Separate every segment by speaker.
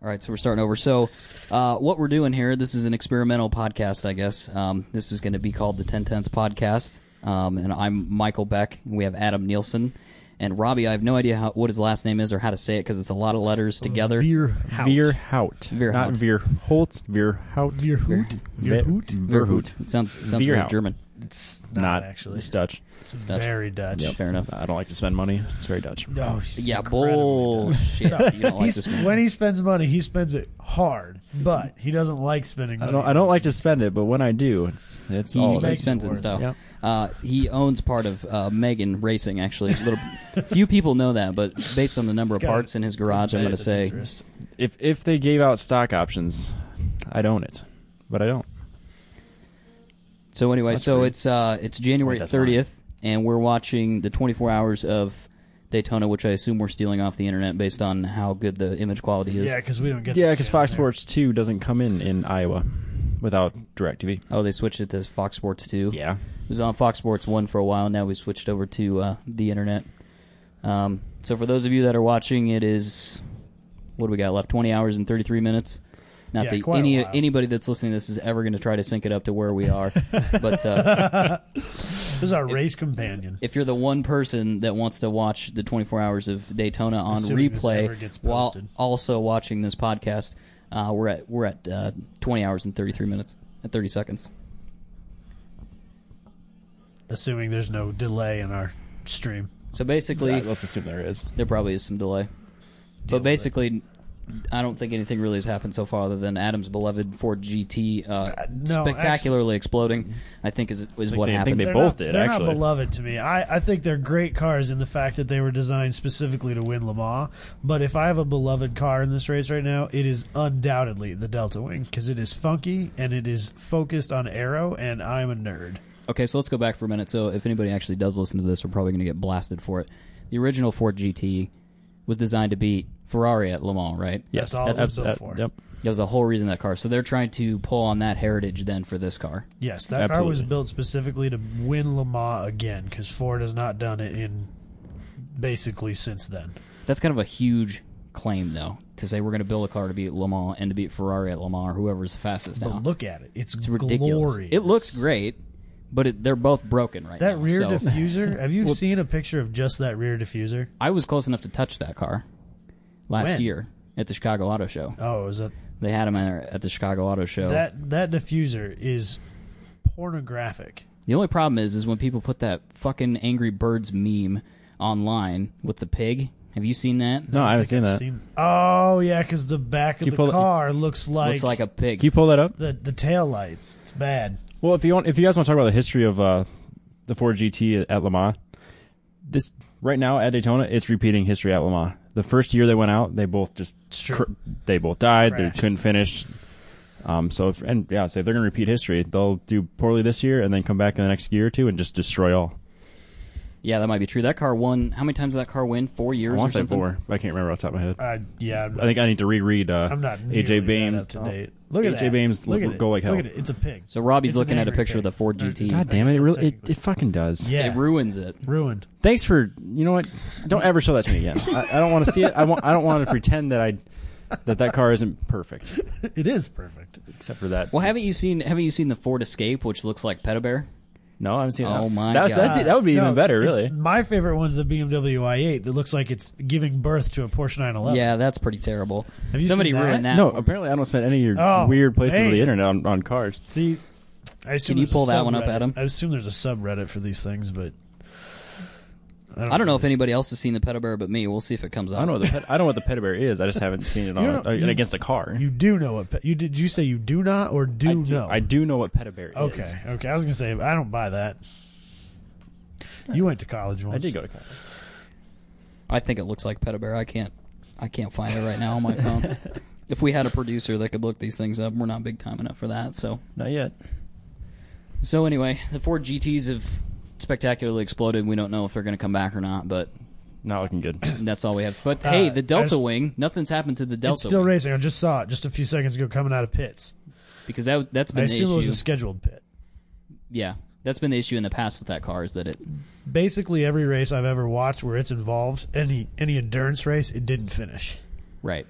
Speaker 1: All right, so we're starting over. So, uh, what we're doing here, this is an experimental podcast, I guess. Um, this is going to be called the Ten Tenths Podcast, um, and I'm Michael Beck. And we have Adam Nielsen and Robbie. I have no idea how, what his last name is or how to say it because it's a lot of letters together.
Speaker 2: Veer Hout.
Speaker 3: Veer Hout.
Speaker 1: Veer
Speaker 3: Not
Speaker 1: Hout.
Speaker 3: Veer Holt. Veer Hout.
Speaker 2: Veer Hoot. Veer
Speaker 3: Ve-
Speaker 2: Hoot.
Speaker 3: Veer Hoot.
Speaker 1: It sounds it sounds
Speaker 3: Veer
Speaker 1: very
Speaker 3: Hout.
Speaker 1: German.
Speaker 2: It's not,
Speaker 3: Not,
Speaker 2: actually.
Speaker 3: It's Dutch.
Speaker 2: It's very Dutch.
Speaker 1: Fair enough.
Speaker 3: I don't like to spend money. It's very Dutch.
Speaker 2: No, he's
Speaker 1: Yeah,
Speaker 2: incredibly Dutch.
Speaker 1: bullshit. you don't like
Speaker 2: He's-
Speaker 1: this one.
Speaker 2: when he spends money, he spends it hard, but he doesn't like spending money.
Speaker 3: I don't. I don't like to spend it, but when I do, it's it's
Speaker 1: he
Speaker 3: all. it
Speaker 1: makes
Speaker 3: is.
Speaker 1: sense
Speaker 2: it
Speaker 1: and
Speaker 2: work.
Speaker 1: stuff.
Speaker 3: Yep.
Speaker 1: Uh, he owns part of uh, Megan Racing. Actually, It's a little few people know that, but based on the number
Speaker 2: It's
Speaker 1: of
Speaker 2: got
Speaker 1: parts in his garage, I'm going to
Speaker 2: Basic
Speaker 1: say
Speaker 2: interest.
Speaker 3: If if they gave out stock options, I'd own it, but I don't.
Speaker 1: So anyway,
Speaker 3: That's
Speaker 1: so
Speaker 3: great.
Speaker 1: it's uh, it's January
Speaker 3: I think that's
Speaker 1: 30th, and we're watching the 24 hours of Daytona, which I assume we're stealing off the internet based on how good the image quality is.
Speaker 2: Yeah, because we don't get.
Speaker 3: Yeah,
Speaker 2: this
Speaker 3: because
Speaker 2: channel
Speaker 3: Fox
Speaker 2: there.
Speaker 3: Sports Two doesn't come in in Iowa without DirecTV.
Speaker 1: Oh, they switched it to Fox Sports 2.
Speaker 3: Yeah.
Speaker 1: It was on Fox Sports 1 for a while. Now we switched over to uh, the internet. Um, so for those of you that are watching, it is what do we got left? 20 hours and 33 minutes. Not
Speaker 2: Yeah,
Speaker 1: that
Speaker 2: quite a
Speaker 1: any
Speaker 2: while.
Speaker 1: anybody that's listening to this is ever going to try to sync it up to where we are, but. Uh,
Speaker 2: This is our race companion.
Speaker 1: if you're the one person that wants to watch the 24 hours of Daytona on
Speaker 2: Assuming this ever
Speaker 1: replay
Speaker 2: gets
Speaker 1: while
Speaker 2: posted.
Speaker 1: also watching this podcast, uh, we're at we're at uh, 20 hours and 33 minutes and 30 seconds.
Speaker 2: assuming there's no delay in our stream.
Speaker 1: So basically,
Speaker 3: Uh, let's assume there is.
Speaker 1: there probably is some delay,
Speaker 2: with
Speaker 1: but
Speaker 2: it.
Speaker 1: basically, I don't think anything really has happened so far other than Adam's beloved Ford GT uh,
Speaker 2: no,
Speaker 1: spectacularly exploding. I think is is what
Speaker 3: they- I think
Speaker 1: happened.
Speaker 3: they-
Speaker 2: They're not,
Speaker 3: both did,
Speaker 2: They're not
Speaker 3: actually.
Speaker 2: beloved to me. I, I think they're great cars in the fact that they were designed specifically to win Le Mans. But if I have a beloved car in this race right now, it is undoubtedly the Delta Wing because it is funky and it is focused on aero, and I'm a nerd.
Speaker 1: Okay, so let's go back for a minute. So if anybody actually does listen to this, we're probably going to get blasted for it. The original Ford GT was designed to beat Ferrari at Le Mans, right?
Speaker 3: Yes.
Speaker 2: all it's
Speaker 3: abs-
Speaker 2: built
Speaker 3: ab-
Speaker 2: for.
Speaker 3: Yep.
Speaker 1: That was the whole reason of that car. So they're trying to pull on that heritage then for this car.
Speaker 2: Yes, that car was
Speaker 3: Absolutely.
Speaker 2: built specifically to win Le Mans again because Ford has not done it in basically since then.
Speaker 1: That's kind of a huge claim, though, to say we're going to build a car to beat Le Mans and to beat Ferrari at Le Mans or whoever's the fastest now.
Speaker 2: But look at it; it's,
Speaker 1: it's ridiculous.
Speaker 2: glorious.
Speaker 1: It looks great, but it, they're both broken right
Speaker 2: That
Speaker 1: now.
Speaker 2: rear
Speaker 1: so
Speaker 2: diffuser. Have you seen a picture of just that rear diffuser?
Speaker 1: I was close enough to touch that car last
Speaker 2: When?
Speaker 1: year at the Chicago Auto Show.
Speaker 2: Oh, is that
Speaker 1: They had them at the Chicago Auto
Speaker 3: Oh.
Speaker 1: Show.
Speaker 2: that that diffuser is pornographic.
Speaker 1: The only problem is, is when people put that fucking Angry Birds meme online with the pig. Have you seen that?
Speaker 3: No, I haven't
Speaker 2: Like,
Speaker 3: seen
Speaker 2: I've
Speaker 3: that. Can
Speaker 2: seen- oh yeah, because the back
Speaker 3: you
Speaker 2: of the
Speaker 3: pull-
Speaker 2: car looks like
Speaker 1: Looks like a pig.
Speaker 3: you pull that up?
Speaker 2: the the tail lights. It's bad.
Speaker 3: Well, if you want, if you guys want to talk about the history of uh, the Ford GT at Le Mans, this right now at Daytona, it's repeating history at Le Mans. The first year they went out, they both just
Speaker 2: It's true.
Speaker 3: cr- they both died.
Speaker 2: Crashed.
Speaker 3: They couldn't finish. Um, so if, and yeah, so if they're gonna repeat history, they'll do poorly this year and then come back in the next year or two and just destroy all.
Speaker 1: yeah, that might be true. That car won. How many times did that car win? Four years.
Speaker 3: I want
Speaker 1: or
Speaker 3: to say
Speaker 1: something?
Speaker 3: four, but I can't remember off the top of my head.
Speaker 2: Uh, yeah, I'm
Speaker 3: I
Speaker 2: not,
Speaker 3: think I need to reread. Uh,
Speaker 2: I'm not nearly
Speaker 3: AJ
Speaker 2: that
Speaker 3: Bames.
Speaker 2: up to date. Look at
Speaker 3: AJ
Speaker 2: that.
Speaker 3: Bames
Speaker 2: Look at
Speaker 3: will
Speaker 2: it.
Speaker 3: go like hell.
Speaker 2: Look at it. It's a pig.
Speaker 1: So Robbie's
Speaker 2: It's an
Speaker 1: looking at a
Speaker 2: angry
Speaker 1: picture of
Speaker 2: pig.
Speaker 1: the Ford
Speaker 2: Or it's
Speaker 1: GT.
Speaker 2: an
Speaker 3: God damn it! It
Speaker 2: That's
Speaker 3: really it,
Speaker 2: technically-
Speaker 3: it fucking does.
Speaker 2: Yeah,
Speaker 1: It ruins it.
Speaker 2: ruined.
Speaker 3: Thanks for you know what? Don't ever show that to me again. I, I don't want to see it. I want. I don't want to pretend that I that that car isn't perfect,
Speaker 2: It is perfect.
Speaker 3: except for that.
Speaker 1: Well, haven't you seen? Haven't you seen the Ford Escape, which looks like Petabear?
Speaker 3: No, I haven't seen.
Speaker 1: Oh
Speaker 3: that.
Speaker 1: my
Speaker 3: that, That's
Speaker 1: God.
Speaker 3: it. That would be
Speaker 2: Uh, No,
Speaker 3: even better,
Speaker 2: it's-
Speaker 3: really.
Speaker 2: My favorite one's the BMW i8 that looks like it's giving birth to a Porsche
Speaker 3: Oh.
Speaker 2: 911.
Speaker 1: Yeah, that's pretty terrible.
Speaker 2: Have you
Speaker 1: Somebody
Speaker 2: seen that?
Speaker 1: ruined that.
Speaker 3: No,
Speaker 1: for me.
Speaker 3: apparently I don't spend any of your
Speaker 2: Oh,
Speaker 3: weird places of
Speaker 2: man.
Speaker 3: the internet on, on cars.
Speaker 2: See, I assume
Speaker 1: Can you
Speaker 2: there's a
Speaker 1: pull that one up,
Speaker 2: subreddit.
Speaker 1: Adam?
Speaker 2: I assume there's a subreddit for these things, but
Speaker 1: I don't know if anybody else has seen the Petabear but me. We'll see if it comes out.
Speaker 3: I don't know what the pet, I don't know what the Petabear is. I just haven't seen it on
Speaker 2: don't-
Speaker 3: uh,
Speaker 2: you-
Speaker 3: against a car.
Speaker 2: You do know what pe- you did. You say you do not or do,
Speaker 3: I do,
Speaker 2: know?
Speaker 3: I do know what Petabear
Speaker 2: Okay,
Speaker 3: is.
Speaker 2: okay. I was gonna say I don't buy that. You went to college once.
Speaker 3: I did go to college.
Speaker 1: I think it looks like Petabear. I can't. I can't find it right now on my phone. if we had a producer that could look these things up, we're not big time enough for that. So
Speaker 3: Not yet.
Speaker 1: So anyway, the Ford GTs have spectacularly exploded. We don't know if they're going to come back or not, but
Speaker 3: Not looking good.
Speaker 1: that's all we have. But hey, the
Speaker 2: Uh, I
Speaker 1: Delta
Speaker 2: just-
Speaker 1: Wing, nothing's happened to the Delta
Speaker 2: It's still
Speaker 1: Wing
Speaker 2: racing. I just saw it just a few seconds ago coming out of pits.
Speaker 1: because that that's
Speaker 2: I
Speaker 1: been the
Speaker 2: assume
Speaker 1: issue.
Speaker 2: it was a scheduled pit.
Speaker 1: yeah, that's been the issue in the past with that car is that it
Speaker 2: Basically, every race I've ever watched where it's involved, any any endurance race, it didn't finish.
Speaker 1: right.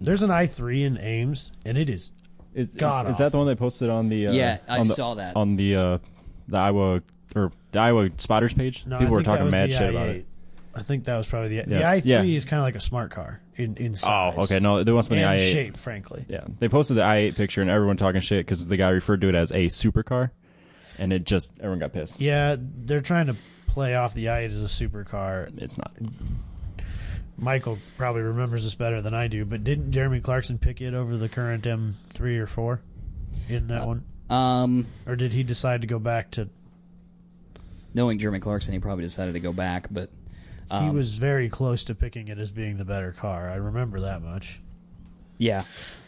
Speaker 2: There's an i3 in Ames, and it is.
Speaker 3: Is,
Speaker 2: God
Speaker 3: is that the one they posted on the? Uh,
Speaker 1: Yeah, I
Speaker 3: on the-
Speaker 1: saw that.
Speaker 3: on the uh, the Iowa or the Iowa spotters page.
Speaker 2: No,
Speaker 3: People
Speaker 2: I
Speaker 3: were
Speaker 2: think that
Speaker 3: talking
Speaker 2: was
Speaker 3: mad
Speaker 2: the
Speaker 3: shit about
Speaker 2: i8.
Speaker 3: it.
Speaker 2: I think that was probably the
Speaker 3: Yeah.
Speaker 2: the i3
Speaker 3: Yeah.
Speaker 2: is kind of like a smart car in in
Speaker 3: Oh,
Speaker 2: size.
Speaker 3: okay. No, there must have been
Speaker 2: And
Speaker 3: the i8.
Speaker 2: shape, frankly.
Speaker 3: Yeah, they posted the i8 picture and everyone talking shit because the guy referred to it as a supercar, and it just everyone got pissed.
Speaker 2: Yeah, they're trying to play off the i8 as a supercar.
Speaker 3: It's not.
Speaker 2: Michael probably remembers this better than I do, but didn't Jeremy Clarkson pick it over the current M3 or 4 in that one?
Speaker 1: Um,
Speaker 2: Or did he decide to go back to.
Speaker 1: knowing Jeremy Clarkson, he probably decided to go back, but
Speaker 2: He
Speaker 1: Um,
Speaker 2: was very close to picking it as being the better car. I remember that much.
Speaker 1: yeah,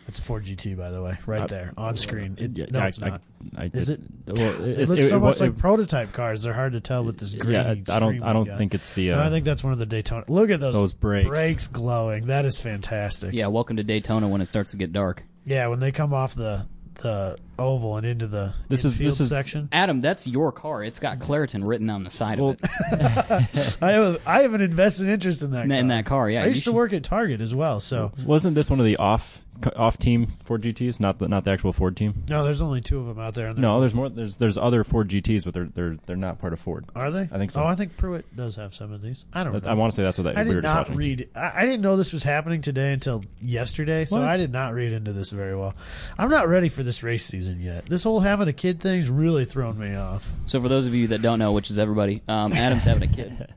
Speaker 2: It's a 4GT, by the way, right
Speaker 3: I-
Speaker 2: there on screen. It,
Speaker 3: Uh, Yeah,
Speaker 2: no,
Speaker 3: I,
Speaker 2: it's not.
Speaker 3: I, I
Speaker 2: Is
Speaker 3: did- Well,
Speaker 2: It
Speaker 3: it's-
Speaker 2: looks so
Speaker 3: it-
Speaker 2: much
Speaker 3: it-
Speaker 2: like prototype cars. They're hard to tell with this green.
Speaker 3: yeah, I don't. I
Speaker 2: streaming
Speaker 3: don't
Speaker 2: guy.
Speaker 3: think it's the. Uh,
Speaker 2: No, I think that's one of the Daytona. Look at those,
Speaker 3: Those brakes.
Speaker 2: Brakes glowing. That is fantastic.
Speaker 1: yeah. Welcome to Daytona when it starts to get dark.
Speaker 2: Yeah, when they come off the the oval and into the
Speaker 3: This is-
Speaker 2: infield
Speaker 3: this is-
Speaker 2: section.
Speaker 1: Adam, that's your car. It's got Claritin written on the side
Speaker 3: Well,
Speaker 1: of it.
Speaker 2: I have, I have an invested interest in that car.
Speaker 1: In that car, yeah,
Speaker 2: I used
Speaker 1: you
Speaker 2: to
Speaker 1: should-
Speaker 2: work at Target as well, so
Speaker 3: wasn't this one of the off off team Ford GTS? Not the not the actual Ford team.
Speaker 2: no, there's only two of them out there. And they're-
Speaker 3: No, there's more. There's there's other Ford GTS, but they're they're they're not part of Ford.
Speaker 2: are they?
Speaker 3: I think so.
Speaker 2: Oh, I think Pruitt does have some of these. I don't.
Speaker 3: That-
Speaker 2: know.
Speaker 3: I want to say that's what that
Speaker 2: I
Speaker 3: we were
Speaker 2: did
Speaker 3: just
Speaker 2: not
Speaker 3: watching.
Speaker 2: read. I I didn't know this was happening today until yesterday, so
Speaker 3: What?
Speaker 2: I did not read into this very well. I'm not ready for this race season yet. This whole having a kid thing's really thrown me off.
Speaker 1: So for those of you that don't know, which is everybody, um, Adam's having a kid,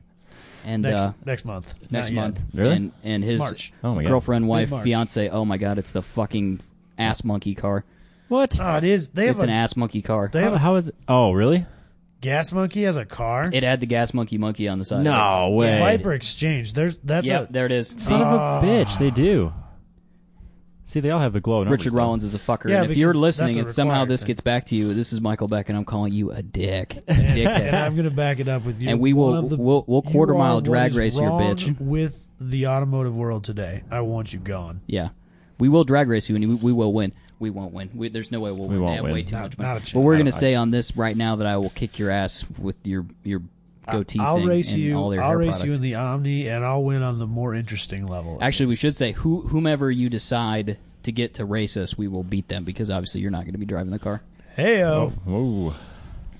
Speaker 1: and
Speaker 2: Next
Speaker 1: uh,
Speaker 2: next month.
Speaker 1: next
Speaker 2: Not yet.
Speaker 1: month,
Speaker 3: Really?
Speaker 1: and and his
Speaker 2: March.
Speaker 3: Oh my God.
Speaker 1: girlfriend, wife,
Speaker 2: Mid-March.
Speaker 1: fiance. Oh my god, it's the fucking ass monkey car.
Speaker 3: What?
Speaker 2: Oh, it is. They have
Speaker 1: It's an
Speaker 2: a
Speaker 1: ass monkey car.
Speaker 2: they have
Speaker 3: How-
Speaker 2: a
Speaker 3: how is it? Oh, really?
Speaker 2: gas monkey has a car.
Speaker 1: It had the gas monkey monkey on the side. of
Speaker 3: No way.
Speaker 2: Viper Exchange. There's that's
Speaker 1: it. Yep,
Speaker 2: a
Speaker 1: there it is. See,
Speaker 3: Son of
Speaker 2: Ah.
Speaker 3: a bitch, they do. See, they all have the glow. numbers,
Speaker 1: Richard
Speaker 3: though.
Speaker 1: Rollins is a fucker.
Speaker 2: Yeah,
Speaker 1: and if you're
Speaker 2: because that's
Speaker 1: listening
Speaker 2: a
Speaker 1: and somehow
Speaker 2: required
Speaker 1: this
Speaker 2: thing.
Speaker 1: gets back to you, this is Michael Beck, and I'm calling you a dick. A
Speaker 2: and
Speaker 1: dickhead.
Speaker 2: I'm gonna back it up with you.
Speaker 1: And we will-
Speaker 2: One of the-
Speaker 1: we'll- we'll
Speaker 2: you
Speaker 1: quarter
Speaker 2: are
Speaker 1: mile
Speaker 2: what
Speaker 1: drag
Speaker 2: is
Speaker 1: race your
Speaker 2: wrong
Speaker 1: bitch.
Speaker 2: with the automotive world today. I want you gone.
Speaker 1: Yeah, we will drag race you, and we, we will win. We won't win. We, there's no way we'll win.
Speaker 3: won't
Speaker 1: They have
Speaker 3: win.
Speaker 1: Way too
Speaker 2: Not-
Speaker 1: much
Speaker 2: not a
Speaker 1: money.
Speaker 2: chance.
Speaker 1: But we're gonna
Speaker 3: I-
Speaker 1: say on this right now that I will kick your ass with your your goatee.
Speaker 2: I'll
Speaker 1: thing
Speaker 2: race
Speaker 1: and
Speaker 2: you.
Speaker 1: All their
Speaker 2: I'll
Speaker 1: hair
Speaker 2: race
Speaker 1: product.
Speaker 2: you in the Omni, and I'll win on the more interesting level.
Speaker 1: Actually, we should say who whomever you decide to get to race us, we will beat them because obviously you're not going to be driving the car.
Speaker 2: hey, oh,
Speaker 3: Whoa,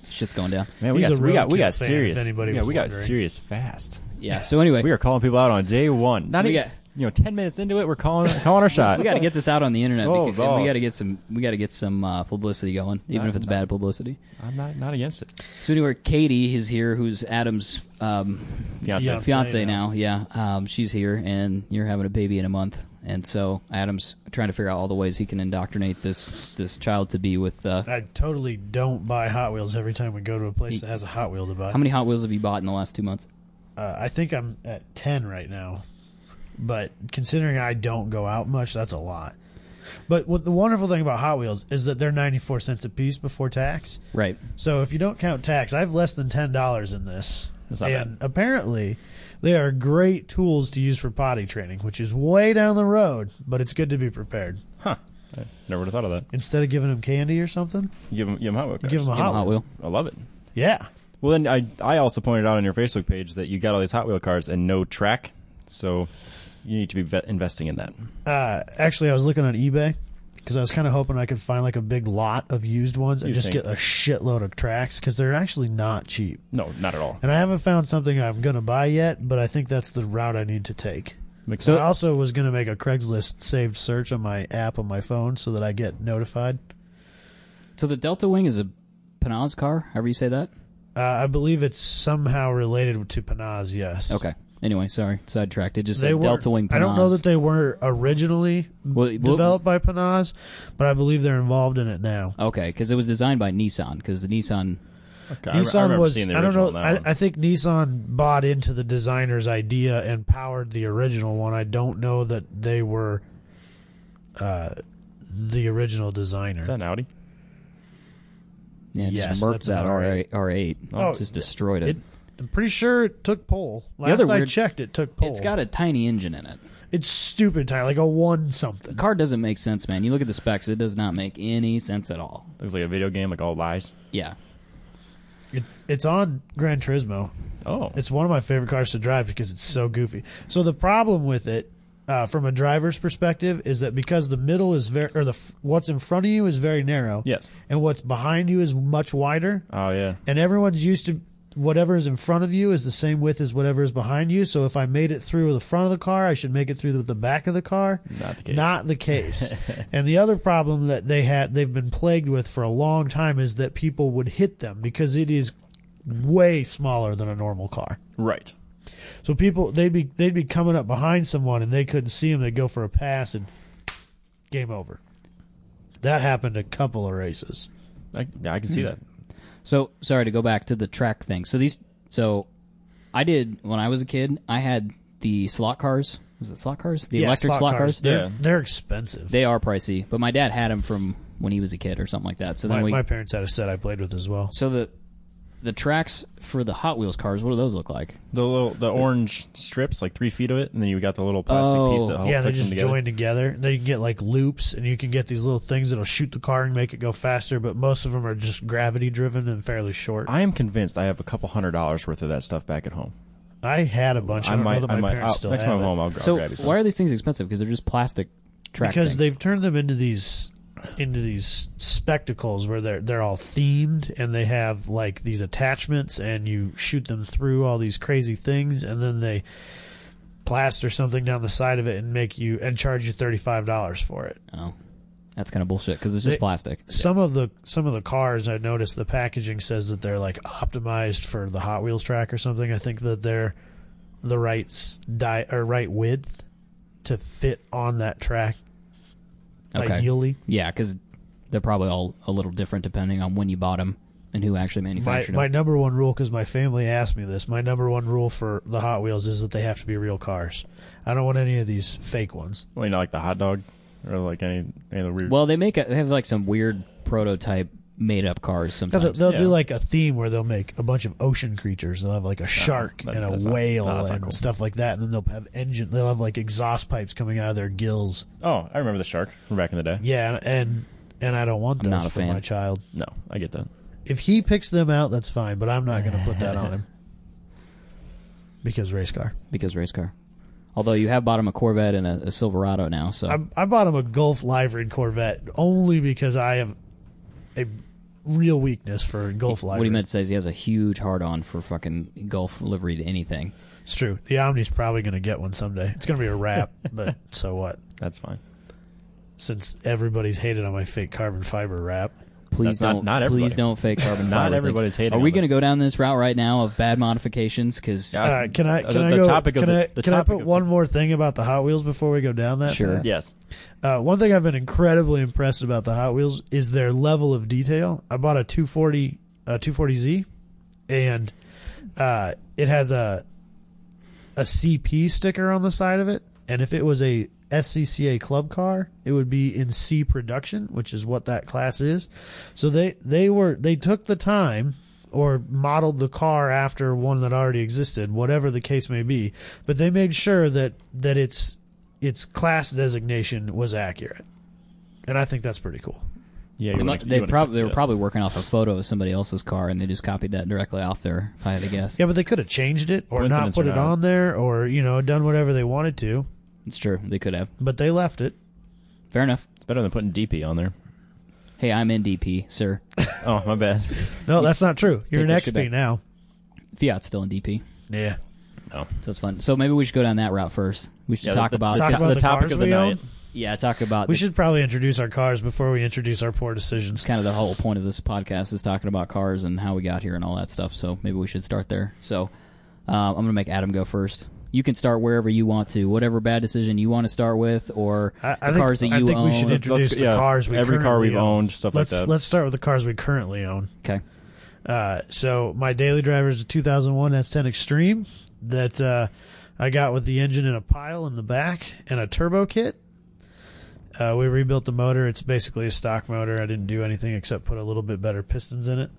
Speaker 1: Shit's going down.
Speaker 3: man, we
Speaker 2: He's
Speaker 3: got
Speaker 2: a
Speaker 3: we got
Speaker 2: roadkill fan,
Speaker 3: we got
Speaker 2: if
Speaker 3: serious.
Speaker 2: anybody
Speaker 3: yeah,
Speaker 2: was
Speaker 3: we got
Speaker 2: wondering.
Speaker 3: serious fast.
Speaker 1: Yeah. So anyway,
Speaker 3: We
Speaker 1: we
Speaker 3: are calling people out on day one. Not
Speaker 1: We
Speaker 3: even
Speaker 1: got-
Speaker 3: you know ten minutes into it, we're calling calling our shot.
Speaker 1: got to get this out on the internet.
Speaker 3: Oh,
Speaker 1: because, and we
Speaker 3: boss.
Speaker 1: got to get some we got to get some uh, publicity going, even
Speaker 3: No,
Speaker 1: if it's
Speaker 3: no.
Speaker 1: bad publicity.
Speaker 3: I'm not not against it.
Speaker 1: So anyway, Katie is here, who's Adam's um,
Speaker 3: Fiance.
Speaker 2: Yeah.
Speaker 1: fiance
Speaker 2: Fiancé
Speaker 1: now. Yeah, um, she's here, and you're having a baby in a month, and so Adam's trying to figure out all the ways he can indoctrinate this this child to be with. Uh,
Speaker 2: I totally don't buy Hot Wheels every time we go to a place that has a Hot Wheel to buy.
Speaker 1: how many Hot Wheels have you bought in the last two months?
Speaker 2: Uh, I think I'm at ten right now, but considering I don't go out much, that's a lot. But what the wonderful thing about Hot Wheels is that they're ninety four cents a piece before tax.
Speaker 1: Right.
Speaker 2: So if you don't count tax, I have less than ten dollars in this.
Speaker 3: That's not
Speaker 2: and apparently, they are great tools to use for potty training, which is way down the road. But it's good to be prepared.
Speaker 3: Huh? I never would have thought of that.
Speaker 2: Instead of giving them candy or something,
Speaker 3: You give them, give them hot wheel cars.
Speaker 2: give them a
Speaker 1: Give him
Speaker 2: hot,
Speaker 1: a Hot Wheel.
Speaker 3: I love it.
Speaker 2: Yeah,
Speaker 3: Well, then I I also pointed out on your Facebook page that you got all these Hot Wheel cars and no track, so you need to be ve- investing in that.
Speaker 2: uh, actually, I was looking on eBay because I was kind of hoping I could find like a big lot of used ones and
Speaker 3: You
Speaker 2: just
Speaker 3: think.
Speaker 2: get a shitload of tracks because they're actually not cheap.
Speaker 3: No, not at all.
Speaker 2: And I haven't found something I'm gonna buy yet, but I think that's the route I need to take.
Speaker 3: Makes
Speaker 2: I
Speaker 3: sense.
Speaker 2: also was gonna make a Craigslist saved search on my app on my phone so that I get notified.
Speaker 1: So the Delta Wing is a Panaz car. However you say that.
Speaker 2: Uh, I believe it's somehow related to Panaz. Yes.
Speaker 1: Okay. Anyway, sorry, sidetracked. It just
Speaker 2: They
Speaker 1: said
Speaker 2: were,
Speaker 1: Delta Wing. Panaz.
Speaker 2: I don't know that they were originally
Speaker 1: Well, well-
Speaker 2: developed by Panaz, but I believe they're involved in it now.
Speaker 1: Okay, because it was designed by Nissan. Because the Nissan.
Speaker 3: Okay, I re- I
Speaker 2: Nissan
Speaker 3: remember
Speaker 2: was
Speaker 3: seeing the
Speaker 2: I don't
Speaker 3: original
Speaker 2: know
Speaker 3: on that
Speaker 2: I,
Speaker 3: one.
Speaker 2: I think Nissan bought into the designer's idea and powered the original one. I don't know that they were uh, the original designer.
Speaker 3: Is that an Audi?
Speaker 1: Yeah, just
Speaker 2: Yes,
Speaker 1: murked
Speaker 2: that's an
Speaker 1: that
Speaker 2: R8.
Speaker 1: R eight.
Speaker 2: Oh,
Speaker 1: just destroyed it.
Speaker 2: it, I'm pretty sure it took pole. Last
Speaker 1: other
Speaker 2: I
Speaker 1: weird-
Speaker 2: checked, it took pole.
Speaker 1: It's got a tiny engine in it.
Speaker 2: It's stupid tiny, like a one something.
Speaker 1: The car doesn't make sense, man. You look at the specs; it does not make any sense at all.
Speaker 3: Looks like a video game, like all lies.
Speaker 1: Yeah,
Speaker 2: It's it's on Gran Turismo.
Speaker 3: Oh,
Speaker 2: It's one of my favorite cars to drive because it's so goofy. So the problem with it uh, from a driver's perspective is that because the middle is very or the f- what's in front of you is very narrow.
Speaker 3: Yes.
Speaker 2: And what's behind you is much wider.
Speaker 3: Oh yeah.
Speaker 2: and everyone's used to whatever is in front of you is the same width as whatever is behind you. So if I made it through the front of the car, I should make it through the, the back of the car.
Speaker 3: Not the case.
Speaker 2: Not the case. and the other problem that they had, they've been plagued with for a long time, is that people would hit them because it is way smaller than a normal car.
Speaker 3: Right.
Speaker 2: So people they'd be they'd be coming up behind someone and they couldn't see him. They'd go for a pass and game over. That happened a couple of races.
Speaker 3: I, yeah, I can
Speaker 2: Hmm.
Speaker 3: see that.
Speaker 1: So sorry to go back to the track thing. So these, so I did when I was a kid. I had the slot cars. Was it slot cars? The
Speaker 2: Yeah,
Speaker 1: electric slot, cars.
Speaker 2: They're,
Speaker 3: Yeah.
Speaker 2: they're expensive.
Speaker 1: They are pricey, but my dad had them from when he was a kid or something like that. So then
Speaker 2: my,
Speaker 1: we,
Speaker 2: my parents had a set I played with as well.
Speaker 1: so the the tracks for the Hot Wheels cars. What do those look like?
Speaker 3: The little the orange strips, like three feet of it, and then you got the little plastic
Speaker 1: Oh.
Speaker 3: piece that helps
Speaker 2: yeah, they
Speaker 3: them
Speaker 2: just
Speaker 3: together.
Speaker 2: join together. Then you can get like loops, and you can get these little things that'll shoot the car and make it go faster. But most of them are just gravity driven and fairly short. I,
Speaker 3: I am convinced I have a couple hundred dollars worth of that stuff back at home.
Speaker 2: had a bunch. I,
Speaker 3: I
Speaker 2: don't
Speaker 3: might.
Speaker 2: know that my
Speaker 3: I might.
Speaker 2: parents
Speaker 3: I'll,
Speaker 2: still
Speaker 3: next
Speaker 2: have
Speaker 3: time I'm
Speaker 2: it.
Speaker 3: home, I'll, I'll
Speaker 1: So
Speaker 3: grab you some.
Speaker 1: why are these things expensive? Because they're just plastic track
Speaker 2: Oh, because
Speaker 1: things.
Speaker 2: they've turned them into these into these spectacles where they're they're all themed and they have like these attachments and you shoot them through all these crazy things and then they plaster something down the side of it and make you and charge you thirty five dollars for it.
Speaker 1: Oh, that's kind of bullshit because it's just
Speaker 2: They-
Speaker 1: plastic.
Speaker 2: some of the some of the cars I noticed the packaging says that they're like optimized for the Hot Wheels track or something. I think that they're the right s- di- or right width to fit on that track
Speaker 1: Okay.
Speaker 2: ideally.
Speaker 1: Yeah, because they're probably all a little different depending on when you bought them and who actually
Speaker 2: My
Speaker 1: manufactured
Speaker 2: my
Speaker 1: them.
Speaker 2: number one rule cuz my family asked me this. My number one rule for the Hot Wheels is that they have to be real cars. I don't want any of these fake ones.
Speaker 3: Well, you know, like the hot dog, or like any any of the weird.
Speaker 1: Well, they make a, they have like some weird prototype made up cars
Speaker 2: No,
Speaker 1: sometimes.
Speaker 2: they'll, they'll do
Speaker 3: Yeah.
Speaker 2: like a theme where they'll make a bunch of ocean creatures. They'll have like a shark
Speaker 3: that-
Speaker 2: and
Speaker 3: that's
Speaker 2: a
Speaker 3: not-
Speaker 2: whale
Speaker 3: no, that's not
Speaker 2: and
Speaker 3: cool.
Speaker 2: stuff like that, and then they'll have engine. They'll have like exhaust pipes coming out of their gills.
Speaker 3: oh, I remember the shark from back in the day.
Speaker 2: Yeah, and and, and I don't want
Speaker 1: I'm
Speaker 2: those
Speaker 1: not a
Speaker 2: for
Speaker 1: fan.
Speaker 2: my child.
Speaker 3: No, I get that.
Speaker 2: If he picks them out, that's fine, but I'm not going to put that on him because race car.
Speaker 1: because race car. Although you have bought him a Corvette and a, a Silverado now, so
Speaker 2: I, I bought him a Gulf liveried Corvette only because I have a real weakness for Gulf liveried.
Speaker 1: what he meant to say is he has a huge hard on for fucking Gulf livery to anything.
Speaker 2: It's true. The Omni's probably going to get one someday. It's going to be a wrap, but so what?
Speaker 3: That's fine.
Speaker 2: since everybody's hated on my fake carbon fiber wrap.
Speaker 1: Please
Speaker 3: That's not-
Speaker 1: don't.
Speaker 3: not everybody.
Speaker 1: please don't fake carbon.
Speaker 3: Not
Speaker 1: fiber things.
Speaker 3: everybody's hating
Speaker 1: Are we
Speaker 3: on
Speaker 1: going to
Speaker 3: them.
Speaker 1: go down this route right now of bad modifications? Because
Speaker 3: Yeah.
Speaker 2: All right, can I
Speaker 3: Uh,
Speaker 2: can
Speaker 3: the-
Speaker 2: I
Speaker 3: the
Speaker 2: go?
Speaker 3: topic of
Speaker 2: can
Speaker 3: the-
Speaker 2: I
Speaker 3: the
Speaker 2: can I
Speaker 3: topic
Speaker 2: put
Speaker 3: of
Speaker 2: one
Speaker 3: the-
Speaker 2: more thing about the Hot Wheels before we go down that?
Speaker 1: Sure.
Speaker 2: path?
Speaker 3: Yes.
Speaker 2: Uh, one thing I've been incredibly impressed about the Hot Wheels is their level of detail. I bought a 240 a 240Z, and uh, it has a a CP sticker on the side of it. And if it was a SCCA club car, it would be in C production, which is what that class is. So they they were they took the time or modeled the car after one that already existed, whatever the case may be, but they made sure that that its its class designation was accurate. And I think that's pretty cool.
Speaker 3: Yeah.
Speaker 1: they,
Speaker 3: you
Speaker 1: mu-
Speaker 3: wouldn't ex-
Speaker 1: they
Speaker 3: you wouldn't
Speaker 1: prob-
Speaker 3: expect
Speaker 1: they were
Speaker 3: that.
Speaker 1: probably working off a photo of somebody else's car and they just copied that directly off there. If I had to guess,
Speaker 2: Yeah, but they could have changed it or not
Speaker 3: Coincidence
Speaker 2: put
Speaker 3: or
Speaker 2: it
Speaker 3: not.
Speaker 2: on there or, you know, done whatever they wanted to,
Speaker 1: it's true. They could have.
Speaker 2: but they left it.
Speaker 1: Fair enough.
Speaker 3: It's better than putting DP on there.
Speaker 1: Hey, I'm NDP, sir.
Speaker 3: Oh, my bad.
Speaker 2: No, that's not true. You're
Speaker 1: Take
Speaker 2: an
Speaker 1: that shit
Speaker 2: XP
Speaker 1: back.
Speaker 2: now.
Speaker 1: Fiat's still in DP,
Speaker 2: Yeah.
Speaker 3: No.
Speaker 1: so it's fun. So maybe we should go down that route first. We should
Speaker 3: Yeah,
Speaker 1: talk
Speaker 3: the,
Speaker 1: about,
Speaker 3: the,
Speaker 2: Talk
Speaker 3: to-
Speaker 2: about
Speaker 3: the
Speaker 2: the
Speaker 3: topic
Speaker 2: cars
Speaker 3: of the
Speaker 2: we own?
Speaker 3: night.
Speaker 1: yeah, talk about
Speaker 2: We
Speaker 1: the-
Speaker 2: should probably introduce our cars before we introduce our poor decisions.
Speaker 1: kind of the whole point of this podcast is talking about cars and how we got here and all that stuff. So maybe we should start there. So uh, I'm going to make Adam go first. You can start wherever you want to, whatever bad decision you want to start with, or
Speaker 2: I, I
Speaker 1: the
Speaker 2: think,
Speaker 1: cars that
Speaker 2: I
Speaker 1: you
Speaker 2: think
Speaker 1: own.
Speaker 2: we should
Speaker 3: Let's-
Speaker 2: introduce
Speaker 3: let's-
Speaker 2: the
Speaker 3: yeah,
Speaker 2: cars we
Speaker 3: every car
Speaker 2: currently
Speaker 3: we've
Speaker 2: own.
Speaker 3: owned, stuff like
Speaker 2: let's,
Speaker 3: that.
Speaker 2: Let's start with the cars we currently own.
Speaker 1: okay,
Speaker 2: Uh, so my daily driver is a 2001 S10 Extreme that uh, I got with the engine in a pile in the back and a turbo kit. Uh, we rebuilt the motor. It's basically a stock motor. I didn't do anything except put a little bit better pistons in it.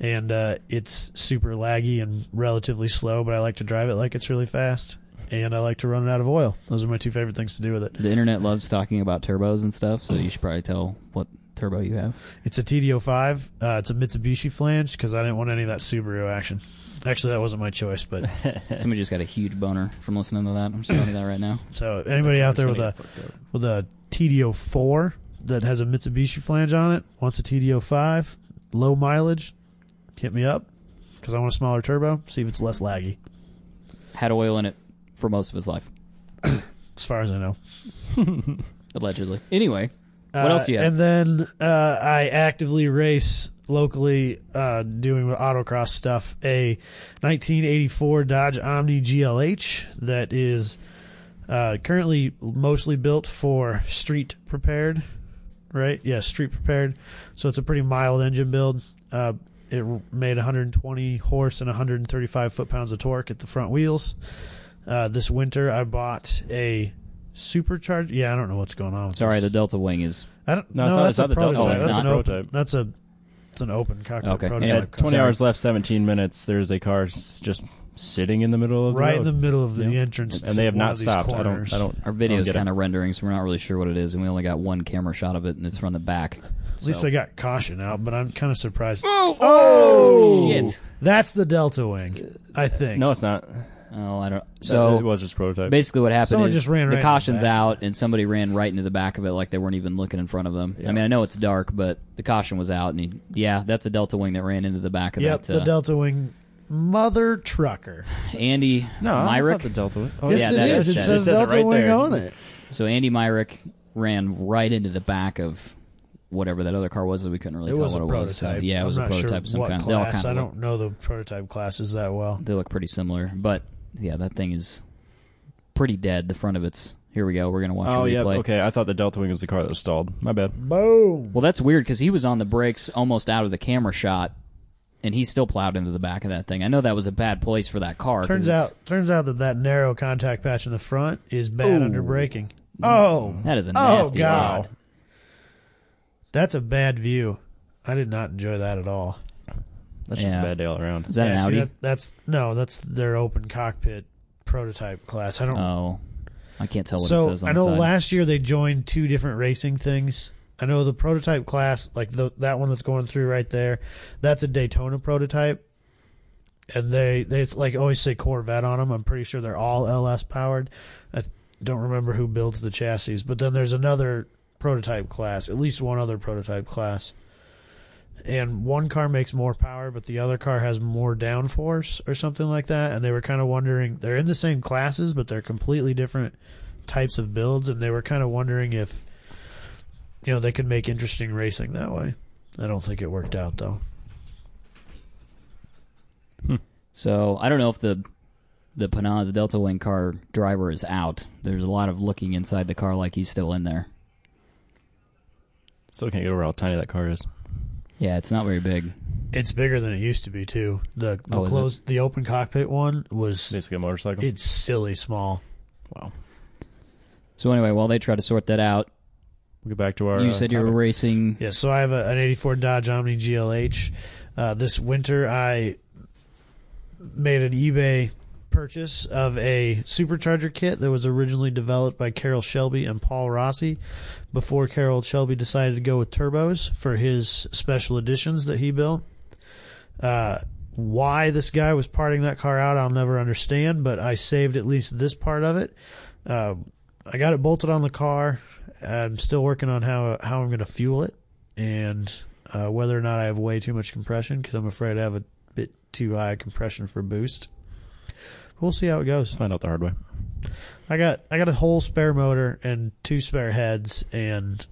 Speaker 2: And uh, it's super laggy and relatively slow, but I like to drive it like it's really fast. And I like to run it out of oil. Those are my two favorite things to do with it.
Speaker 1: the internet loves talking about turbos and stuff, so you should probably tell what turbo you have.
Speaker 2: It's a TDO5. Uh, it's a Mitsubishi flange because I didn't want any of that Subaru action. Actually, that wasn't my choice, but
Speaker 1: Somebody just got a huge boner from listening to that. I'm just telling you that right now.
Speaker 2: so anybody out there with a with a TDO four that has a Mitsubishi flange on it, wants a TDO five, low mileage, hit me up because I want a smaller turbo. See if it's less laggy.
Speaker 1: Had oil in it for most of his life,
Speaker 2: As far as I know.
Speaker 1: allegedly. Anyway, what
Speaker 2: Uh,
Speaker 1: else do you have?
Speaker 2: And then uh, I actively race locally, uh, doing autocross stuff. A 1984 Dodge Omni GLH that is uh, currently mostly built for street prepared, right? Yeah, street prepared. So it's a pretty mild engine build. Uh, it r- made 120 horse and 135 foot pounds of torque at the front wheels. Uh, this winter, I bought a supercharged. Yeah, I don't know what's going on. With
Speaker 1: Sorry,
Speaker 2: this.
Speaker 1: the Delta Wing is
Speaker 2: I don't.
Speaker 3: No,
Speaker 2: No,
Speaker 3: it's not- it's
Speaker 2: that's
Speaker 3: not
Speaker 2: a
Speaker 3: the Delta.
Speaker 2: prototype.
Speaker 1: Oh, it's
Speaker 2: that's an
Speaker 1: not.
Speaker 2: open.
Speaker 3: Prototype.
Speaker 2: That's a. It's an open cockpit
Speaker 1: Okay.
Speaker 3: At
Speaker 1: Yeah,
Speaker 2: prototype. car.
Speaker 3: 20 hours left, 17 minutes, there's a car s- just sitting in the middle of the
Speaker 2: right in
Speaker 3: road.
Speaker 2: the middle of the
Speaker 3: Yeah.
Speaker 2: entrance,
Speaker 3: and they have
Speaker 2: to one
Speaker 3: not
Speaker 2: of these
Speaker 3: stopped. I don't.
Speaker 2: corners.
Speaker 3: I don't.
Speaker 1: our
Speaker 3: I don't
Speaker 1: video's
Speaker 3: Oh, get it.
Speaker 1: kind of rendering, so we're not really sure what it is, and we only got one camera shot of it, and it's from the back.
Speaker 2: At least they got caution out, but I'm kind of surprised.
Speaker 1: Oh shit!
Speaker 2: That's the Delta Wing, I think.
Speaker 3: No, it's not.
Speaker 1: Oh, I don't.
Speaker 3: So
Speaker 1: So
Speaker 3: it was just prototype.
Speaker 1: Basically, what happened
Speaker 2: Someone
Speaker 1: is
Speaker 2: just ran right
Speaker 1: the
Speaker 2: in the
Speaker 1: caution's
Speaker 2: back.
Speaker 1: out, and somebody ran right into the back of it like they weren't even looking in front of them. I
Speaker 3: Yeah.
Speaker 1: mean, I know it's dark, but the caution was out, and he, yeah, that's a Delta Wing that ran into the back of
Speaker 2: Yep,
Speaker 1: that. uh,
Speaker 2: the Delta Wing, mother trucker.
Speaker 1: Andy
Speaker 3: no,
Speaker 1: Myrick.
Speaker 3: it's not the Delta. Oh,
Speaker 2: Yes,
Speaker 1: yeah,
Speaker 2: it
Speaker 1: that
Speaker 2: is.
Speaker 1: is-
Speaker 2: It
Speaker 1: that
Speaker 2: says
Speaker 3: it says it
Speaker 2: Delta
Speaker 3: right
Speaker 2: Wing
Speaker 3: there.
Speaker 2: on it.
Speaker 1: so Andy Myrick ran right into the back of whatever that other car was that we couldn't really
Speaker 2: It
Speaker 1: tell
Speaker 2: was
Speaker 1: what
Speaker 2: a
Speaker 1: it was. So,
Speaker 2: prototype.
Speaker 1: yeah, it
Speaker 2: I'm
Speaker 1: was a
Speaker 2: not
Speaker 1: prototype. of
Speaker 2: Sure
Speaker 1: some
Speaker 2: what
Speaker 1: kind. They all
Speaker 2: class?
Speaker 1: kinda
Speaker 2: I
Speaker 1: look-
Speaker 2: don't know the prototype classes that well.
Speaker 1: they look pretty similar, but yeah, that thing is pretty dead. The front of it's here we go. We're gonna watch.
Speaker 3: Oh
Speaker 1: a
Speaker 3: yeah.
Speaker 1: replay.
Speaker 3: Okay, I thought the Delta Wing was the car that was stalled. My bad.
Speaker 2: Boom.
Speaker 1: Well, that's weird because he was on the brakes almost out of the camera shot, and he still plowed into the back of that thing. I know that was a bad place for that car. 'cause
Speaker 2: Turns
Speaker 1: it's-
Speaker 2: out, turns out that that narrow contact patch in the front is bad under braking. Oh,
Speaker 1: that is a
Speaker 2: Oh,
Speaker 1: nasty.
Speaker 2: God.
Speaker 1: lap.
Speaker 2: That's a bad view. I did not enjoy that at all.
Speaker 3: That's just
Speaker 1: Yeah.
Speaker 3: a bad day all
Speaker 1: Is
Speaker 3: around.
Speaker 1: that
Speaker 2: Yeah,
Speaker 1: an
Speaker 2: see,
Speaker 1: Audi?
Speaker 2: that's, that's no, that's their open cockpit prototype class. I don't.
Speaker 1: oh, I can't tell what it
Speaker 2: so
Speaker 1: says on
Speaker 2: I know
Speaker 1: the side.
Speaker 2: last year they joined two different racing things. I know the prototype class, like the, that one that's going through right there, that's a Daytona prototype, and they they it's like always say Corvette on them. I'm pretty sure they're all LS powered. I don't remember who builds the chassis, but then there's another prototype class, at least one other prototype class. And one car makes more power, but the other car has more downforce or something like that. And they were kind of wondering, they're in the same classes, but they're completely different types of builds. And they were kind of wondering if, you know, they could make interesting racing that way. I don't think it worked out, though.
Speaker 1: so I don't know if the the Panaz Delta Wing car driver is out. There's a lot of looking inside the car like he's still in there.
Speaker 3: Still can't get over how tiny that car is.
Speaker 1: Yeah, it's not very big.
Speaker 2: It's bigger than it used to be, too. The, the
Speaker 1: Oh, is it?
Speaker 2: closed, the open cockpit one was,
Speaker 3: Basically a motorcycle.
Speaker 2: it's silly small.
Speaker 3: wow.
Speaker 1: So anyway, while they try to sort that out,
Speaker 3: We'll get back to our.
Speaker 1: you
Speaker 3: uh,
Speaker 1: said you were
Speaker 3: topic.
Speaker 1: racing.
Speaker 2: Yeah, so I have a, an 84 Dodge Omni GLH. Uh, this winter, I made an eBay purchase of a supercharger kit that was originally developed by Carol Shelby and Paul Rossi before Carol Shelby decided to go with turbos for his special editions that he built. Uh, why this guy was parting that car out, I'll never understand, but I saved at least this part of it. Uh, I got it bolted on the car. I'm still working on how how I'm going to fuel it and uh, whether or not I have way too much compression because I'm afraid I have a bit too high compression for boost. We'll see how it goes.
Speaker 3: Find out the hard way.
Speaker 2: I got I got a whole spare motor and two spare heads and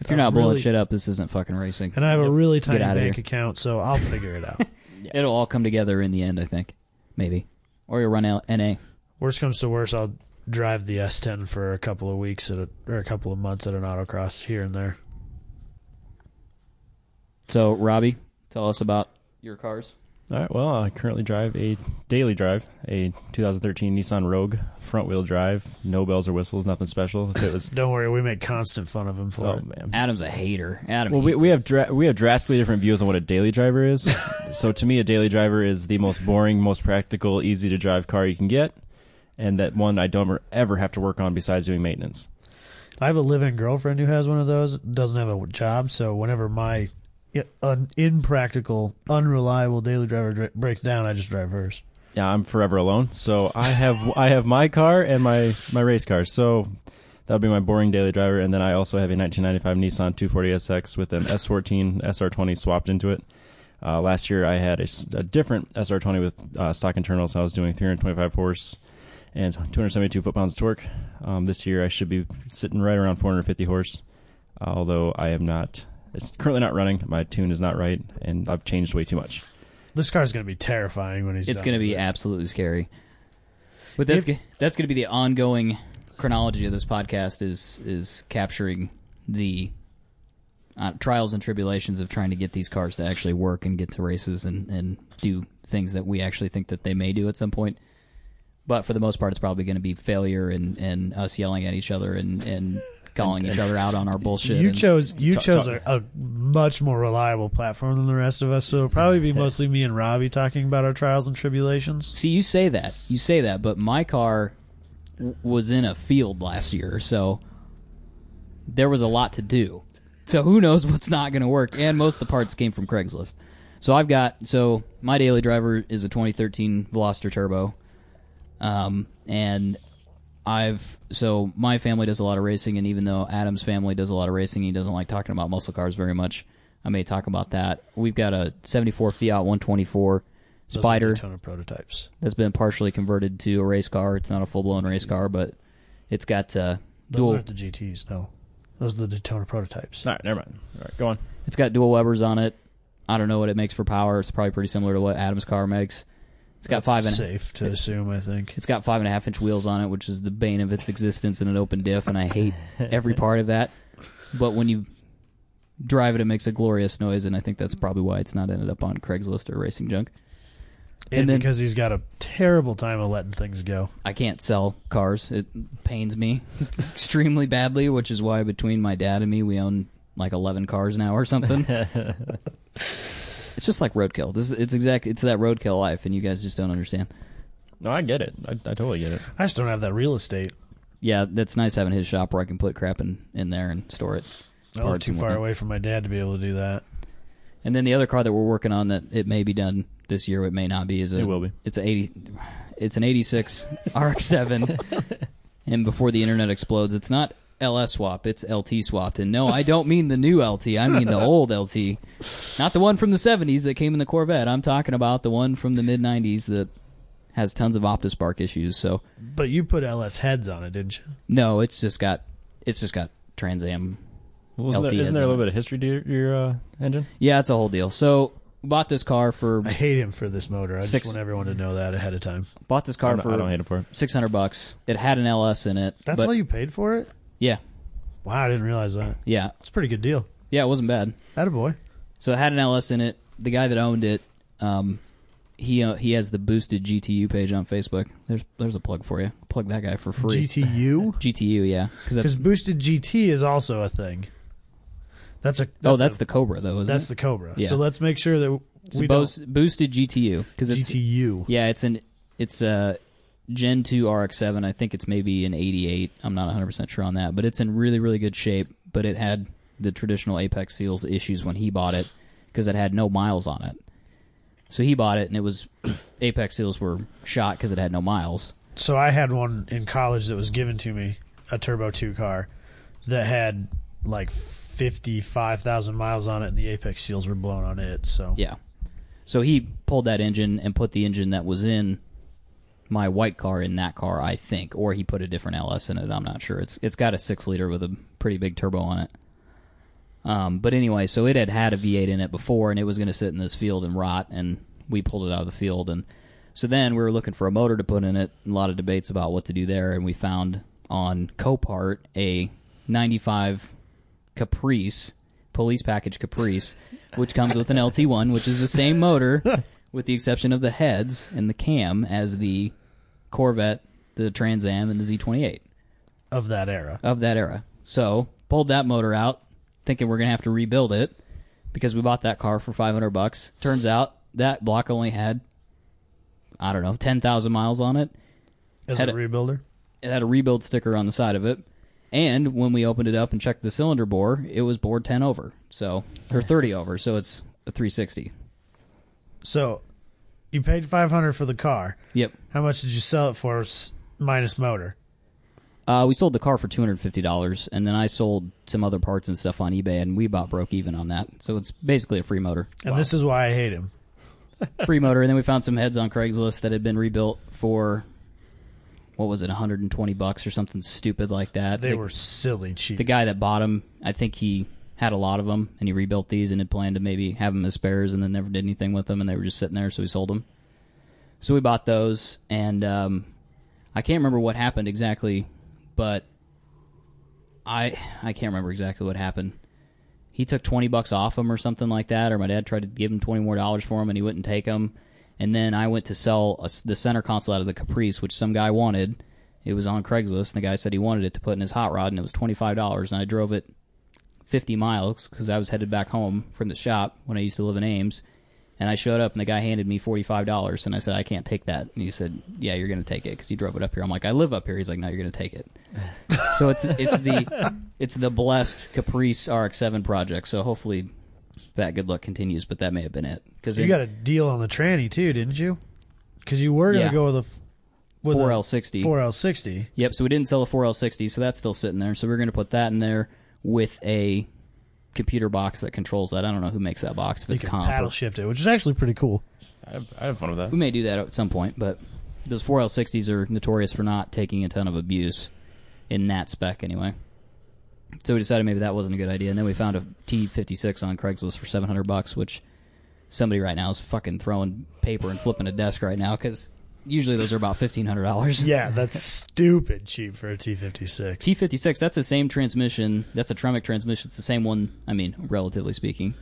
Speaker 1: If you're not blowing
Speaker 2: Uh, Really-
Speaker 1: shit up, this isn't fucking racing.
Speaker 2: and I have a really tiny
Speaker 1: outta
Speaker 2: bank
Speaker 1: here.
Speaker 2: account, so I'll figure it out.
Speaker 1: It'll all come together in the end, I think. Maybe. Or you'll run out NA.
Speaker 2: worst comes to worst, I'll drive the S10 for a couple of weeks at a, or a couple of months at an autocross here and there.
Speaker 1: So, Robbie, tell us about your cars.
Speaker 3: All right. Well, I currently drive a daily drive, a 2013 Nissan Rogue, front wheel drive, no bells or whistles, nothing special. If it was,
Speaker 2: Don't worry, we make constant fun of him for
Speaker 3: oh
Speaker 2: it.
Speaker 3: man.
Speaker 1: Adam's a hater. Adam,
Speaker 3: Well, we,
Speaker 1: hates
Speaker 3: we have dra- we have drastically different views on what a daily driver is. so to me, a daily driver is the most boring, most practical, easy to drive car you can get, and that one I don't ever have to work on besides doing maintenance.
Speaker 2: I have a live-in girlfriend who has one of those. Doesn't have a job, so whenever my i- an impractical, unreliable daily driver dri breaks down, I just drive hers.
Speaker 3: Yeah, I'm forever alone. So I have I have my car and my my race car. So that'll be my boring daily driver. And then I also have a 1995 Nissan 240SX with an S14 SR20 swapped into it. Uh, last year I had a, s- a different SR20 with uh, stock internals. I was doing 325 horse and 272 foot pounds torque. Um, this year I should be sitting right around 450 horse. Although I am not, it's currently not running. My tune is not right, and I've changed way too much.
Speaker 2: This car's going to be terrifying when he's
Speaker 1: It's
Speaker 2: done
Speaker 1: going to
Speaker 2: with
Speaker 1: be
Speaker 2: it.
Speaker 1: absolutely scary. But that's
Speaker 2: If-
Speaker 1: g- that's going to be the ongoing chronology of this podcast is is capturing the uh, trials and tribulations of trying to get these cars to actually work and get to races and and do things that we actually think that they may do at some point. But for the most part, it's probably going to be failure and and us yelling at each other and and calling each other out on our bullshit.
Speaker 2: You
Speaker 1: and-
Speaker 2: chose you
Speaker 3: Talk-
Speaker 2: chose
Speaker 3: talk-
Speaker 2: a, a much more reliable platform than the rest of us, so it'll probably be mostly me and Robbie talking about our trials and tribulations.
Speaker 1: See, you say that, you say that, but my car w- was in a field last year, so there was a lot to do. So who knows what's not going to work? And most of the parts came from Craigslist. So I've got so my daily driver is a 2013 Veloster Turbo, um, and I've so my family does a lot of racing, and even though Adam's family does a lot of racing, he doesn't like talking about muscle cars very much. I may talk about that. We've got a 74 Fiat 124
Speaker 2: Those
Speaker 1: Spider
Speaker 2: were Daytona prototypes.
Speaker 1: that's been partially converted to a race car. It's not a full blown race car, but it's got uh,
Speaker 2: Those
Speaker 1: dual.
Speaker 2: aren't the GTS. No, those are the Daytona prototypes.
Speaker 3: All right, never mind. All right, go on.
Speaker 1: It's got dual Webers on it. I don't know what it makes for power. It's probably pretty similar to what Adam's car makes. It's got
Speaker 2: That's
Speaker 1: five and
Speaker 2: safe to assume. I think
Speaker 1: it's got five and a half inch wheels on it, which is the bane of its existence in an open diff, and I hate every part of that. But when you drive it, it makes a glorious noise, and I think that's probably why it's not ended up on Craigslist or Racing Junk.
Speaker 2: and,
Speaker 1: and then-
Speaker 2: because he's got a terrible time of letting things go.
Speaker 1: I can't sell cars. It pains me extremely badly, which is why between my dad and me, we own like 11 cars now or something. it's just like roadkill. This it's exact it's that roadkill life and you guys just don't understand.
Speaker 3: No, I get it. I, I totally get it.
Speaker 2: I just don't have that real estate.
Speaker 1: Yeah, that's nice having his shop where I can put crap in, in there and store it.
Speaker 2: I live
Speaker 1: Parts
Speaker 2: too
Speaker 1: and
Speaker 2: far
Speaker 1: whatnot.
Speaker 2: away from my dad to be able to do that.
Speaker 1: And then the other car that we're working on that it may be done this year, it may not be. Is a,
Speaker 3: It will be.
Speaker 1: It's a eighty. It's an eighty-six RX-7. and before the internet explodes, it's not LS swap. It's LT swapped. And no, I don't mean the new LT. I mean the old LT, not the one from the seventies that came in the Corvette. I'm talking about the one from the mid nineties that has tons of OptiSpark issues. So
Speaker 2: But you put LS heads on it, didn't you?
Speaker 1: no, it's just got it's just got Trans Am
Speaker 3: Well,
Speaker 1: LT
Speaker 3: isn't, there,
Speaker 1: heads
Speaker 3: isn't there a
Speaker 1: on
Speaker 3: little
Speaker 1: it.
Speaker 3: bit of history to your, your uh, engine?
Speaker 1: Yeah, it's a whole deal. So bought this car for
Speaker 2: I hate him for this motor. I just
Speaker 1: Six-
Speaker 2: want everyone to know that ahead of time.
Speaker 1: bought this car
Speaker 3: I, don't,
Speaker 1: for
Speaker 3: I don't hate it for it.
Speaker 1: six hundred bucks. It had an LS in it.
Speaker 2: That's
Speaker 1: but-
Speaker 2: all you paid for it?
Speaker 1: Yeah,
Speaker 2: Wow, I didn't realize that.
Speaker 1: yeah,
Speaker 2: It's a pretty good deal.
Speaker 1: yeah. It wasn't bad.
Speaker 2: Attaboy.
Speaker 1: So it had an LS in it. The guy that owned it, um, he uh, he has the boosted GTU page on Facebook. There's there's a plug for you. Plug that guy for free.
Speaker 2: GTU?
Speaker 1: GTU, yeah, because
Speaker 2: Because
Speaker 1: that's
Speaker 2: boosted GT is also a thing. That's a
Speaker 1: oh that's
Speaker 2: a-
Speaker 1: the Cobra though. Isn't
Speaker 2: that's
Speaker 1: it?
Speaker 2: the Cobra.
Speaker 1: Yeah.
Speaker 2: So let's make sure that
Speaker 1: It's
Speaker 2: we
Speaker 1: a boos- boosted GTU because
Speaker 2: don't
Speaker 1: it's
Speaker 2: GTU.
Speaker 1: yeah it's an it's a Gen two RX seven. I think it's maybe an eighty eight. I'm not 100 percent sure on that, but it's in really really good shape. But it had the traditional Apex seals issues when he bought it because it had no miles on it. So he bought it, and it was Apex seals were shot because it had no miles.
Speaker 2: So I had one in college that was given to me, a Turbo 2 car that had like 55,000 miles on it and the apex seals were blown on it. So
Speaker 1: Yeah. So he pulled that engine and put the engine that was in my white car in that car, I think, or he put a different LS in it. I'm not sure. It's it's got a six liter with a pretty big turbo on it. Um, but anyway, so it had had a V8 in it before, and it was going to sit in this field and rot, and we pulled it out of the field, and so then we were looking for a motor to put in it. A lot of debates about what to do there, and we found on Copart a 95 Caprice police package Caprice, which comes with an LT1, which is the same motor, with the exception of the heads and the cam as the Corvette, the Trans Am, and the Z28
Speaker 2: of that era.
Speaker 1: of that era. So pulled that motor out, thinking we're gonna have to rebuild it because we bought that car for five hundred bucks. Turns out that block only had I don't know ten thousand miles on it.
Speaker 2: As a
Speaker 1: had a-
Speaker 2: rebuilder.
Speaker 1: It had a rebuild sticker on the side of it, And when we opened it up and checked the cylinder bore, it was bored 10 over, so or 30 over, so it's a 360.
Speaker 2: So you paid 500 for the car.
Speaker 1: Yep.
Speaker 2: How much did you sell it for s- minus motor?
Speaker 1: Uh, we sold the car for two hundred fifty dollars, and then I sold some other parts and stuff on eBay, and we about broke even on that. So it's basically a free motor,
Speaker 2: And this is why I hate him.
Speaker 1: free motor. And then we found some heads on Craigslist that had been rebuilt for what was it, one hundred and twenty bucks or something stupid like that.
Speaker 2: They
Speaker 1: the,
Speaker 2: were silly cheap.
Speaker 1: the guy that bought them. I think he had a lot of them, and he rebuilt these and had planned to maybe have them as spares, and then never did anything with them, and they were just sitting there, so he sold them. So we bought those, and um, I can't remember what happened exactly, but I I can't remember exactly what happened. He took twenty bucks off him or something like that, or my dad tried to give him twenty more dollars for him, and he wouldn't take them. And then I went to sell a s the center console out of the Caprice, which some guy wanted. It was on Craigslist, and the guy said he wanted it to put in his hot rod, and it was twenty five dollars. And I drove it fifty miles because I was headed back home from the shop when I used to live in Ames. And I showed up, and the guy handed me forty five dollars, and I said I can't take that. And he said, Yeah, you're gonna take it because you drove it up here. I'm like, I live up here. He's like, No, you're gonna take it. so it's it's the it's the blessed Caprice RX-7 project. So hopefully that good luck continues, but that may have been it because
Speaker 2: you got a deal on the tranny too, didn't you? Because you were going to
Speaker 1: Yeah.
Speaker 2: go with a f- with
Speaker 1: four
Speaker 2: a
Speaker 1: L sixty.
Speaker 2: 4L60.
Speaker 1: Yep. So we didn't sell a 4L60, so that's still sitting there. So we're going to put that in there with a computer box that controls that. I don't know who makes that box. If
Speaker 2: You
Speaker 1: it's
Speaker 2: can
Speaker 1: comp, or-
Speaker 2: paddle shift it, which is actually pretty cool.
Speaker 3: I have, I have fun with that.
Speaker 1: we may do that at some point. But those 4L60s are notorious for not taking a ton of abuse in that spec, anyway. So we decided maybe that wasn't a good idea, and then we found a T56 on Craigslist for 700 bucks, which somebody right now is fucking throwing paper and flipping a desk right now because usually those are about $1,500.
Speaker 2: Yeah, that's stupid cheap for a T56.
Speaker 1: T56, that's the same transmission. That's a Tremec transmission. It's the same one, I mean, relatively speaking,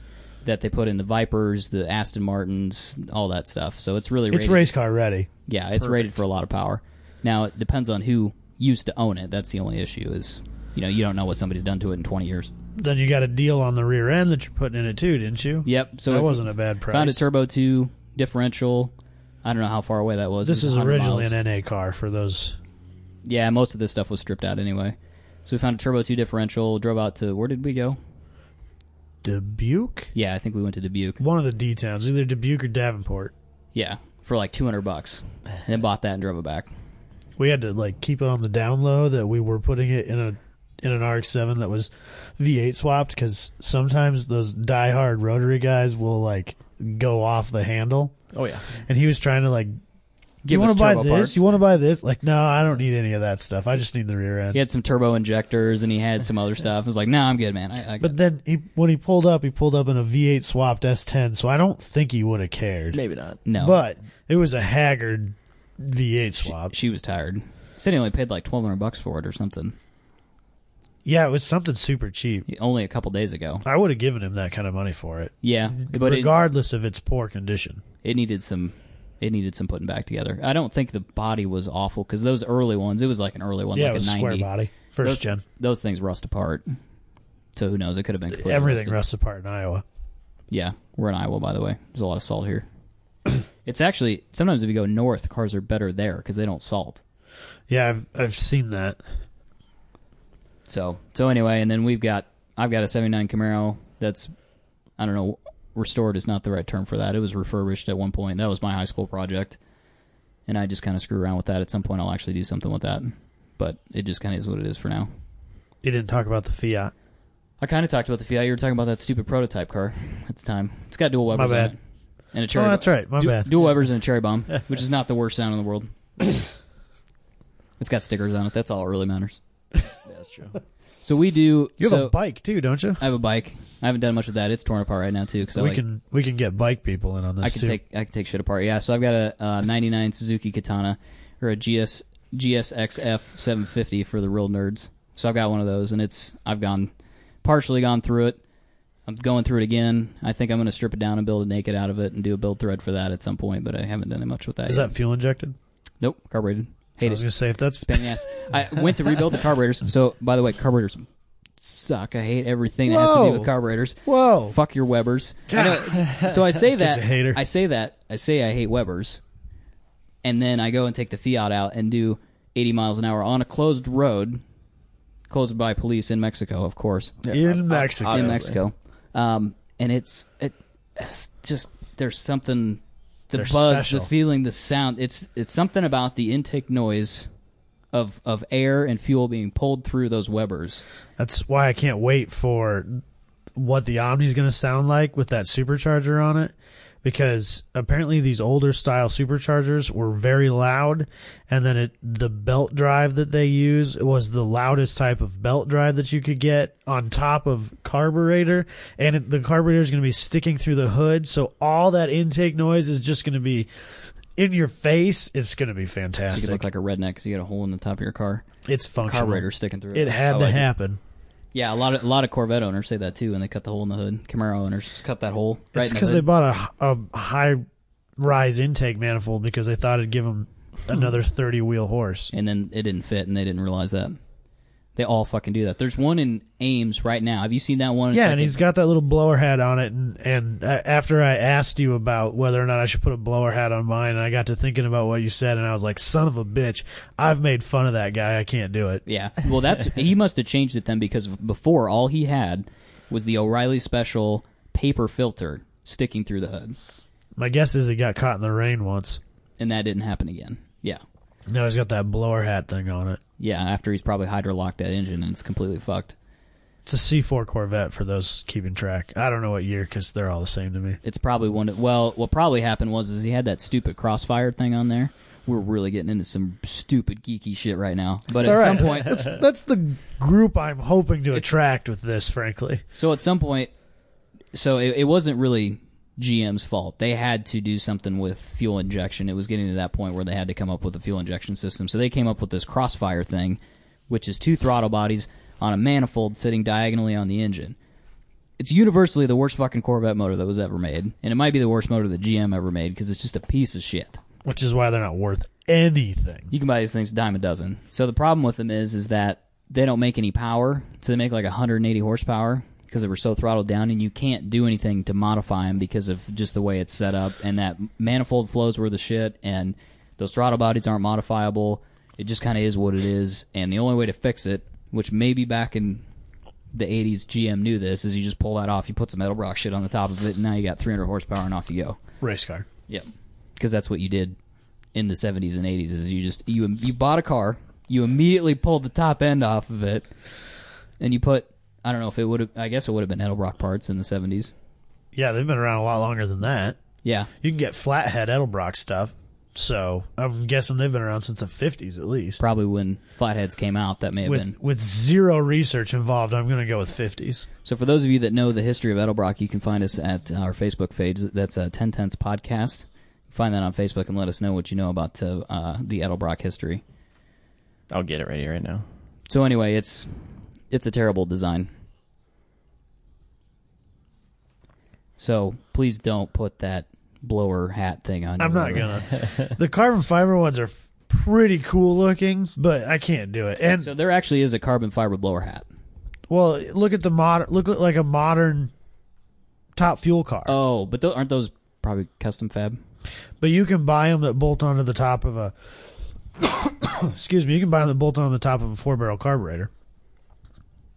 Speaker 1: that they put in the Vipers, the Aston Martins, all that stuff. So it's really
Speaker 2: it's
Speaker 1: rated.
Speaker 2: race car ready.
Speaker 1: Yeah, it's rated for a lot of power. Now, it depends on who used to own it. That's the only issue is, you know, you don't know what somebody's done to it in 20 years.
Speaker 2: Then you got a deal on the rear end that you're putting in it too, didn't you?
Speaker 1: Yep. So
Speaker 2: that
Speaker 1: if-
Speaker 2: wasn't a bad price.
Speaker 1: found a turbo 2 differential. I don't know how far away that was.
Speaker 2: This
Speaker 1: It was
Speaker 2: is
Speaker 1: 100
Speaker 2: originally
Speaker 1: miles.
Speaker 2: an NA car for those.
Speaker 1: Yeah, most of this stuff was stripped out anyway. So we found a turbo 2 differential, drove out to where did we go?
Speaker 2: Dubuque?
Speaker 1: Yeah, I think we went to Dubuque.
Speaker 2: One of the D towns, either Dubuque or Davenport.
Speaker 1: Yeah, for like two hundred bucks, and then bought that and drove it back.
Speaker 2: We had to like keep it on the down low that we were putting it in a in an RX-7 that was V8 swapped because sometimes those diehard rotary guys will like go off the handle.
Speaker 3: Oh yeah.
Speaker 2: And he was trying to like,
Speaker 1: Give
Speaker 2: you want
Speaker 1: us
Speaker 2: to buy
Speaker 1: turbo
Speaker 2: this?
Speaker 1: parts.
Speaker 2: You want to buy this? Like, no, I don't need any of that stuff. I just need the rear end.
Speaker 1: He had some turbo injectors and he had some other stuff. I was like, "No, I'm good, man." I, I
Speaker 2: But then he, when he pulled up, he pulled up in a V8 swapped S10, so I don't think he would have cared.
Speaker 3: Maybe not.
Speaker 1: no,
Speaker 2: But it was a haggard V8 swap.
Speaker 1: she was tired. Said he only paid like twelve hundred bucks for it or something.
Speaker 2: yeah, it was something super cheap.
Speaker 1: Only a couple days ago.
Speaker 2: I would have given him that kind of money for it,
Speaker 1: Yeah, but it,
Speaker 2: regardless of its poor condition.
Speaker 1: it needed some. It needed some putting back together. I don't think the body was awful because those early ones, it was like an early one,
Speaker 2: yeah,
Speaker 1: like
Speaker 2: it was
Speaker 1: a
Speaker 2: square
Speaker 1: ninety.
Speaker 2: body, first
Speaker 1: those,
Speaker 2: gen.
Speaker 1: Those things rust apart. So who knows? It could have been completely
Speaker 2: Everything
Speaker 1: rusted.
Speaker 2: rusts apart in Iowa.
Speaker 1: Yeah, we're in Iowa, by the way. There's a lot of salt here. it's actually sometimes if you go north, cars are better there because they don't salt.
Speaker 2: Yeah, I've I've seen that.
Speaker 1: So so anyway, and then we've got I've got a '79 Camaro that's I don't know restored is not the right term for that. It was refurbished at one point. That was my high school project, and I just kind of screw around with that. At some point, I'll actually do something with that, but it just kind of is what it is for now.
Speaker 2: You didn't talk about the Fiat.
Speaker 1: I kind of talked about the Fiat. You were talking about that stupid prototype car at the time. It's got dual Webers
Speaker 2: bad.
Speaker 1: in it and a
Speaker 2: Oh,
Speaker 1: cherry.
Speaker 2: that's right. My
Speaker 1: Du-
Speaker 2: bad.
Speaker 1: Dual Webers and a cherry bomb, which is not the worst sound in the world. it's got stickers on it. That's all that really matters.
Speaker 3: That's true.
Speaker 1: So we do.
Speaker 2: you have
Speaker 1: so
Speaker 2: a bike too, don't you?
Speaker 1: I have a bike. I haven't done much with that. It's torn apart right now too. Because I
Speaker 2: we
Speaker 1: like,
Speaker 2: can we can get bike people in on this
Speaker 1: I can
Speaker 2: too.
Speaker 1: take I can take shit apart. Yeah. So I've got a uh, '99 Suzuki Katana or a GS GSXF 750 for the real nerds. So I've got one of those, and it's I've gone partially gone through it. I'm going through it again. I think I'm going to strip it down and build a naked out of it and do a build thread for that at some point. But I haven't done much with that.
Speaker 2: Is
Speaker 1: yet.
Speaker 2: that fuel injected?
Speaker 1: nope? Carbureted. Hate
Speaker 2: I
Speaker 1: it.
Speaker 2: was gonna say if that's
Speaker 1: Pain in the ass. I went to rebuild the carburetors. So, by the way, carburetors suck. I hate everything that has to do
Speaker 2: Whoa.
Speaker 1: with carburetors.
Speaker 2: whoa.
Speaker 1: Fuck your Webers. I know- so I say
Speaker 2: kid's
Speaker 1: that.
Speaker 2: a hater.
Speaker 1: I say that. I say I hate Webers, and then I go and take the Fiat out and do 80 miles an hour on a closed road closed by police in Mexico, of course,
Speaker 2: in Mexico.
Speaker 1: in
Speaker 3: Obviously.
Speaker 1: Mexico. Um, and it's it, it's just there's something the
Speaker 2: They're
Speaker 1: buzz,
Speaker 2: special.
Speaker 1: the feeling, the sound. It's it's something about the intake noise of of air and fuel being pulled through those Webers.
Speaker 2: That's why I can't wait for what the Omni's going to sound like with that supercharger on it because apparently these older style superchargers were very loud and then it the belt drive that they use was the loudest type of belt drive that you could get on top of carburetor and it, the carburetor is going to be sticking through the hood so all that intake noise is just going to be in your face it's going to be
Speaker 1: You could
Speaker 2: fantastic
Speaker 1: look like a redneck because you got a hole in the top of your car,
Speaker 2: it's functional
Speaker 1: carburetor sticking through.
Speaker 2: it had
Speaker 1: I
Speaker 2: to
Speaker 1: like it.
Speaker 2: happen
Speaker 1: Yeah, a lot of a lot of Corvette owners say that too, and they cut the hole in the hood. Camaro owners just cut that hole right
Speaker 2: It's
Speaker 1: in the
Speaker 2: because they
Speaker 1: hood.
Speaker 2: bought a, a high rise intake manifold because they thought it'd give them another 30 wheel horse.
Speaker 1: and then it didn't fit, and they didn't realize that. They all fucking do that. There's one in Ames right now. Have you seen that one? It's
Speaker 2: Yeah,
Speaker 1: like
Speaker 2: and
Speaker 1: a-
Speaker 2: he's got that little blower hat on it. And, and uh, after I asked you about whether or not I should put a blower hat on mine, and I got to thinking about what you said, and I was like, son of a bitch, I've made fun of that guy. I can't do it.
Speaker 1: Yeah. Well, that's he must have changed it then because before all he had was the O'Reilly Special paper filter sticking through the hood,
Speaker 2: My guess is he got caught in the rain once.
Speaker 1: and that didn't happen again. Yeah.
Speaker 2: Now he's got that blower hat thing on it.
Speaker 1: Yeah. After he's probably hydrolocked that engine and it's completely fucked.
Speaker 2: It's a C4 Corvette for those keeping track. I don't know what year because they're all the same to me.
Speaker 1: It's probably one. Of, well, what probably happened was is he had that stupid crossfire thing on there. We're really getting into some stupid geeky shit right now. But at
Speaker 2: All right,
Speaker 1: some point,
Speaker 2: that's, that's the group I'm hoping to attract with this. Frankly,
Speaker 1: So at some point, so it, it wasn't really GM's fault. They had to do something with fuel injection. It was getting to that point where they had to come up with a fuel injection system. So they came up with this crossfire thing, which is two throttle bodies on a manifold sitting diagonally on the engine. It's universally the worst fucking Corvette motor that was ever made, and it might be the worst motor that GM ever made because it's just a piece of shit.
Speaker 2: which is why they're not worth anything.
Speaker 1: You can buy these things a dime a dozen. So the problem with them is, is that they don't make any power. So they make like 180 horsepower because they were so throttled down, and you can't do anything to modify them because of just the way it's set up. And that manifold flows were the shit, and those throttle bodies aren't modifiable. It just kind of is what it is. And the only way to fix it, which maybe back in the 80s GM knew this, is you just pull that off, you put some Edelbrock shit on the top of it, and now you got 300 horsepower, and off you go.
Speaker 2: Race car.
Speaker 1: Yep. Because that's what you did in the 70s and 80s is you just you you bought a car, you immediately pulled the top end off of it and you put I don't know if it would have I guess it would have been Edelbrock parts in the 70s.
Speaker 2: Yeah, they've been around a lot longer than that.
Speaker 1: Yeah.
Speaker 2: You can get flathead Edelbrock stuff. So I'm guessing they've been around since the 50s at least.
Speaker 1: Probably when flatheads came out that may have been.
Speaker 2: With with zero research involved, I'm going to go with 50s.
Speaker 1: So for those of you that know the history of Edelbrock, you can find us at our Facebook page that's uh, 10 tenths podcast. Find that on Facebook and let us know what you know about uh, uh, the Edelbrock history.
Speaker 3: I'll get it ready right now.
Speaker 1: So anyway, it's it's a terrible design. So please don't put that blower hat thing on.
Speaker 2: I'm
Speaker 1: your
Speaker 2: not
Speaker 1: rubber.
Speaker 2: going to. The carbon fiber ones are f- pretty cool looking, but I can't do it. And
Speaker 1: So there actually is a carbon fiber blower hat.
Speaker 2: well, look at the modern look at like a modern top fuel car.
Speaker 1: Oh, but th- aren't those probably custom fab?
Speaker 2: But you can buy them that bolt onto the top of a. excuse me. You can buy them that bolt on the top of a four barrel carburetor.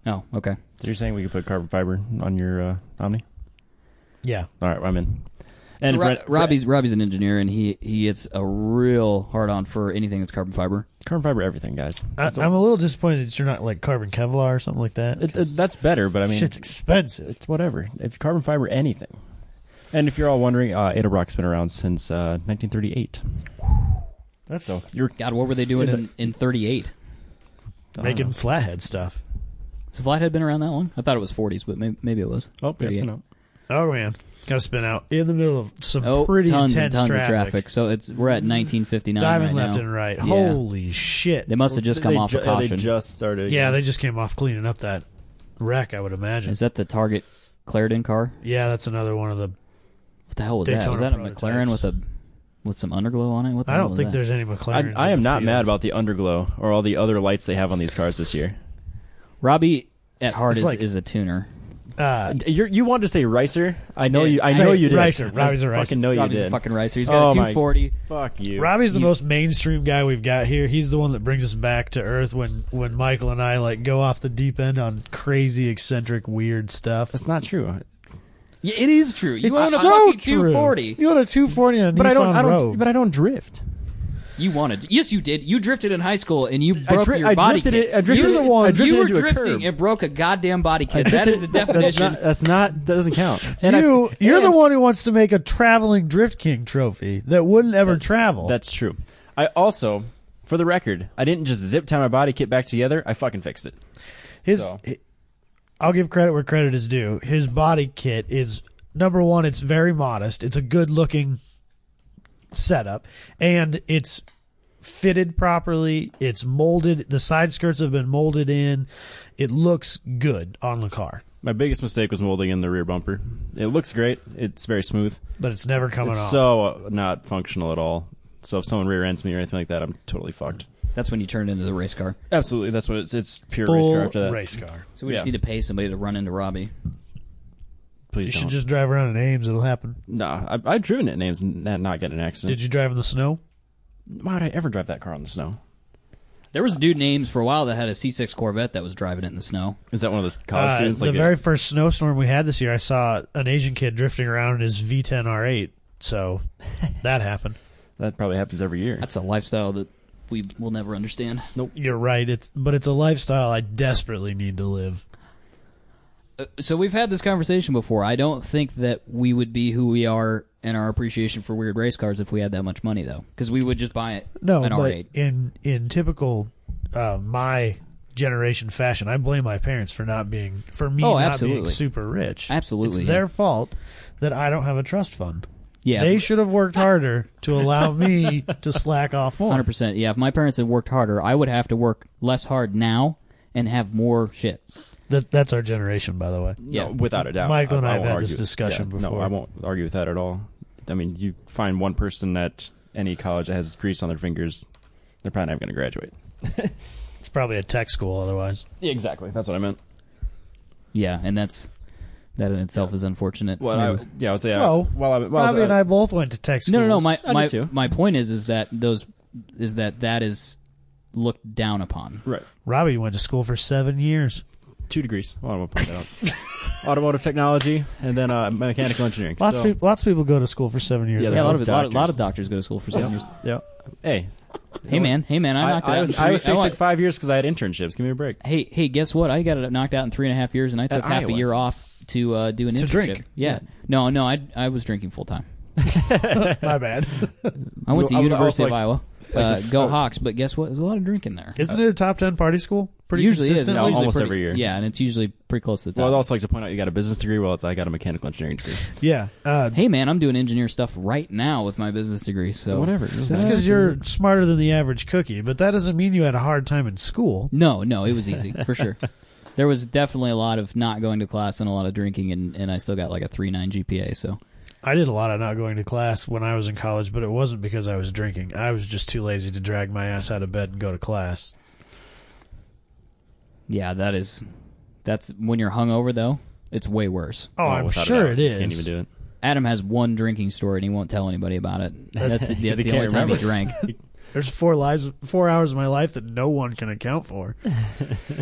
Speaker 1: Oh, okay.
Speaker 3: So you're saying we could put carbon fiber on your uh, Omni?
Speaker 2: Yeah.
Speaker 3: All right, well, I'm in. And
Speaker 1: So
Speaker 3: for-
Speaker 1: Ro- Robbie's Robbie's an engineer, and he he gets a real hard on for anything that's carbon fiber.
Speaker 3: carbon fiber everything, guys.
Speaker 2: I, I'm a little disappointed that you're not like carbon Kevlar or something like that.
Speaker 3: It,
Speaker 2: 'cause
Speaker 3: it- that's better, but I mean,
Speaker 2: shit's expensive.
Speaker 3: it's whatever. If carbon fiber anything. And if you're all wondering, uh, Edelbrock's been around since uh, 1938.
Speaker 2: That's
Speaker 3: So you're
Speaker 1: God, what were they doing in in '38?
Speaker 3: I don't
Speaker 2: making
Speaker 3: know.
Speaker 2: flathead stuff.
Speaker 1: Has flathead been around that long? I thought it was 40s, but maybe, maybe it was.
Speaker 3: Oh, yes,
Speaker 1: 38.
Speaker 3: been out.
Speaker 2: Oh man, got to spin out in the middle of some
Speaker 1: Oh,
Speaker 2: pretty
Speaker 1: tons and
Speaker 2: intense
Speaker 1: tons
Speaker 2: traffic.
Speaker 1: of traffic. So it's we're at 1959
Speaker 2: Diving
Speaker 1: right
Speaker 2: left
Speaker 1: now.
Speaker 2: and right.
Speaker 1: Yeah.
Speaker 2: Holy shit!
Speaker 1: They must have just come
Speaker 3: They
Speaker 1: off
Speaker 3: ju-
Speaker 1: a
Speaker 3: uh,
Speaker 1: caution.
Speaker 3: They just started.
Speaker 2: yeah, they just came off cleaning up that wreck. I would imagine.
Speaker 1: Is that the Target Claritin car?
Speaker 2: yeah, that's another one of the.
Speaker 1: What the hell was that?
Speaker 2: Daytona
Speaker 1: Was that a
Speaker 2: prototypes.
Speaker 1: McLaren with a with some underglow on it? What the
Speaker 2: I
Speaker 1: hell
Speaker 2: don't
Speaker 1: was
Speaker 2: think
Speaker 1: that?
Speaker 2: there's any
Speaker 3: I,
Speaker 2: McLaren.
Speaker 3: I am not mad about the underglow or all the other lights they have on these cars this year.
Speaker 1: Robbie at heart
Speaker 2: It's
Speaker 1: is,
Speaker 2: like-
Speaker 1: is a tuner.
Speaker 2: Uh,
Speaker 3: You're, you wanted to say Ricer? I know
Speaker 1: Yeah.
Speaker 3: you. I
Speaker 1: Say
Speaker 3: know you did.
Speaker 2: Ricer, Robbie's a
Speaker 3: I
Speaker 2: Ricer.
Speaker 3: fucking know Oh, you
Speaker 1: Robbie's
Speaker 3: did.
Speaker 1: a fucking racer. He's
Speaker 3: Oh,
Speaker 1: got a
Speaker 3: my-
Speaker 1: 240.
Speaker 3: Fuck you.
Speaker 2: Robbie's the
Speaker 1: You-
Speaker 2: most mainstream guy we've got here. He's the one that brings us back to earth when when Michael and I like go off the deep end on crazy, eccentric, weird stuff.
Speaker 3: That's not true.
Speaker 1: Yeah, it is true. You own a
Speaker 2: so
Speaker 1: fucking 240.
Speaker 2: You own a 240 on a
Speaker 3: But
Speaker 2: Nissan
Speaker 3: I don't. I don't.
Speaker 2: Rogue.
Speaker 3: But I don't drift.
Speaker 1: You wanted. Yes, you did. You drifted in high school and you
Speaker 3: I
Speaker 1: broke
Speaker 3: dri-
Speaker 1: your
Speaker 3: I
Speaker 1: body
Speaker 3: drifted
Speaker 1: kit.
Speaker 3: it- I drifted
Speaker 1: you
Speaker 3: it- I drifted
Speaker 1: you were
Speaker 3: into a
Speaker 1: drifting
Speaker 3: curb.
Speaker 1: and broke a goddamn body kit. That is the
Speaker 3: That's
Speaker 1: definition.
Speaker 3: not. That's not. That doesn't count. And I-
Speaker 2: you, you're the
Speaker 3: and-
Speaker 2: one who wants to make a traveling Drift King trophy that wouldn't ever travel.
Speaker 3: That's true. I also, for the record, I didn't just zip tie my body kit back together. I fucking fixed it.
Speaker 2: his.
Speaker 3: so.
Speaker 2: i- I'll give credit where credit is due. His body kit is number one. It's very modest. It's a good looking setup, and it's fitted properly. It's molded. The side skirts have been molded in. It looks good on the car,
Speaker 3: My biggest mistake was molding in the rear bumper. It looks great. It's very smooth.
Speaker 2: but it's never coming
Speaker 3: It's
Speaker 2: off.
Speaker 3: so uh, not functional at all. So if someone rear ends me or anything like that, I'm totally fucked.
Speaker 1: That's when you turned into the race car.
Speaker 3: Absolutely, that's what it's. It's pure race
Speaker 2: full
Speaker 3: car after that.
Speaker 2: race car.
Speaker 1: So we just
Speaker 3: Yeah.
Speaker 1: need to pay somebody to run into Robbie.
Speaker 3: Please
Speaker 2: You
Speaker 3: don't.
Speaker 2: should just drive around in Ames. It'll happen.
Speaker 3: Nah, I've, I've driven it names and not not get in an accident.
Speaker 2: Did you drive in the snow?
Speaker 3: Why would I ever drive that car on the snow?
Speaker 1: There was a dude names for a while that had a C6 Corvette that was driving it in the snow.
Speaker 3: Is that one of those college
Speaker 2: Uh,
Speaker 3: students?
Speaker 2: the
Speaker 3: Like
Speaker 2: very first snowstorm we had this year, I saw an Asian kid drifting around in his V10 R8. So that happened.
Speaker 3: that probably happens every year.
Speaker 1: That's a lifestyle that we will never understand.
Speaker 2: You're right. It's but it's a lifestyle I desperately need to live.
Speaker 1: Uh, So we've had this conversation before. I don't think that we would be who we are in our appreciation for weird race cars if we had that much money, though, because we would just buy it.
Speaker 2: No,
Speaker 1: an
Speaker 2: but
Speaker 1: R8.
Speaker 2: in in typical uh, my generation fashion, I blame my parents for not being for me
Speaker 1: Oh,
Speaker 2: not being
Speaker 1: absolutely.
Speaker 2: super rich.
Speaker 1: Absolutely.
Speaker 2: it's their fault that I don't have a trust fund.
Speaker 1: Yeah,
Speaker 2: They should have worked harder to allow me to slack off more.
Speaker 1: hundred percent. Yeah, if my parents had worked harder, I would have to work less hard now and have more shit.
Speaker 2: That, that's our generation, by the way.
Speaker 3: No,
Speaker 1: yeah.
Speaker 3: without a doubt.
Speaker 2: Michael and I
Speaker 3: I,
Speaker 2: have
Speaker 3: won't
Speaker 2: had this
Speaker 3: argue-
Speaker 2: discussion
Speaker 3: yeah,
Speaker 2: before.
Speaker 3: No, I won't argue with that at all. I mean, you find one person at any college that has grease on their fingers, they're probably not going to graduate.
Speaker 2: It's probably a tech school otherwise.
Speaker 3: exactly. That's what I meant.
Speaker 1: Yeah, and that's that in itself is unfortunate.
Speaker 3: Well,
Speaker 1: Yeah.
Speaker 3: I, yeah, I was yeah.
Speaker 2: Well,
Speaker 3: while I, while I was,
Speaker 2: Robbie
Speaker 3: uh,
Speaker 2: and I both went to tech schools.
Speaker 1: no, no, no. My
Speaker 3: I did
Speaker 1: my
Speaker 3: too.
Speaker 1: my point is is that those is that that is looked down upon.
Speaker 3: right.
Speaker 2: Robbie went to school for seven years.
Speaker 3: Two degrees. Well, I won't point that out. Automotive technology and then uh, mechanical engineering.
Speaker 2: Lots
Speaker 3: So-
Speaker 2: of people, lots of people go to school for seven years.
Speaker 3: Yeah,
Speaker 1: Yeah, a lot of
Speaker 3: Doctors.
Speaker 1: a lot, of- lot of doctors go to school for seven years.
Speaker 3: Yeah. Hey,
Speaker 1: Hey man, hey man, I
Speaker 3: I,
Speaker 1: knocked it
Speaker 3: I
Speaker 1: out.
Speaker 3: was
Speaker 1: in three-
Speaker 3: I was sick
Speaker 1: want-
Speaker 3: took five years because I had internships. Give me a break.
Speaker 1: hey hey, guess what? I got it knocked out in three and a half years, and I took half
Speaker 3: Iowa.
Speaker 1: a year off to uh, do an internship.
Speaker 2: drink.
Speaker 1: Yeah. no, no, I I was drinking full time.
Speaker 2: my bad.
Speaker 1: I went to
Speaker 3: I would
Speaker 1: University of
Speaker 3: also
Speaker 1: Iowa. Uh, go Hawks! But guess what? There's a lot of drinking there.
Speaker 2: Isn't it a top ten party school? Pretty
Speaker 1: usually is. It's
Speaker 2: consistently.
Speaker 1: usually
Speaker 3: Almost
Speaker 1: pretty-
Speaker 3: every year.
Speaker 1: Yeah, and it's usually pretty close to the top.
Speaker 3: Well, I'd also like to point out you got a business degree. Well, it's, I got a mechanical engineering degree.
Speaker 2: Yeah, uh,
Speaker 1: hey man, I'm doing engineer stuff right now with my business degree. So
Speaker 3: Whatever.
Speaker 1: uh,
Speaker 2: that's because you're smarter than the average cookie, but that doesn't mean you had a hard time in school.
Speaker 1: No, no, it was easy for sure. There was definitely a lot of not going to class and a lot of drinking, and, and I still got like a three nine GPA. So
Speaker 2: I did a lot of not going to class when I was in college, but it wasn't because I was drinking. I was just too lazy to drag my ass out of bed and go to class.
Speaker 1: yeah, that is that's when you're hungover though. It's way worse.
Speaker 2: Oh, I'm
Speaker 3: without a
Speaker 2: sure it
Speaker 3: doubt.
Speaker 2: is.
Speaker 3: Can't even do it.
Speaker 1: Adam has one drinking story and he won't tell anybody about it. That's, the- that's the
Speaker 3: he can't
Speaker 1: only time he drank.
Speaker 3: remember.
Speaker 2: There's four lives, four hours of my life that no one can account for.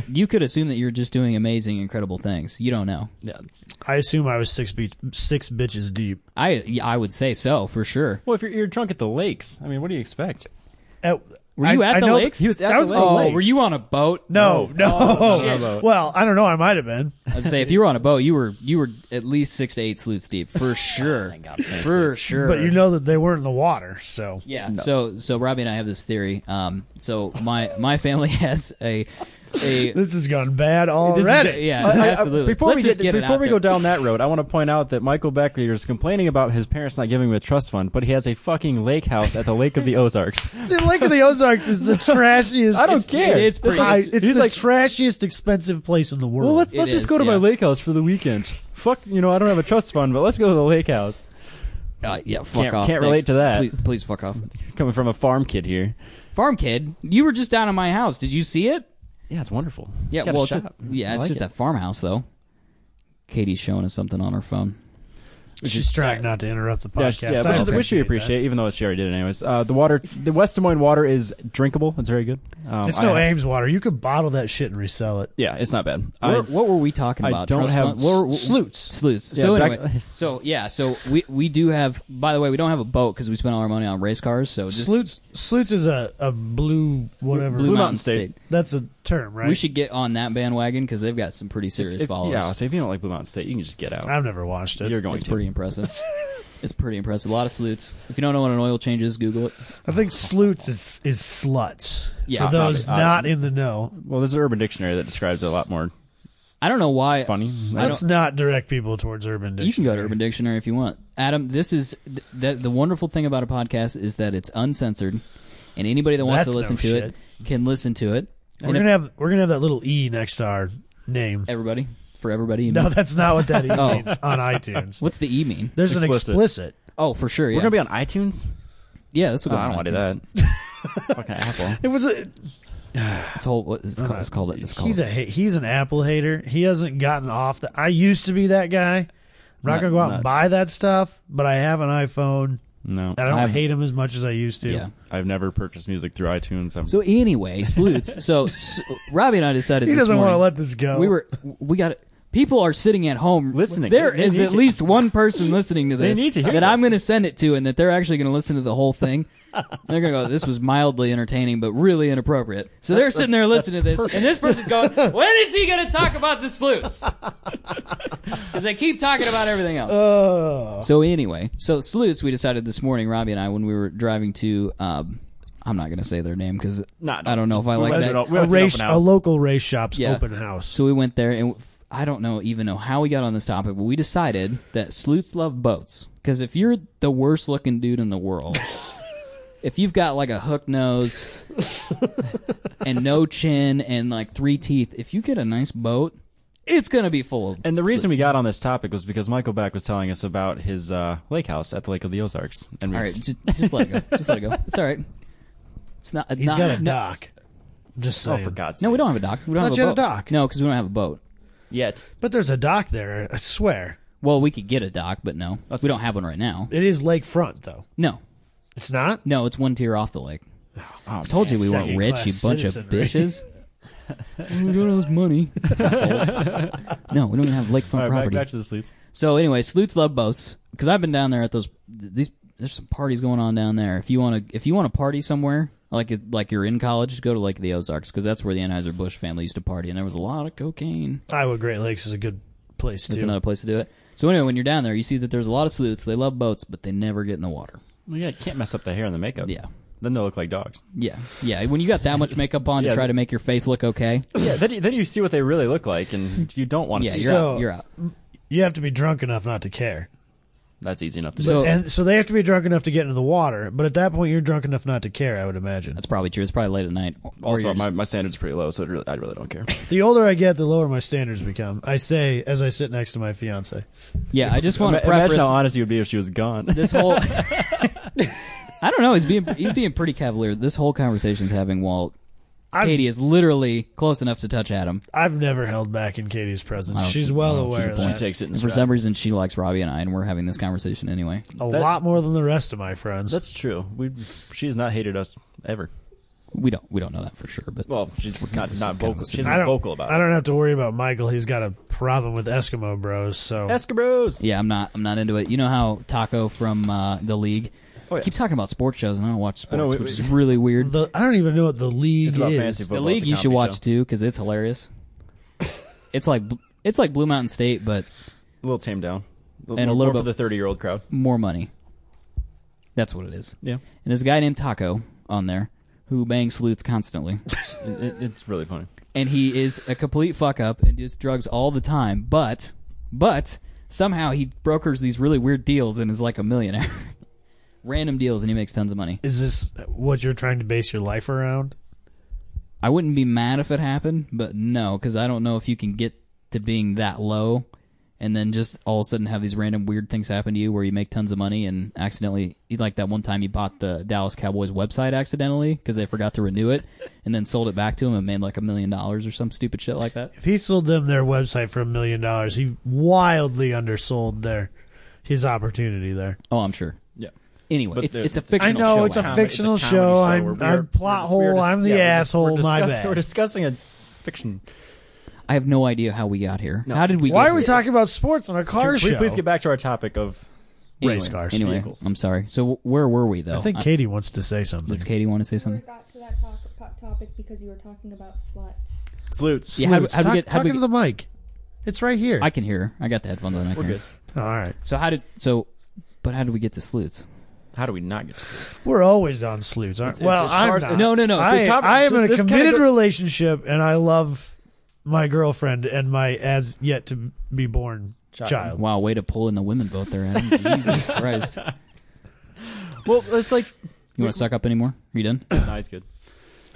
Speaker 1: You could assume that you're just doing amazing, incredible things. You don't know.
Speaker 3: Yeah.
Speaker 2: I assume I was six beach, six bitches deep.
Speaker 1: I yeah, I would say so for sure.
Speaker 3: Well, if you're, you're drunk at the lakes, I mean, what do you expect?
Speaker 2: At,
Speaker 1: Were you
Speaker 2: I-
Speaker 1: at
Speaker 2: I
Speaker 1: the
Speaker 2: know
Speaker 1: lakes?
Speaker 2: that-
Speaker 3: He was at
Speaker 2: that
Speaker 3: the
Speaker 2: was
Speaker 3: lake.
Speaker 1: oh,
Speaker 2: lake.
Speaker 1: were you on a boat?
Speaker 2: No, no.
Speaker 1: shit.
Speaker 3: shit.
Speaker 2: well, I don't know. I might have been.
Speaker 1: I'd say if you were on a boat, you were you were at least six to eight sleuths deep for sure. for sure.
Speaker 2: But you know that they weren't in the water, so
Speaker 1: Yeah. So so Robbie and I have this theory. Um. So my my family has a a.
Speaker 2: this has gone bad
Speaker 1: is-
Speaker 2: already.
Speaker 1: yeah,
Speaker 3: I- I-
Speaker 1: absolutely.
Speaker 3: before
Speaker 1: Let's
Speaker 3: we
Speaker 1: just
Speaker 3: get,
Speaker 1: get it
Speaker 3: before
Speaker 1: out
Speaker 3: we
Speaker 1: there.
Speaker 3: go down that road, I want to point out that Michael Becker is complaining about his parents not giving him a trust fund, but he has a fucking lake house at the Lake of the Ozarks.
Speaker 2: the Lake of the Ozarks is the trashiest.
Speaker 3: I don't
Speaker 2: it's,
Speaker 3: care.
Speaker 1: it's
Speaker 3: That's
Speaker 1: pretty-
Speaker 2: I-
Speaker 3: like-
Speaker 2: it's
Speaker 3: he's
Speaker 2: the
Speaker 3: like,
Speaker 2: trashiest, expensive place in the world.
Speaker 3: well, let's
Speaker 1: It
Speaker 3: let's
Speaker 1: is,
Speaker 3: just go to my
Speaker 1: yeah.
Speaker 3: lake house for the weekend. Fuck, you know, I don't have a trust fund, but let's go to the lake house.
Speaker 1: Uh, yeah. Fuck
Speaker 3: Can't-
Speaker 1: off.
Speaker 3: can't relate to that.
Speaker 1: Please, please fuck off.
Speaker 3: Coming from a farm kid here,
Speaker 1: Farm kid, you were just down at my house. Did you see it?
Speaker 3: yeah, it's wonderful.
Speaker 1: Yeah.
Speaker 3: It's got a
Speaker 1: well, it's just
Speaker 3: shop.
Speaker 1: yeah,
Speaker 3: I
Speaker 1: it's
Speaker 3: like
Speaker 1: just
Speaker 3: it.
Speaker 1: a farmhouse though. Katie's showing us something on her phone.
Speaker 2: She's trying not to interrupt the
Speaker 3: Yeah,
Speaker 2: podcast.
Speaker 3: yeah, which, is,
Speaker 2: I
Speaker 3: which we
Speaker 2: that.
Speaker 3: appreciate, even though she already did it anyways. Uh, the water, the West Des Moines water is drinkable. It's very good. Um,
Speaker 2: It's no
Speaker 3: I-
Speaker 2: Ames water. You could bottle that shit and resell it.
Speaker 3: Yeah, it's not bad. I-
Speaker 1: What, what were we talking
Speaker 3: I
Speaker 1: about?
Speaker 3: don't
Speaker 1: Trust
Speaker 3: have
Speaker 1: fund? What were- what-
Speaker 2: Sleuths.
Speaker 1: Sleuths.
Speaker 3: Yeah,
Speaker 1: so
Speaker 3: back-
Speaker 1: anyway, so yeah, so we we do have. By the way, we don't have a boat because we spent all our money on race cars. So just
Speaker 2: Sleuths. Sleuths is a, a blue whatever.
Speaker 1: Blue, Mountain
Speaker 3: Mountain
Speaker 1: State.
Speaker 3: State.
Speaker 2: That's a term, right?
Speaker 1: We should get on that bandwagon because they've got some pretty serious
Speaker 3: if,
Speaker 1: followers.
Speaker 3: yeah, so if you don't like Blue Mountain State, you can just get out.
Speaker 2: I've never watched it.
Speaker 3: You're going
Speaker 1: it's
Speaker 3: to.
Speaker 1: pretty impressive. it's pretty impressive. A lot of salutes. If you don't know what an oil change is, Google it.
Speaker 2: I think sleuths is is sluts.
Speaker 1: Yeah,
Speaker 2: For those
Speaker 3: probably.
Speaker 2: not in the know,
Speaker 3: well, there's an Urban Dictionary that describes it a lot more
Speaker 1: I don't know why.
Speaker 3: funny.
Speaker 1: Oh,
Speaker 3: I
Speaker 2: let's not direct people towards Urban Dictionary.
Speaker 1: You can go to Urban Dictionary if you want. Adam, this is th- the, the wonderful thing about a podcast is that it's uncensored, and anybody that wants
Speaker 2: That's
Speaker 1: to listen
Speaker 2: no
Speaker 1: to it can listen to it.
Speaker 2: We're
Speaker 1: And if-
Speaker 2: gonna have we're gonna have that little e next to our name.
Speaker 1: everybody for everybody. you
Speaker 2: No,
Speaker 1: mean?
Speaker 2: that's not what that e
Speaker 1: Oh.
Speaker 2: means on iTunes.
Speaker 1: What's the E mean?
Speaker 2: There's
Speaker 3: Explicit.
Speaker 2: an explicit.
Speaker 1: Oh, for sure. Yeah,
Speaker 3: We're going to be on iTunes?
Speaker 1: yeah. This will
Speaker 3: Oh,
Speaker 1: go.
Speaker 3: I
Speaker 1: on
Speaker 3: don't want to do
Speaker 1: iTunes.
Speaker 3: that. Fucking Apple.
Speaker 2: It was a,
Speaker 1: It's whole. What, it's, called, it's called. It's called.
Speaker 2: he's a ha- he's an Apple hater. He hasn't gotten off the. I used to be that guy. I'm not,
Speaker 3: Not-
Speaker 2: gonna go out
Speaker 3: not-
Speaker 2: and buy that stuff, but I have an iPhone.
Speaker 3: No.
Speaker 2: and I don't
Speaker 1: I've-
Speaker 2: hate him as much as I used to.
Speaker 1: yeah.
Speaker 3: I've never purchased music through iTunes. I'm,
Speaker 1: So anyway, sleuths. so, s Robbie and I decided
Speaker 2: He
Speaker 1: this
Speaker 2: doesn't want
Speaker 1: morning-
Speaker 2: to let this go.
Speaker 1: We were. We got. People are sitting at home
Speaker 3: Listening.
Speaker 1: There
Speaker 3: They
Speaker 1: is
Speaker 3: need
Speaker 1: at
Speaker 3: to-
Speaker 1: least one person listening to
Speaker 3: They
Speaker 1: this
Speaker 3: need to hear
Speaker 1: that I'm
Speaker 3: this.
Speaker 1: going to send it to, and that they're actually going to listen to the whole thing. they're going to go, "This was mildly entertaining, but really inappropriate." So they're sitting there listening to this, and this person's going, "When is he going to talk about the sleuths?" Because they keep talking about everything else.
Speaker 3: Uh.
Speaker 2: Oh.
Speaker 1: So anyway, so Sleuths, we decided this morning, Robbie and I, when we were driving to, um, I'm not going to say their name because
Speaker 3: Not-
Speaker 1: I don't know if I like
Speaker 3: Well,
Speaker 1: that.
Speaker 3: that's what
Speaker 2: a,
Speaker 3: Well, it's an
Speaker 2: race,
Speaker 3: open
Speaker 2: a
Speaker 3: house.
Speaker 2: local race shop's
Speaker 1: Yeah.
Speaker 2: open house.
Speaker 1: So we went there, and I don't know even know how we got on this topic, but we decided that sleuths love boats because if you're the worst looking dude in the world, if you've got like a hook nose and no chin and like three teeth, if you get a nice boat, it's going to be full of.
Speaker 3: and the reason we got on this topic was because Michael Beck was telling us about his uh, lake house at the Lake of the Ozarks. And we
Speaker 1: all right,
Speaker 3: just-
Speaker 1: just, just let it go. Just let it go. It's all right. It's not.
Speaker 2: He's
Speaker 1: not,
Speaker 2: got a
Speaker 1: no-
Speaker 2: dock. Just
Speaker 3: oh,
Speaker 2: saying.
Speaker 3: for God's
Speaker 1: No, we
Speaker 3: sakes.
Speaker 1: don't have a dock. We don't
Speaker 2: Not
Speaker 1: have
Speaker 2: yet
Speaker 1: a
Speaker 2: a
Speaker 1: boat.
Speaker 2: dock.
Speaker 1: No, because we don't have a boat.
Speaker 3: Yet.
Speaker 2: But there's a dock there. I swear.
Speaker 1: Well, we could get a dock, but no,
Speaker 3: That's
Speaker 1: we don't have one right now.
Speaker 2: It is lakefront though.
Speaker 1: No,
Speaker 2: It's not.
Speaker 1: no, it's one tier off the lake.
Speaker 3: Oh,
Speaker 1: Told you we weren't
Speaker 2: Second
Speaker 1: rich,
Speaker 2: class
Speaker 1: you bunch of
Speaker 2: citizenry.
Speaker 1: bitches. we don't have money. assholes. no, we don't even have lakefront
Speaker 3: All right, back,
Speaker 1: property.
Speaker 3: back to the sleuths.
Speaker 1: So anyway, sleuths love boats because I've been down there at those these. There's some parties going on down there. If you want to, if you want to party somewhere, like it, like you're in college, go to Lake of the Ozarks because that's where the Anheuser Busch family used to party, and there was a lot of cocaine.
Speaker 2: Iowa Great Lakes is a good place
Speaker 1: That's
Speaker 2: too.
Speaker 1: another place to do it. So anyway, when you're down there, you see that there's a lot of sleuths. They love boats, but they never get in the water.
Speaker 3: Well, yeah, you can't mess up the hair and the makeup.
Speaker 1: Yeah.
Speaker 3: Then they'll look like dogs.
Speaker 1: Yeah, yeah. When you got that much makeup on to
Speaker 3: Yeah.
Speaker 1: try to make your face look okay,
Speaker 3: Yeah, then, you- then you see what they really look like, and you don't want to
Speaker 1: yeah,
Speaker 3: see
Speaker 1: you're
Speaker 2: So-
Speaker 1: out. You're out.
Speaker 2: You have to be drunk enough not to care.
Speaker 3: That's easy enough to
Speaker 1: So-
Speaker 3: do.
Speaker 2: And so they have to be drunk enough to get into the water, but at that point you're drunk enough not to care, I would imagine.
Speaker 1: That's probably true. It's probably late at night. Or
Speaker 3: Also,
Speaker 1: you're
Speaker 3: my,
Speaker 1: just-
Speaker 3: my standards are pretty low, so it really, I really don't care.
Speaker 2: The older I get, the lower my standards become. I say as I sit next to my fiance.
Speaker 1: yeah. I just want to
Speaker 3: Ima- Imagine
Speaker 1: preface
Speaker 3: how honest you would be if she was gone.
Speaker 1: this whole. I don't know. He's being he's being pretty cavalier. This whole conversation's having Walt.
Speaker 2: I've-
Speaker 1: Katie is literally close enough to touch Adam.
Speaker 2: I've never held back in Katie's presence.
Speaker 1: I don't
Speaker 2: She's
Speaker 1: see-
Speaker 2: well
Speaker 1: I don't see
Speaker 2: aware
Speaker 1: the
Speaker 2: of
Speaker 3: she
Speaker 2: that.
Speaker 3: takes it in
Speaker 1: And for some reason, she likes Robbie and I, and we're having this conversation anyway.
Speaker 2: A
Speaker 3: That-
Speaker 2: lot more than the rest of my friends.
Speaker 3: That's true. We she has not hated us ever.
Speaker 1: We don't we don't know that for sure, but
Speaker 3: Well, she's not not
Speaker 1: kind of
Speaker 3: vocal.
Speaker 1: a-
Speaker 3: She's
Speaker 2: I
Speaker 3: not
Speaker 2: don't,
Speaker 3: vocal about
Speaker 2: I
Speaker 3: it.
Speaker 2: don't have to worry about Michael. He's got a problem with Eskimo Bros. So
Speaker 3: Eskimos.
Speaker 1: Yeah, I'm not. I'm not into it. You know how Taco from uh, the league
Speaker 3: Oh, yeah.
Speaker 1: keep talking about sports shows, and I don't watch sports,
Speaker 3: know, we-
Speaker 1: which
Speaker 3: we-
Speaker 1: is really weird. The,
Speaker 2: the, I don't even know what the league
Speaker 3: It's about
Speaker 2: is.
Speaker 3: fancy football. it's
Speaker 1: league
Speaker 3: a
Speaker 1: you should
Speaker 3: comedy
Speaker 1: watch
Speaker 3: show.
Speaker 1: too because it's hilarious. it's like bl- it's like Blue Mountain State, but
Speaker 3: A little tamed down.
Speaker 1: And a little
Speaker 3: more for
Speaker 1: bit-
Speaker 3: the thirty year old crowd.
Speaker 1: more money. That's what it is.
Speaker 3: Yeah,
Speaker 1: And there's a guy named Taco on there who bangs salutes constantly,
Speaker 3: It- it- it's really funny.
Speaker 1: and he is a complete fuck up and does drugs all the time. But but somehow he brokers these really weird deals and is like a millionaire. Random deals, and he makes tons of money.
Speaker 2: Is this what you're trying to base your life around?
Speaker 1: I wouldn't be mad if it happened, but no, because I don't know if you can get to being that low and then just all of a sudden have these random weird things happen to you where you make tons of money and accidentally like that one time you bought the Dallas Cowboys website accidentally because they forgot to renew it and then sold it back to him and made like a million dollars or some stupid shit like that.
Speaker 2: If he sold them their website for a million dollars, he wildly undersold their his opportunity there.
Speaker 1: Oh, I'm sure.
Speaker 3: Yeah.
Speaker 1: Anyway,
Speaker 3: But
Speaker 1: it's
Speaker 3: there's-
Speaker 1: it's a
Speaker 3: it's a-
Speaker 2: I
Speaker 1: fictional
Speaker 2: know
Speaker 1: show,
Speaker 2: it's a
Speaker 1: Adam.
Speaker 3: comedy-
Speaker 2: fictional
Speaker 3: it's a
Speaker 2: show.
Speaker 3: comedy show
Speaker 2: I'm,
Speaker 3: where we're-
Speaker 2: I'm
Speaker 3: we're
Speaker 2: plot
Speaker 3: dis- we're
Speaker 2: hole.
Speaker 3: dis-
Speaker 2: I'm the
Speaker 3: yeah, we're dis-
Speaker 2: asshole.
Speaker 3: we're
Speaker 2: My
Speaker 3: discussing- We're
Speaker 2: bad.
Speaker 3: discussing a fiction.
Speaker 1: I have no idea how we got here. How did we?
Speaker 2: Why
Speaker 1: get
Speaker 2: are we
Speaker 1: here?
Speaker 2: talking about sports on a car
Speaker 3: Can we
Speaker 2: show?
Speaker 3: please get back to our topic of
Speaker 1: Anyway,
Speaker 2: race cars,
Speaker 1: Anyway, um,
Speaker 3: vehicles.
Speaker 1: I'm sorry. So w- where were we though?
Speaker 2: I think Katie wants to say something.
Speaker 1: does Katie want to say something?
Speaker 4: never got to that talk, po- topic because you were talking about sluts.
Speaker 3: salutes?
Speaker 1: Yeah, how do-
Speaker 2: Luke,
Speaker 1: how do we
Speaker 2: talk-
Speaker 1: get- how do we
Speaker 2: talking to the mic. It's right here.
Speaker 1: I can hear. her. I got the headphones on. I can
Speaker 3: We're
Speaker 1: hear.
Speaker 3: good.
Speaker 2: All right.
Speaker 1: So how did so? But how did we get to sleuths?
Speaker 3: How do we not get salutes?
Speaker 2: We're always on sleeves. Aren't,
Speaker 3: It's-
Speaker 2: well,
Speaker 3: it's
Speaker 2: I'm
Speaker 3: cars-
Speaker 2: not.
Speaker 1: No, no, no.
Speaker 2: I,
Speaker 1: Good
Speaker 3: topic.
Speaker 2: I am
Speaker 3: Just
Speaker 2: in a
Speaker 3: this kinda
Speaker 2: committed
Speaker 3: go-
Speaker 2: relationship, and I love my girlfriend and my as yet to be born
Speaker 3: Child.
Speaker 2: child.
Speaker 1: Wow, way to pull in the women boat there, Adam. Jesus Christ! You
Speaker 3: Well, it's like
Speaker 1: want to suck up anymore? Are you done?
Speaker 3: no, he's good.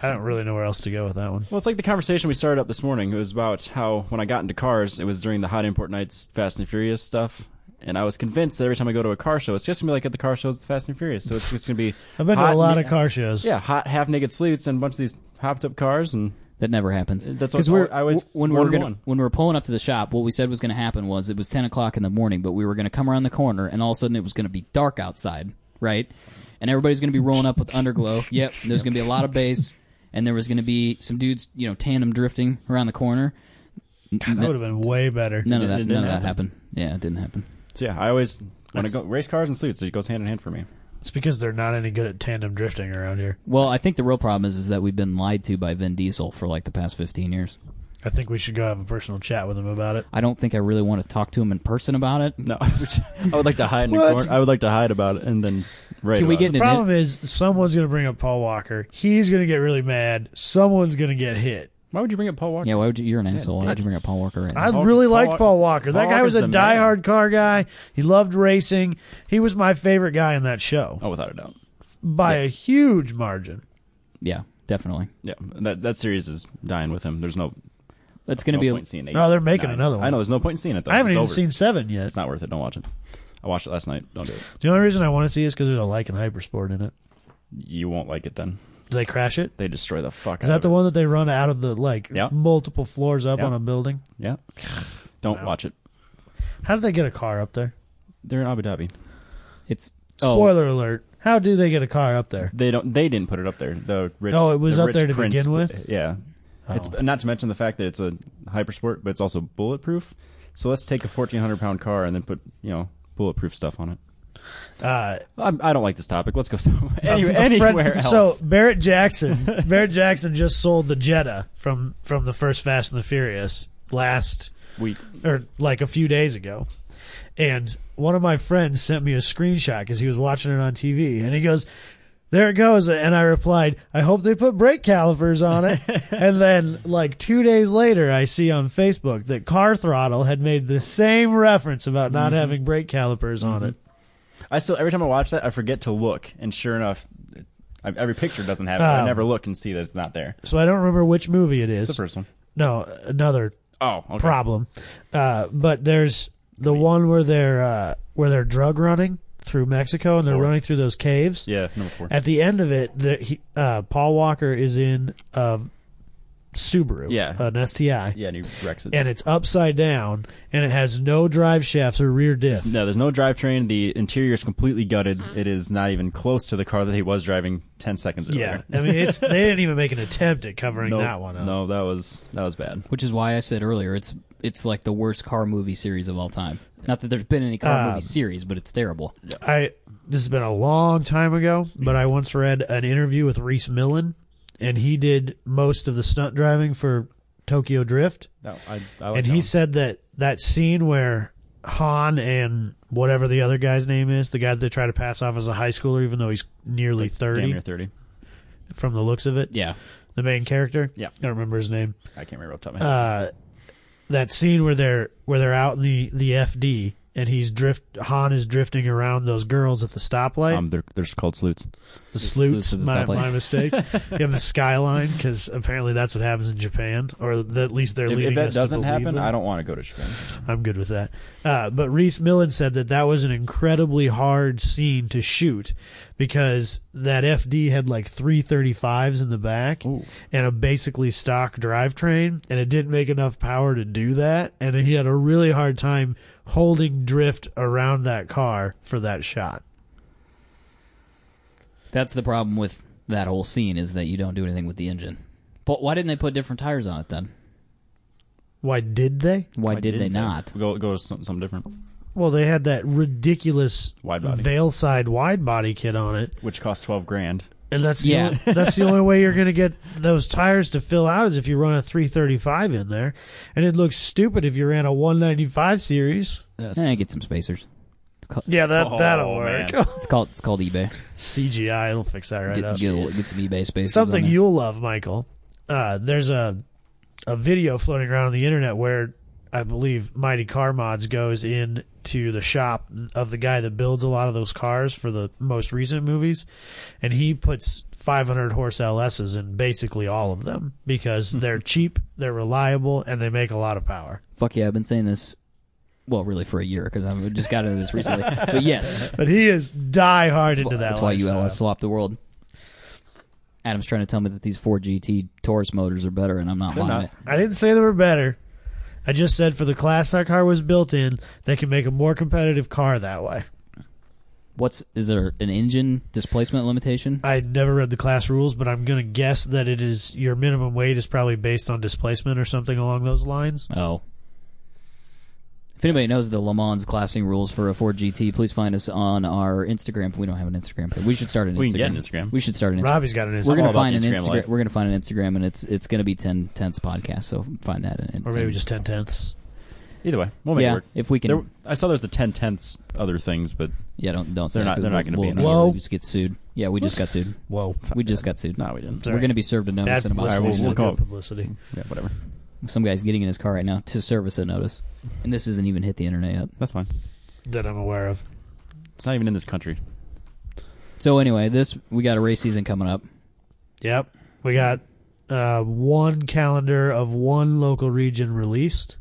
Speaker 2: I don't really know where else to go with that one.
Speaker 3: Well, it's like the conversation we started up this morning. It was about how when I got into cars, it was during the hot import nights, Fast and Furious stuff. And I was convinced that every time I go to a car show, it's just gonna be like at the car shows, the Fast and Furious. So it's just gonna be.
Speaker 2: I've been to
Speaker 3: hot,
Speaker 2: a lot
Speaker 3: na-
Speaker 2: of car shows.
Speaker 3: Yeah, hot half naked sleuths and a bunch of these hopped up cars, and
Speaker 1: That never happens.
Speaker 3: That's
Speaker 1: 'Cause
Speaker 3: what-
Speaker 1: Uh, we're-
Speaker 3: I always-
Speaker 1: w- when we were
Speaker 3: one and
Speaker 1: gonna-
Speaker 3: one.
Speaker 1: when we were pulling up to the shop. What we said was going to happen was it was ten o'clock in the morning, but we were going to come around the corner, and all of a sudden it was going to be dark outside, right? And everybody's going to be rolling up with underglow. Yep, there's going to be a lot of bass, and there was going to be some dudes, you know, tandem drifting around the corner.
Speaker 2: That would have been way better.
Speaker 1: None of
Speaker 3: It
Speaker 1: that.
Speaker 3: didn't
Speaker 1: None of that
Speaker 3: happen.
Speaker 1: happened. Yeah, it didn't happen.
Speaker 3: so yeah, I always when I
Speaker 2: Nice.
Speaker 3: go race cars and sleuths, it goes hand in hand for me.
Speaker 2: It's because they're not any good at tandem drifting around here.
Speaker 1: Well, I think the real problem is is that we've been lied to by Vin Diesel for like the past fifteen years.
Speaker 2: I think we should go have a personal chat with them about it.
Speaker 1: I don't think I really want to talk to him in person about it.
Speaker 3: No, I would like to hide in a
Speaker 2: What?
Speaker 3: corner. I would like to hide about it and then. Right
Speaker 1: Can we get
Speaker 2: The
Speaker 1: Didn't it?
Speaker 2: problem is, someone's going to bring up Paul Walker. He's going to get really mad. Someone's going to get hit.
Speaker 3: Why would you bring up Paul Walker?
Speaker 1: Yeah, why would you? You're an asshole. Why would you bring up Paul Walker right
Speaker 2: I
Speaker 1: now?
Speaker 3: Paul-
Speaker 2: really
Speaker 3: Paul
Speaker 2: liked
Speaker 3: Walker-
Speaker 2: Paul Walker. That
Speaker 3: Paul
Speaker 2: guy was a
Speaker 3: Walker's the man.
Speaker 2: diehard car guy. He loved racing. He was my favorite guy in that show
Speaker 3: Oh, without a doubt.
Speaker 2: by a huge margin.
Speaker 1: Yeah, definitely.
Speaker 3: Yeah, that that series is dying with him. There's no
Speaker 1: That's going to
Speaker 3: no
Speaker 1: be.
Speaker 3: point in
Speaker 1: A,
Speaker 3: seeing eight.
Speaker 2: No, they're making
Speaker 3: nine.
Speaker 2: another one.
Speaker 3: I know there's no point in seeing it. Though.
Speaker 2: I haven't
Speaker 3: It's
Speaker 2: even
Speaker 3: over.
Speaker 2: seen seven yet.
Speaker 3: It's not worth it. Don't watch it. I watched it last night. Don't do it.
Speaker 2: The only reason I want to see it is because there's a like and hypersport in it.
Speaker 3: You won't like it then.
Speaker 2: Do they crash it?
Speaker 3: They destroy the fuck.
Speaker 2: Is
Speaker 3: out
Speaker 2: that
Speaker 3: of
Speaker 2: the
Speaker 3: it.
Speaker 2: one that they run out of the like
Speaker 3: Yeah.
Speaker 2: multiple floors up
Speaker 3: Yeah.
Speaker 2: on a building?
Speaker 3: Yeah. Don't watch it.
Speaker 2: How did they get a car up there?
Speaker 3: They're in Abu Dhabi.
Speaker 1: it's oh,
Speaker 2: Spoiler alert. How do they get a car up there?
Speaker 3: They don't. They didn't put it up there. The rich.
Speaker 2: Oh, it was
Speaker 3: the
Speaker 2: up
Speaker 3: rich
Speaker 2: there to
Speaker 3: prince-
Speaker 2: begin with? Oh.
Speaker 3: Yeah. It's not to mention the fact that it's a hypersport, but it's also bulletproof. So let's take a 1400 pound car and then put you know bulletproof stuff on it.
Speaker 2: Uh,
Speaker 3: I'm, I don't like this topic. Let's go somewhere.
Speaker 2: a-
Speaker 3: Any,
Speaker 2: a friend-
Speaker 3: anywhere else.
Speaker 2: So Barrett Jackson, Barrett Jackson just sold the Jetta from from the first Fast and the Furious last
Speaker 3: we
Speaker 2: or like a few days ago. And one of my friends sent me a screenshot because he was watching it on TV. And he goes, There it goes. And I replied, I hope they put brake calipers on it. and then, like, two days later, I see on Facebook that Car Throttle had made the same reference about not
Speaker 3: Mm-hmm.
Speaker 2: having brake calipers on it.
Speaker 3: I still every time I watch that, I forget to look, and sure enough, I, every picture doesn't have it. I
Speaker 2: Oh.
Speaker 3: never look and see that it's not there.
Speaker 2: So I don't remember which movie it
Speaker 3: It's the
Speaker 2: is.
Speaker 3: first one.
Speaker 2: No, another
Speaker 3: Oh, okay.
Speaker 2: problem. Uh, but there's the one where they're uh, where they're drug running through Mexico and they're
Speaker 3: Four.
Speaker 2: running through those caves.
Speaker 3: Yeah, number four.
Speaker 2: At the end of it, the, he, uh, Paul Walker is in a Subaru,
Speaker 3: Yeah.
Speaker 2: an STI,
Speaker 3: yeah, and he wrecks it.
Speaker 2: and it's upside down, and it has no drive shafts or rear diff.
Speaker 3: no, there's no drivetrain. The interior is completely gutted. It is not even close to the car that he was driving ten seconds
Speaker 2: Yeah,
Speaker 3: earlier.
Speaker 2: I mean, it's they didn't even make an attempt at covering
Speaker 3: no,
Speaker 2: that one up.
Speaker 3: No, that was that was bad.
Speaker 1: which is why I said earlier it's it's like the worst car movie series of all time. Not that there's been any car movie series, but it's terrible.
Speaker 2: I this has been a long time ago, but I once read an interview with Reese Millen, and he did most of the stunt driving for Tokyo Drift.
Speaker 3: No, I, I
Speaker 2: and
Speaker 3: like that
Speaker 2: he
Speaker 3: one.
Speaker 2: said that that scene where Han and whatever the other guy's name is, the guy that they try to pass off as a high schooler, even though he's nearly
Speaker 3: damn
Speaker 2: thirty
Speaker 3: near thirty.
Speaker 2: from the looks of it,
Speaker 1: Yeah,
Speaker 2: the main character.
Speaker 3: Yeah.
Speaker 2: I don't remember his name.
Speaker 3: I can't remember off the top of my head.
Speaker 2: Uh, that scene where they're where they're out in the the FD and he's drift. Han is drifting around those girls at the stoplight,
Speaker 3: Um, they're, they're just called sleuths.
Speaker 2: the
Speaker 1: sleuths
Speaker 2: sleuths.
Speaker 1: at the
Speaker 2: my,
Speaker 1: stoplight.
Speaker 2: my mistake. in the skyline, because apparently that's what happens in Japan, or th- at least they're
Speaker 3: If,
Speaker 2: leading
Speaker 3: if that
Speaker 2: us to
Speaker 3: doesn't
Speaker 2: believe
Speaker 3: happen,
Speaker 2: them.
Speaker 3: I don't want to go to Japan.
Speaker 2: I'm good with that. Uh, but Reese Millen said that that was an incredibly hard scene to shoot because that FD had like 335s in the back
Speaker 3: Ooh.
Speaker 2: and a basically stock drivetrain, and it didn't make enough power to do that. And he had a really hard time holding drift around that car for that shot.
Speaker 1: That's the problem with that whole scene is that you don't do anything with the engine. But why didn't they put different tires on it then?
Speaker 2: Why did they?
Speaker 1: Why,
Speaker 3: Why
Speaker 1: did they
Speaker 3: didn't
Speaker 1: not?
Speaker 3: Go go to some- something different,
Speaker 2: Well, they had that ridiculous
Speaker 3: Wide body.
Speaker 2: veil side wide body kit on it.
Speaker 3: which costs twelve grand.
Speaker 2: And that's the
Speaker 1: Yeah.
Speaker 2: only, that's the only way you're going to get those tires to fill out is if you run a 335 in there. And it looks stupid if you ran a 195 series.
Speaker 1: Eh, get some spacers.
Speaker 2: Yeah, that
Speaker 3: Oh,
Speaker 2: that'll
Speaker 3: man.
Speaker 2: work.
Speaker 1: It's called it's called eBay.
Speaker 2: CGI, it'll fix that right
Speaker 1: Get,
Speaker 2: up.
Speaker 1: get, a- get some eBay spacers.
Speaker 2: Something
Speaker 1: on there.
Speaker 2: you'll love, Michael. Uh, there's a a video floating around on the internet where I believe Mighty Car Mods goes in to the shop of the guy that builds a lot of those cars for the most recent movies, and he puts 500 horse LSs in basically all of them because
Speaker 1: Hmm.
Speaker 2: they're cheap, they're reliable, and they make a lot of power.
Speaker 1: Fuck yeah! I've been saying this. Well, really for a year because I just got into this recently. but yes,
Speaker 2: But he is die hard into
Speaker 1: that's,
Speaker 2: that.
Speaker 1: why you
Speaker 2: lifestyle.
Speaker 1: LS swap the world. Adam's trying to tell me that these four GT Taurus motors are better, and I'm not buying
Speaker 3: not.
Speaker 1: it.
Speaker 2: I didn't say they were better. I just said for the class that car was built in, they can make a more competitive car that way.
Speaker 1: What's is there an engine displacement limitation?
Speaker 3: Uh,
Speaker 2: I never read the class rules, but I'm going to guess that it is your minimum weight is probably based on displacement or something along those lines.
Speaker 1: Oh. If anybody knows the Le Mans classing rules for a Ford GT, please find us on our Instagram. We don't have an Instagram, but we should start an
Speaker 3: We
Speaker 1: Instagram.
Speaker 3: can get an Instagram.
Speaker 1: We should start an Instagram.
Speaker 2: Robbie's got an
Speaker 1: we're
Speaker 2: Instagram,
Speaker 1: gonna
Speaker 3: all about
Speaker 1: find an
Speaker 3: the
Speaker 1: Instagram.
Speaker 3: Instagram life.
Speaker 1: We're gonna find an Instagram, and it's it's gonna be 10 tenths podcast. So find that, and,
Speaker 2: or maybe just ten tenths.
Speaker 3: Either way, we'll make
Speaker 1: yeah,
Speaker 3: it work.
Speaker 1: if we can.
Speaker 3: There, I saw there's a ten tenths other things, but
Speaker 1: yeah, don't don't.
Speaker 3: They're
Speaker 1: say
Speaker 3: not-
Speaker 1: it,
Speaker 3: they're not gonna
Speaker 1: we'll,
Speaker 3: be in
Speaker 1: we'll,
Speaker 2: it.
Speaker 1: we'll just get sued. Yeah, we just got sued.
Speaker 2: Whoa,
Speaker 1: We just got sued.
Speaker 3: no, we didn't.
Speaker 1: We're
Speaker 2: Sorry.
Speaker 1: gonna be served a notice
Speaker 2: bad
Speaker 1: in about
Speaker 2: publicity.
Speaker 3: we'll-
Speaker 1: six
Speaker 3: we'll
Speaker 2: still
Speaker 1: months.
Speaker 3: call-
Speaker 2: good publicity.
Speaker 3: Yeah, whatever.
Speaker 1: Some guy's getting in his car right now to service a notice, and this isn't even hit the internet yet.
Speaker 3: That's fine.
Speaker 2: that I'm aware of.
Speaker 3: It's not even in this country.
Speaker 1: So anyway, this we got a race season coming up.
Speaker 2: Yep, we got uh, one calendar of one local region released,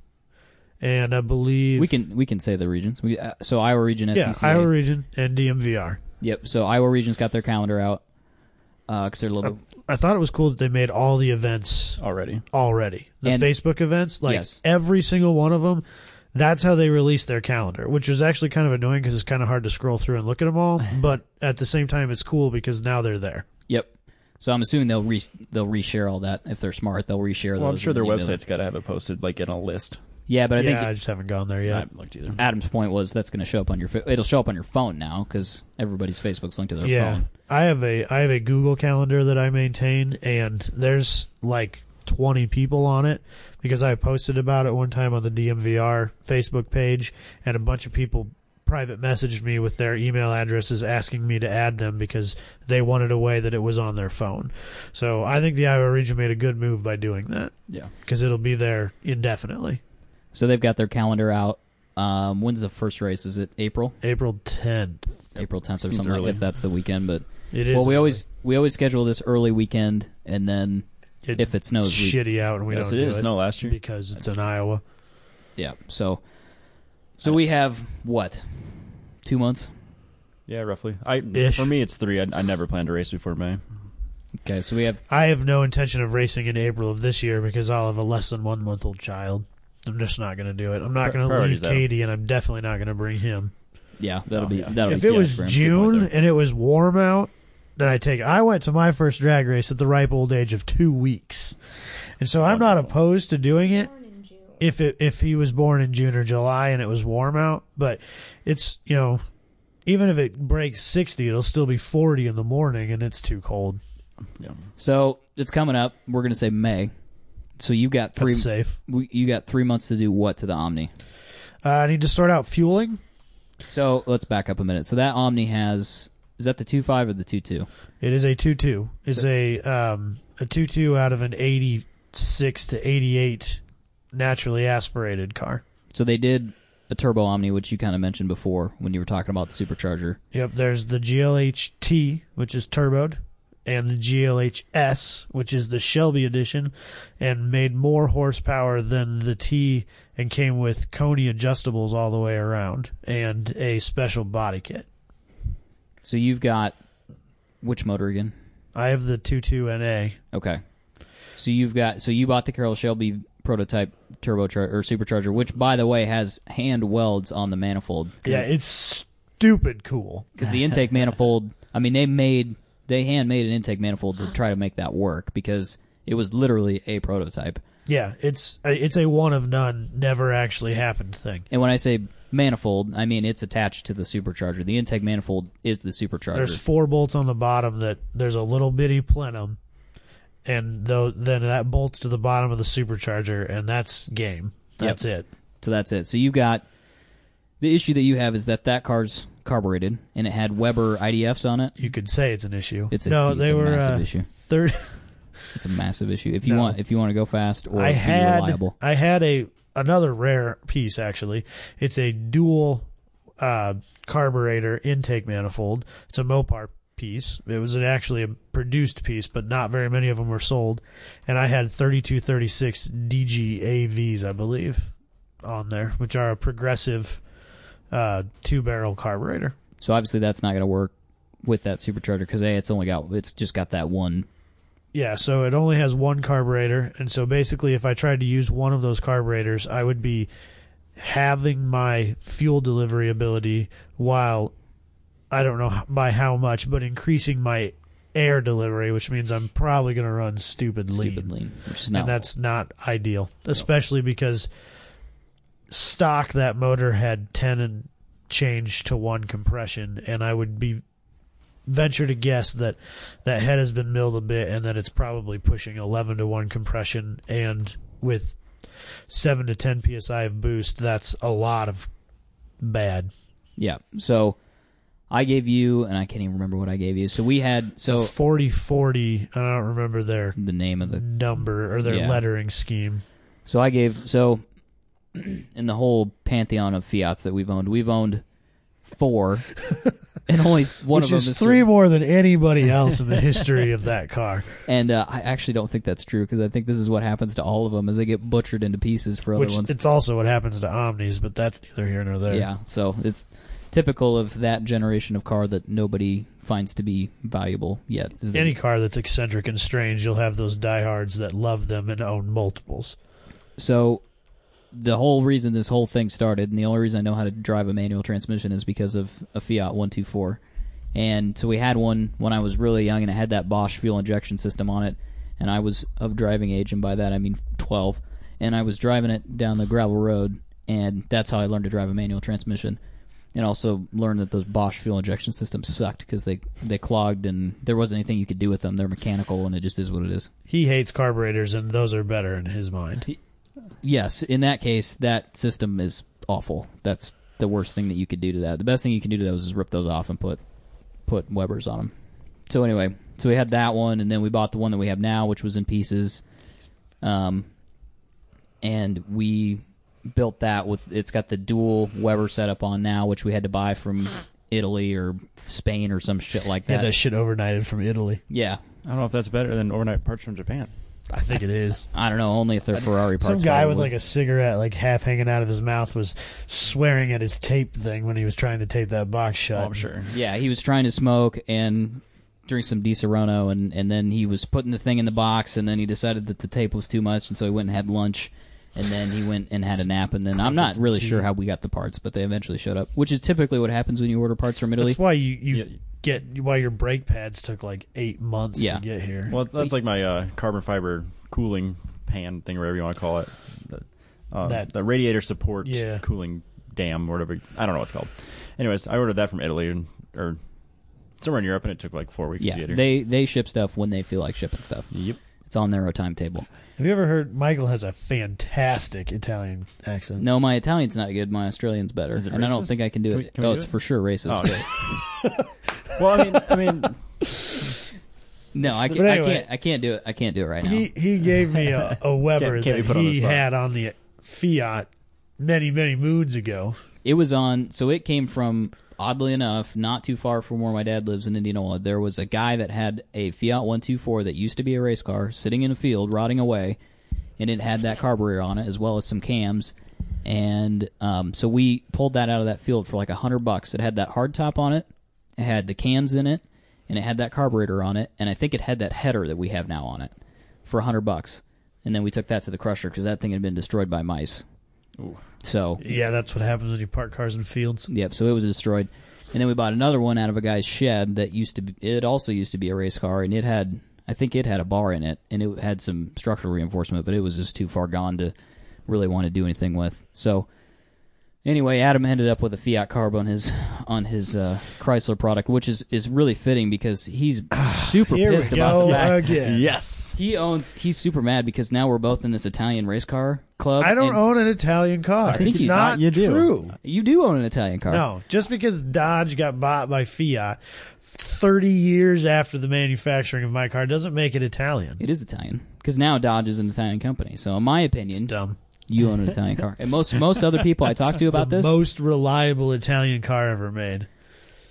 Speaker 2: and I believe
Speaker 1: We can we can say the regions. We uh, so Iowa region SCCA.
Speaker 2: yeah Iowa region and DMVR.
Speaker 1: Yep. So Iowa region's got their calendar out because they're a
Speaker 3: Uh,
Speaker 1: little.
Speaker 2: I thought it was cool that they made all the events
Speaker 3: already.
Speaker 2: already. The
Speaker 1: And-
Speaker 2: Facebook events, like
Speaker 1: Yes.
Speaker 2: every single one of them, that's how they release their calendar, which is actually kind of annoying because it's kind of hard to scroll through and look at them all. But at the same time, it's cool because now they're there.
Speaker 1: yep. So I'm assuming they'll re they'll reshare all that if they're smart. They'll reshare.
Speaker 3: Well, I'm
Speaker 1: those
Speaker 3: sure
Speaker 1: and
Speaker 3: their
Speaker 1: email it.
Speaker 3: website's got to have it posted like in a list.
Speaker 1: Yeah, but I
Speaker 2: yeah,
Speaker 1: think
Speaker 2: I just haven't gone there
Speaker 3: I
Speaker 2: yet.
Speaker 3: haven't looked either.
Speaker 1: Adam's point was that's going to show up on your. fa- It'll show up on your phone now because everybody's Facebook's linked to their
Speaker 2: yeah,
Speaker 1: phone.
Speaker 2: I have a I have a Google calendar that I maintain, and there's like 20 people on it because I posted about it one time on the DMVR Facebook page, and a bunch of people private messaged me with their email addresses asking me to add them because they wanted a way that it was on their phone. So I think the Iowa region made a good move by doing that
Speaker 3: Yeah.
Speaker 2: because it'll be there indefinitely.
Speaker 1: So they've got their calendar out. Um, when's the first race? Is it April?
Speaker 2: April 10th.
Speaker 1: April 10th or
Speaker 3: Seems
Speaker 1: something like
Speaker 3: early.
Speaker 1: if that's the weekend. But
Speaker 2: It is
Speaker 1: well, we
Speaker 2: early.
Speaker 1: always we always schedule this early weekend and then
Speaker 2: It-
Speaker 1: if it snows,
Speaker 2: it's
Speaker 1: we
Speaker 2: shitty out and we
Speaker 3: yes,
Speaker 2: don't
Speaker 3: it
Speaker 2: do
Speaker 3: is.
Speaker 2: it
Speaker 3: No, last year.
Speaker 2: because it's in Iowa.
Speaker 1: Yeah. So, so we have what? Two months.
Speaker 3: Yeah, roughly. I
Speaker 2: Ish.
Speaker 3: for me it's three. I, I never planned to race before May.
Speaker 1: Okay. So we have.
Speaker 2: I have no intention of racing in April of this year because I'll have a less than one month old child. I'm just not going to do it. I'm not going
Speaker 3: Pri-
Speaker 2: to leave
Speaker 3: priorities, Adam.
Speaker 2: Katie, and I'm definitely not going to bring him.
Speaker 1: Yeah. That'll
Speaker 3: Oh,
Speaker 1: be.
Speaker 3: yeah.
Speaker 1: That'll
Speaker 2: if
Speaker 1: be
Speaker 2: it
Speaker 1: too
Speaker 2: was
Speaker 1: much for him.
Speaker 2: June
Speaker 3: there.
Speaker 2: and it was warm out, then I take. I went to my first drag race at the ripe old age of two weeks, and so I'm not
Speaker 3: Wonderful.
Speaker 2: opposed to doing it
Speaker 4: Born in June.
Speaker 2: if it if he was born in June or July and it was warm out. But it's you know, even if it breaks sixty, it'll still be forty in the morning, and it's too cold.
Speaker 3: Yeah.
Speaker 1: So it's coming up. We're gonna say May. So you've got three.
Speaker 2: That's safe.
Speaker 1: we- You got three months to do what to the Omni.
Speaker 2: Uh, I need to start out fueling.
Speaker 1: So let's back up a minute. So that Omni has. Is that the two five or the two two?
Speaker 2: It is a two two. It's a um a two two out of an eighty six to eighty eight naturally aspirated car.
Speaker 1: So they did a turbo omni, which you kind of mentioned before when you were talking about the supercharger.
Speaker 2: Yep, there's the GLHT, which is turboed, and the GLHS, which is the Shelby edition, and made more horsepower than the T and came with Coney adjustables all the way around and a special body kit.
Speaker 1: So you've got which motor again?
Speaker 2: I have the 22NA.
Speaker 1: Okay. So you've got so you bought the Carroll Shelby prototype turbocharger or supercharger, which by the way has hand welds on the manifold.
Speaker 2: Yeah, it's stupid cool.
Speaker 1: because the intake manifold. I mean, they made they hand made an intake manifold to try to make that work because it was literally a prototype.
Speaker 2: Yeah, it's it's a one of none, never actually happened thing.
Speaker 1: And when I say manifold, I mean it's attached to the supercharger. The intake manifold is the supercharger.
Speaker 2: There's four bolts on the bottom that there's a little bitty plenum, and though then that bolts to the bottom of the supercharger, and that's game. That's it.
Speaker 1: so that's it. So you've got the issue that you have is that that car's carbureted and it had Weber IDFs on it.
Speaker 2: You could say it's an issue.
Speaker 1: It's a,
Speaker 2: no,
Speaker 1: it's
Speaker 2: they
Speaker 1: a
Speaker 2: were
Speaker 1: massive
Speaker 2: uh,
Speaker 1: issue.
Speaker 2: third.
Speaker 1: It's a massive issue. If you
Speaker 2: No.
Speaker 1: want if you want to go fast or
Speaker 2: I
Speaker 1: be
Speaker 2: had
Speaker 1: reliable.
Speaker 2: I had a another rare piece actually. It's a dual uh, carburetor intake manifold. It's a Mopar piece. It was an, actually a produced piece, but not very many of them were sold. And I had 3236 DGAVs, I believe, on there, which are a progressive uh, two barrel carburetor.
Speaker 1: So obviously that's not going to work with that supercharger because a it's only got it's just got that one
Speaker 2: Yeah, so it only has one carburetor, and so basically, if I tried to use one of those carburetors, I would be having my fuel delivery ability while I don't know h- by how much, but increasing my air delivery, which means I'm probably going to run stupid lean,
Speaker 1: stupid lean, which is not
Speaker 2: and that's not ideal, especially because stock that motor had ten and change to one compression, and I would be venture to guess that that head has been milled a bit and that it's probably pushing 11 to 1 compression and with 7 to 10 psi of boost that's a lot of bad
Speaker 1: Yeah. So I gave you, and I can't even remember what I gave you. So we had so
Speaker 2: 40 40 i don't remember their
Speaker 1: the name of the.
Speaker 2: number or their
Speaker 1: Yeah.
Speaker 2: lettering scheme
Speaker 1: So I gave so in the whole pantheon of Fiats that we've owned, we've owned four, and only one
Speaker 2: which
Speaker 1: of
Speaker 2: is
Speaker 1: them is
Speaker 2: three more than anybody else in the history of that car
Speaker 1: And uh, I actually don't think that's true because I think this is what happens to all of them is they get butchered into pieces for other
Speaker 2: which
Speaker 1: ones.
Speaker 2: it's also what happens to omnis but that's neither here nor there
Speaker 1: Yeah. So it's typical of that generation of car that nobody finds to be valuable yet. Is the-
Speaker 2: any car that's eccentric and strange you'll have those diehards that love them and own multiples
Speaker 1: So the whole reason this whole thing started, and the only reason I know how to drive a manual transmission is because of a Fiat 124. And so we had one when I was really young, and it had that Bosch fuel injection system on it. And I was of driving age, and by that I mean 12. And I was driving it down the gravel road, and that's how I learned to drive a manual transmission. And also learned that those Bosch fuel injection systems sucked because they, they clogged and there wasn't anything you could do with them. They're mechanical and it just is what it is.
Speaker 2: he hates carburetors and those are better in his mind
Speaker 1: Yes, in that case, that system is awful. That's the worst thing that you could do to that. The best thing you can do to those is rip those off and put put Webers on them. So anyway, so we had that one, and then we bought the one that we have now, which was in pieces. Um, and we built that with it's got the dual Weber setup on now, which we had to buy from Italy or Spain or some shit like
Speaker 2: Had
Speaker 1: that.
Speaker 2: that shit overnighted from Italy.
Speaker 1: yeah,
Speaker 3: I don't know if that's better than overnight parts from Japan.
Speaker 2: I think it is.
Speaker 1: I don't know. Only if they're Ferrari parts.
Speaker 2: Some guy with
Speaker 1: probably.
Speaker 2: like a cigarette like half hanging out of his mouth was swearing at his tape thing when he was trying to tape that
Speaker 1: Oh,
Speaker 2: box shut.
Speaker 1: Yeah, he was trying to smoke and drink some Di Serono, and, and then he was putting the thing in the box, and then he decided that the tape was too much, and so he went and had lunch, and then he went and had a nap, and then I'm not really sure how we got the parts, but they eventually showed up, which is typically what happens when you order parts from Italy.
Speaker 2: That's why you, you
Speaker 3: Yeah.
Speaker 2: get why your brake pads took like eight months
Speaker 1: Yeah.
Speaker 2: to get here.
Speaker 3: Well, that's like my uh, carbon fiber cooling pan thing, whatever you want to call it. The, uh,
Speaker 2: That-
Speaker 3: the radiator support
Speaker 2: Yeah.
Speaker 3: cooling dam, or whatever. I don't know what it's called. Anyways, I ordered that from Italy and, or somewhere in Europe, and it took like four weeks to
Speaker 1: Yeah,
Speaker 3: get here.
Speaker 1: they they ship stuff when they feel like shipping stuff.
Speaker 3: yep.
Speaker 1: It's on their own timetable.
Speaker 2: Have you ever heard Michael has a fantastic Italian accent?
Speaker 1: No, my Italian's not good. My Australian's better,
Speaker 3: Is it
Speaker 1: and I don't
Speaker 3: racist?
Speaker 1: think I can do
Speaker 3: Can we-
Speaker 1: it.
Speaker 3: can we
Speaker 1: oh,
Speaker 3: do
Speaker 1: it's
Speaker 3: it?
Speaker 1: for sure racist.
Speaker 3: Oh, okay. well, I mean, I mean,
Speaker 1: No, I, can,
Speaker 2: But
Speaker 1: I
Speaker 2: anyway.
Speaker 1: can't. I can't do it. I can't do it right now.
Speaker 2: He he gave me a, a Weber
Speaker 3: Can't- can't be
Speaker 2: that
Speaker 3: put on the
Speaker 2: he
Speaker 3: spot.
Speaker 2: had on the Fiat many, many moons ago.
Speaker 1: It was on, so it came from, oddly enough, not too far from where my dad lives in Indianola. There was a guy that had a Fiat 124 that used to be a race car sitting in a field rotting away, and it had that carburetor on it as well as some cams. And um, so we pulled that out of that field for like a hundred bucks. It had that hard top on it, it had the cams in it, and it had that carburetor on it, and I think it had that header that we have now on it for a hundred bucks. And then we took that to the crusher because that thing had been destroyed by mice. So
Speaker 2: Yeah, that's what happens when you park cars in fields.
Speaker 1: Yep. So it was destroyed, and then we bought another one out of a guy's shed that used to. Be, it also used to be a race car, and it had. I think it had a bar in it, and it had some structural reinforcement, but it was just too far gone to really want to do anything with. So anyway, Adam ended up with a Fiat Carb on his on his uh, Chrysler product, which is is really fitting because he's super
Speaker 2: Here we
Speaker 1: pissed about
Speaker 2: go
Speaker 1: the fact
Speaker 2: again.
Speaker 3: Yes.
Speaker 1: he owns. He's super mad because now we're both in this Italian race car club.
Speaker 2: I don't
Speaker 1: and
Speaker 2: own an Italian car.
Speaker 1: think
Speaker 2: it's
Speaker 1: you-
Speaker 2: not
Speaker 3: you do.
Speaker 2: true.
Speaker 1: You do own an Italian car.
Speaker 2: No, just because Dodge got bought by Fiat 30 years after the manufacturing of my car doesn't make it Italian.
Speaker 1: It is Italian because now Dodge is an Italian company. So in my opinion,
Speaker 2: Dumb.
Speaker 1: you own an Italian car, and most most other people I talk to about
Speaker 2: the
Speaker 1: this,
Speaker 2: most reliable Italian car ever made.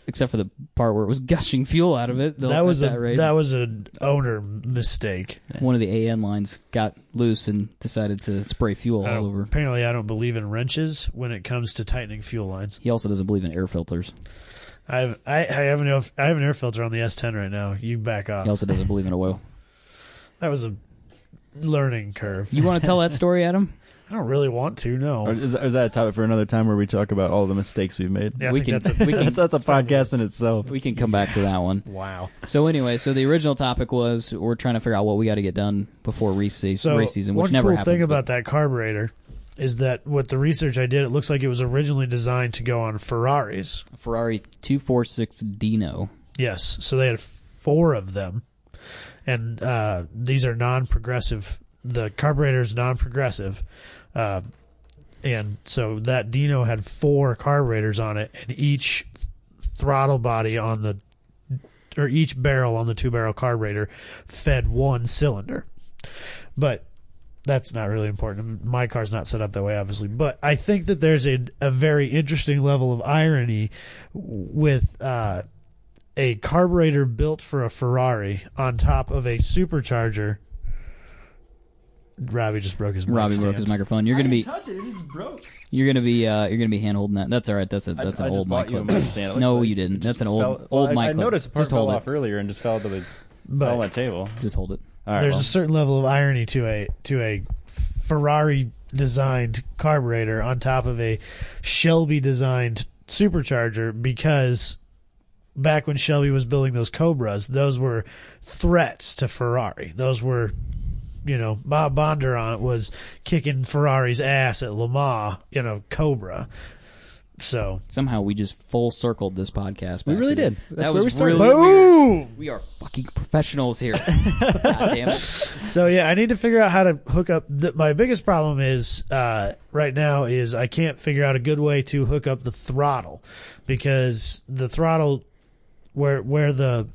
Speaker 1: except for the part where it was gushing fuel out of it. the-
Speaker 2: that was
Speaker 1: at
Speaker 2: a
Speaker 1: that race.
Speaker 2: that was an owner mistake.
Speaker 1: one of the AN lines got loose and decided to spray fuel
Speaker 2: I
Speaker 1: all
Speaker 2: don't-
Speaker 1: over.
Speaker 2: Apparently, I don't believe in wrenches when it comes to tightening fuel lines.
Speaker 1: He also doesn't believe in air filters.
Speaker 2: I have, I, I have an air- I have an air filter on the S10 right now. You back off.
Speaker 1: He also doesn't believe in oil.
Speaker 2: That was a learning curve.
Speaker 1: You want to tell that story, Adam?
Speaker 2: I don't really want to. No.
Speaker 3: Or is, is that a topic for another time where we talk about all the mistakes we've made?
Speaker 2: yeah, I
Speaker 1: we
Speaker 2: think
Speaker 1: can
Speaker 2: that's a,
Speaker 1: we can
Speaker 3: That's, that's a podcast in itself.
Speaker 1: we can come back to that one.
Speaker 2: wow.
Speaker 1: So anyway, so the original topic was we're trying to figure out what we got to get done before race season,
Speaker 2: So
Speaker 1: race season which
Speaker 2: one
Speaker 1: never
Speaker 2: cool
Speaker 1: happens.
Speaker 2: thing
Speaker 1: but-
Speaker 2: about that carburetor is that with the research I did, it looks like it was originally designed to go on Ferraris.
Speaker 1: Ferrari 246 Dino.
Speaker 2: Yes, so they had four of them, and uh, these are non-progressive. The carburetor is non-progressive, uh, and so that Dino had four carburetors on it, and each throttle body on the or each barrel on the two-barrel carburetor fed one cylinder, but. That's not really important. My car's not set up that way, obviously. But I think that there's a, a very interesting level of irony with uh, a carburetor built for a Ferrari on top of a supercharger. Robbie just broke his mic
Speaker 1: Robbie
Speaker 2: stand.
Speaker 1: broke his microphone. You're gonna be
Speaker 3: touch it. It just broke.
Speaker 1: You're gonna be uh, you're gonna be hand holding that. That's all right. That's a that's
Speaker 3: I,
Speaker 1: an
Speaker 3: I
Speaker 1: old
Speaker 3: just bought
Speaker 1: mic
Speaker 3: you a
Speaker 1: clip.
Speaker 3: mic stand. It looks
Speaker 1: No,
Speaker 3: like
Speaker 1: you
Speaker 3: it
Speaker 1: didn't.
Speaker 3: just
Speaker 1: That's an old
Speaker 3: fell- well,
Speaker 1: old
Speaker 3: I,
Speaker 1: mic
Speaker 3: I
Speaker 1: clip.
Speaker 3: noticed a part
Speaker 1: just
Speaker 3: fell
Speaker 1: hold
Speaker 3: off
Speaker 1: it.
Speaker 3: earlier and just fell to the
Speaker 2: But
Speaker 3: fell on the table.
Speaker 1: Just hold it.
Speaker 3: All right,
Speaker 2: there's
Speaker 3: well,
Speaker 2: a certain level of irony to a to a Ferrari designed carburetor on top of a Shelby designed supercharger because back when Shelby was building those Cobras, those were threats to Ferrari. Those were you know, Bob Bondurant was kicking Ferrari's ass at Le Mans in a Cobra. So
Speaker 1: Somehow we just full circled this podcast.
Speaker 3: We
Speaker 1: back
Speaker 3: really
Speaker 1: today.
Speaker 3: did. That's
Speaker 1: that
Speaker 3: where
Speaker 1: was
Speaker 3: we started.
Speaker 1: really weird.
Speaker 2: Boom!
Speaker 1: We are fucking professionals here. God damn it.
Speaker 2: So yeah, I need to figure out how to hook up. The, my biggest problem is uh, right now is I can't figure out a good way to hook up the throttle because the throttle where where the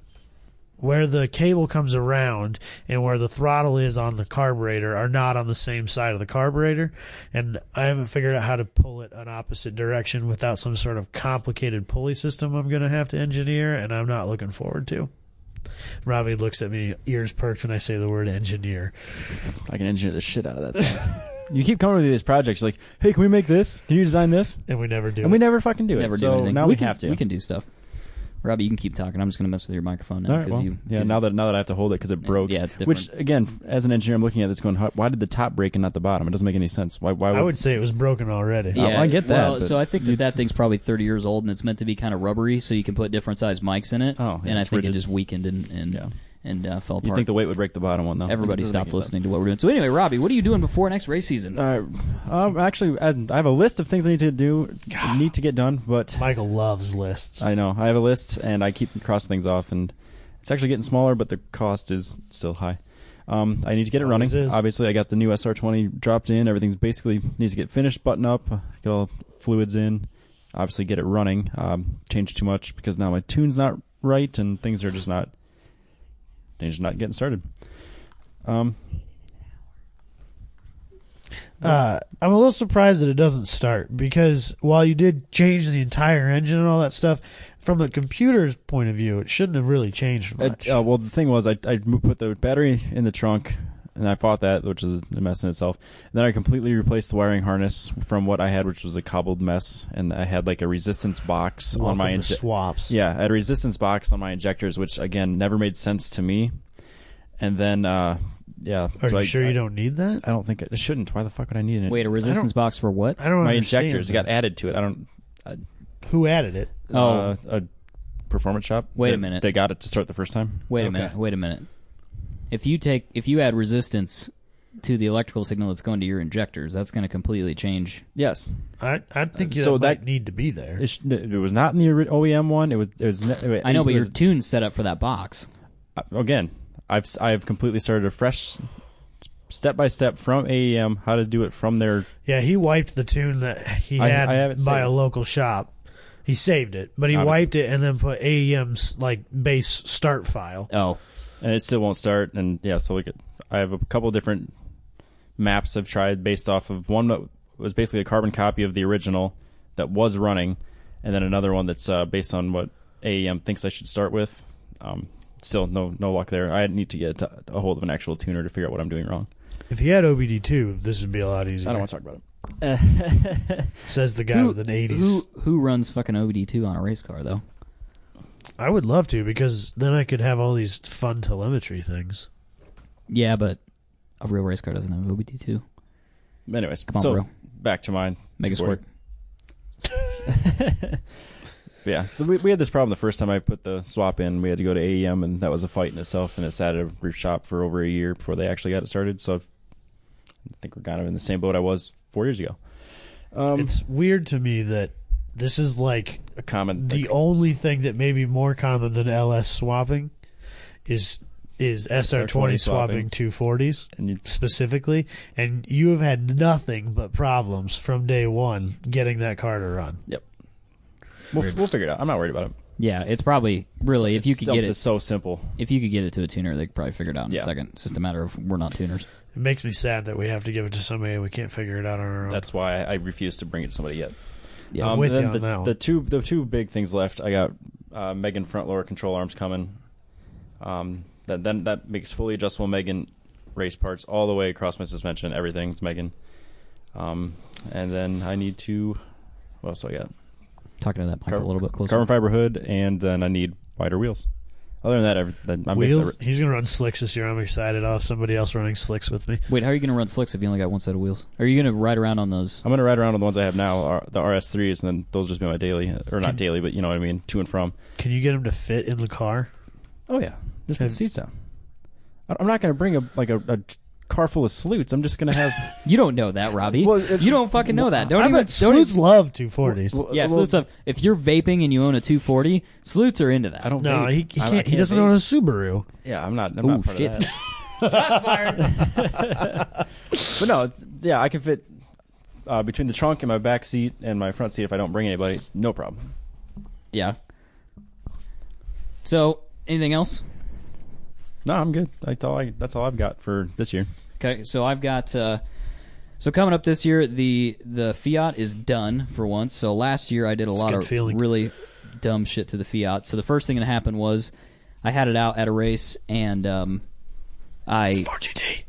Speaker 2: where the cable comes around and where the throttle is on the carburetor are not on the same side of the carburetor and I haven't figured out how to pull it an opposite direction without some sort of complicated pulley system I'm going to have to engineer and I'm not looking forward to. Robbie looks at me, ears perked when I say the word engineer.
Speaker 3: I can engineer the shit out of that. thing. you keep coming with these projects like, hey, can we make this? Can you design this?
Speaker 2: And we never do.
Speaker 3: And we never fucking do it.
Speaker 1: Never do
Speaker 3: so
Speaker 1: anything.
Speaker 3: Now we,
Speaker 1: we, can,
Speaker 3: have to.
Speaker 1: We can do stuff. Robbie, you can keep talking. I'm just gonna mess with your microphone now
Speaker 3: All right,
Speaker 1: because
Speaker 3: well,
Speaker 1: you.
Speaker 3: yeah.
Speaker 1: 'cause-
Speaker 3: Now that now that I have to hold it because it broke.
Speaker 1: yeah, it's different.
Speaker 3: Which again, as an engineer, I'm looking at this going, "Huh, why did the top break and not the bottom? It doesn't make any sense. Why? Why would,
Speaker 2: I would say it was broken already.
Speaker 1: Yeah,
Speaker 3: Oh, I get that,
Speaker 1: Well,
Speaker 3: but
Speaker 1: so I think that that thing's probably 30 years old and it's meant to be kind of rubbery, so you can put different size mics in it.
Speaker 3: Oh, yeah,
Speaker 1: and I
Speaker 3: it's
Speaker 1: think it
Speaker 3: rigid.
Speaker 1: just weakened and and
Speaker 3: Yeah.
Speaker 1: and uh, fell apart.
Speaker 3: you think the weight would break the bottom one though?
Speaker 1: Everybody
Speaker 3: It doesn't
Speaker 1: stopped
Speaker 3: make any sense.
Speaker 1: listening to what we're doing. So anyway, Robbie, what are you doing before next race season?
Speaker 3: Uh, um, actually, I I have a list of things I need to do, need to get done, but
Speaker 2: Michael loves lists.
Speaker 3: I know I have a list and I keep crossing things off, and it's actually getting smaller, but the cost is still high. Um, I need to get it running.
Speaker 2: Always is.
Speaker 3: Obviously, I got the new SR20 dropped in. Everything's basically needs to get finished, button up, get all fluids in. Obviously, get it running. Um, change too much because now my tune's not right and things are just not things are not getting started. Um,
Speaker 2: Uh, I'm a little surprised that it doesn't start because while you did change the entire engine and all that stuff, from the computer's point of view, it shouldn't have really changed
Speaker 3: It,
Speaker 2: much.
Speaker 3: uh, well, the thing was, I, I mo- put the battery in the trunk, and I fought that, which is a mess in itself. And then I completely replaced the wiring harness from what I had, which was a cobbled mess, and I had like a resistance box on
Speaker 2: Welcome
Speaker 3: my
Speaker 2: to
Speaker 3: inje-
Speaker 2: swaps.
Speaker 3: yeah, I had a resistance box on my injectors, which again never made sense to me. And then, uh, yeah,
Speaker 2: Are
Speaker 3: so
Speaker 2: you
Speaker 3: I,
Speaker 2: sure
Speaker 3: I,
Speaker 2: you don't need that?
Speaker 3: I don't think it shouldn't. Why the fuck would I need it?
Speaker 1: Wait, a resistance box for what?
Speaker 2: I don't
Speaker 3: my
Speaker 2: understand
Speaker 3: injectors it
Speaker 2: that.
Speaker 3: got added to it. I don't. I,
Speaker 2: Who added it?
Speaker 1: Oh.
Speaker 3: uh, a performance shop.
Speaker 1: Wait a
Speaker 3: They-
Speaker 1: minute.
Speaker 3: They got it to start the first time.
Speaker 1: Wait a
Speaker 2: Okay.
Speaker 1: minute. Wait a minute. If you take if you add resistance to the electrical signal that's going to your injectors, that's going to completely change.
Speaker 3: Yes,
Speaker 2: I I think
Speaker 3: Uh, so
Speaker 2: that might
Speaker 3: that-
Speaker 2: need to be there.
Speaker 3: It, sh- it was not in the ori- OEM one. It was. It was. ne-
Speaker 1: I know,
Speaker 3: it
Speaker 1: but your
Speaker 3: was-
Speaker 1: tune's set up for that box.
Speaker 3: again. I've s- I've completely started a fresh, step by step from AEM how to do it from their.
Speaker 2: Yeah, he wiped the tune that he
Speaker 3: I-
Speaker 2: had
Speaker 3: I have it
Speaker 2: by
Speaker 3: saved.
Speaker 2: a local shop. He saved it, but he
Speaker 3: Obviously.
Speaker 2: wiped it and then put AEM's like base start file.
Speaker 1: Oh,
Speaker 3: And it still won't start. And yeah, so we could. I have a couple different maps I've tried based off of one that was basically a carbon copy of the original that was running, and then another one that's uh, based on what AEM thinks I should start with. Um, still no no luck there. I need to get a a hold of an actual tuner to figure out what I'm doing wrong.
Speaker 2: If he had OBD two, this would be a lot
Speaker 3: I
Speaker 2: easier.
Speaker 3: don't want to talk about it.
Speaker 2: Says the guy with an
Speaker 1: who
Speaker 2: eighties.
Speaker 1: who runs fucking OBD2 on a race car though?
Speaker 2: I would love to because then I could have all these fun telemetry things.
Speaker 1: Yeah, but a real race car doesn't have OBD2.
Speaker 3: Anyways,
Speaker 1: Come on,
Speaker 3: so
Speaker 1: bro.
Speaker 3: back to mine.
Speaker 1: Make us work.
Speaker 3: Yeah. So we, we had this problem the first time I put the swap in. We had to go to AEM, and that was a fight in itself, and it sat at a roof shop for over a year before they actually got it started. So I've, I think we're kind of in the same boat I was four years ago. Um,
Speaker 2: it's weird to me that this is like
Speaker 3: a common.
Speaker 2: the only thing that may be more common than LS swapping is is SR20
Speaker 3: SR20
Speaker 2: swapping
Speaker 3: swapping.
Speaker 2: 240s
Speaker 3: and you,
Speaker 2: specifically, and you have had nothing but problems from day one getting that car to run.
Speaker 3: yep. We'll, we'll figure it out. I'm not worried about it.
Speaker 1: Yeah, it's probably really if you
Speaker 3: It's
Speaker 1: could
Speaker 3: so-
Speaker 1: get
Speaker 3: It's
Speaker 1: it
Speaker 3: so simple.
Speaker 1: if you could get it to a tuner, they could probably figure it out in a
Speaker 3: Yeah.
Speaker 1: second. It's just a matter of we're not tuners.
Speaker 2: It makes me sad that we have to give it to somebody and we can't figure it out on our own.
Speaker 3: That's why I refuse to bring it to somebody yet.
Speaker 1: Yeah.
Speaker 2: I'm with
Speaker 3: then
Speaker 2: you on
Speaker 3: the,
Speaker 2: that one.
Speaker 3: the two the two big things left. I got uh, Megan front lower control arms coming. Um, that then that makes fully adjustable Megan race parts all the way across my suspension. Everything's Megan. Um, and then I need to. What else do I got?
Speaker 1: Talking to that mic a
Speaker 3: Car-
Speaker 1: little bit closer.
Speaker 3: Carbon fiber hood, and then I need wider wheels. Other than that, every, then I'm basically-
Speaker 2: Wheels. He's gonna run slicks this year. I'm excited. I'll have somebody else running slicks with me.
Speaker 1: Wait, how are you going to run slicks if you only got one set of wheels? Are you going to ride around on those?
Speaker 3: I'm gonna ride around with the ones I have now, R- the RS3s, and then those just be my daily, or not daily, but you know what I mean, to and from.
Speaker 2: Can you get him to fit in the car?
Speaker 3: Oh yeah, just put
Speaker 2: Have-
Speaker 3: the seats down. I- I'm not gonna bring a like a, a car full of sleuts. I'm just gonna have.
Speaker 1: You don't know that, Robbie.
Speaker 3: Well, if-
Speaker 1: you don't fucking know that. Don't
Speaker 2: I
Speaker 1: even.
Speaker 2: bet
Speaker 1: Don't
Speaker 2: sleuths
Speaker 1: even
Speaker 2: love 240s.
Speaker 1: yeah, sleuths. Up. If you're vaping and you own a 240, sleuths are into that.
Speaker 3: I don't.
Speaker 2: no,
Speaker 3: vape.
Speaker 2: he, he
Speaker 3: I- I
Speaker 2: can't. He doesn't
Speaker 3: vape.
Speaker 2: own a Subaru.
Speaker 3: Yeah, I'm not. I'm
Speaker 1: Ooh,
Speaker 3: not part
Speaker 1: shit.
Speaker 3: of that. But no, it's, yeah, I can fit uh, between the trunk and my back seat and my front seat if I don't bring anybody. No problem.
Speaker 1: Yeah. So, anything else?
Speaker 3: No, I'm good. That's all. I, that's all I've got for this year.
Speaker 1: Okay, so I've got uh, so coming up this year, the the Fiat is done for once. So last year I did a lot
Speaker 2: good
Speaker 1: of
Speaker 2: feeling.
Speaker 1: really dumb shit to the Fiat. So the first thing that happened was I had it out at a race and um, I
Speaker 2: RGT.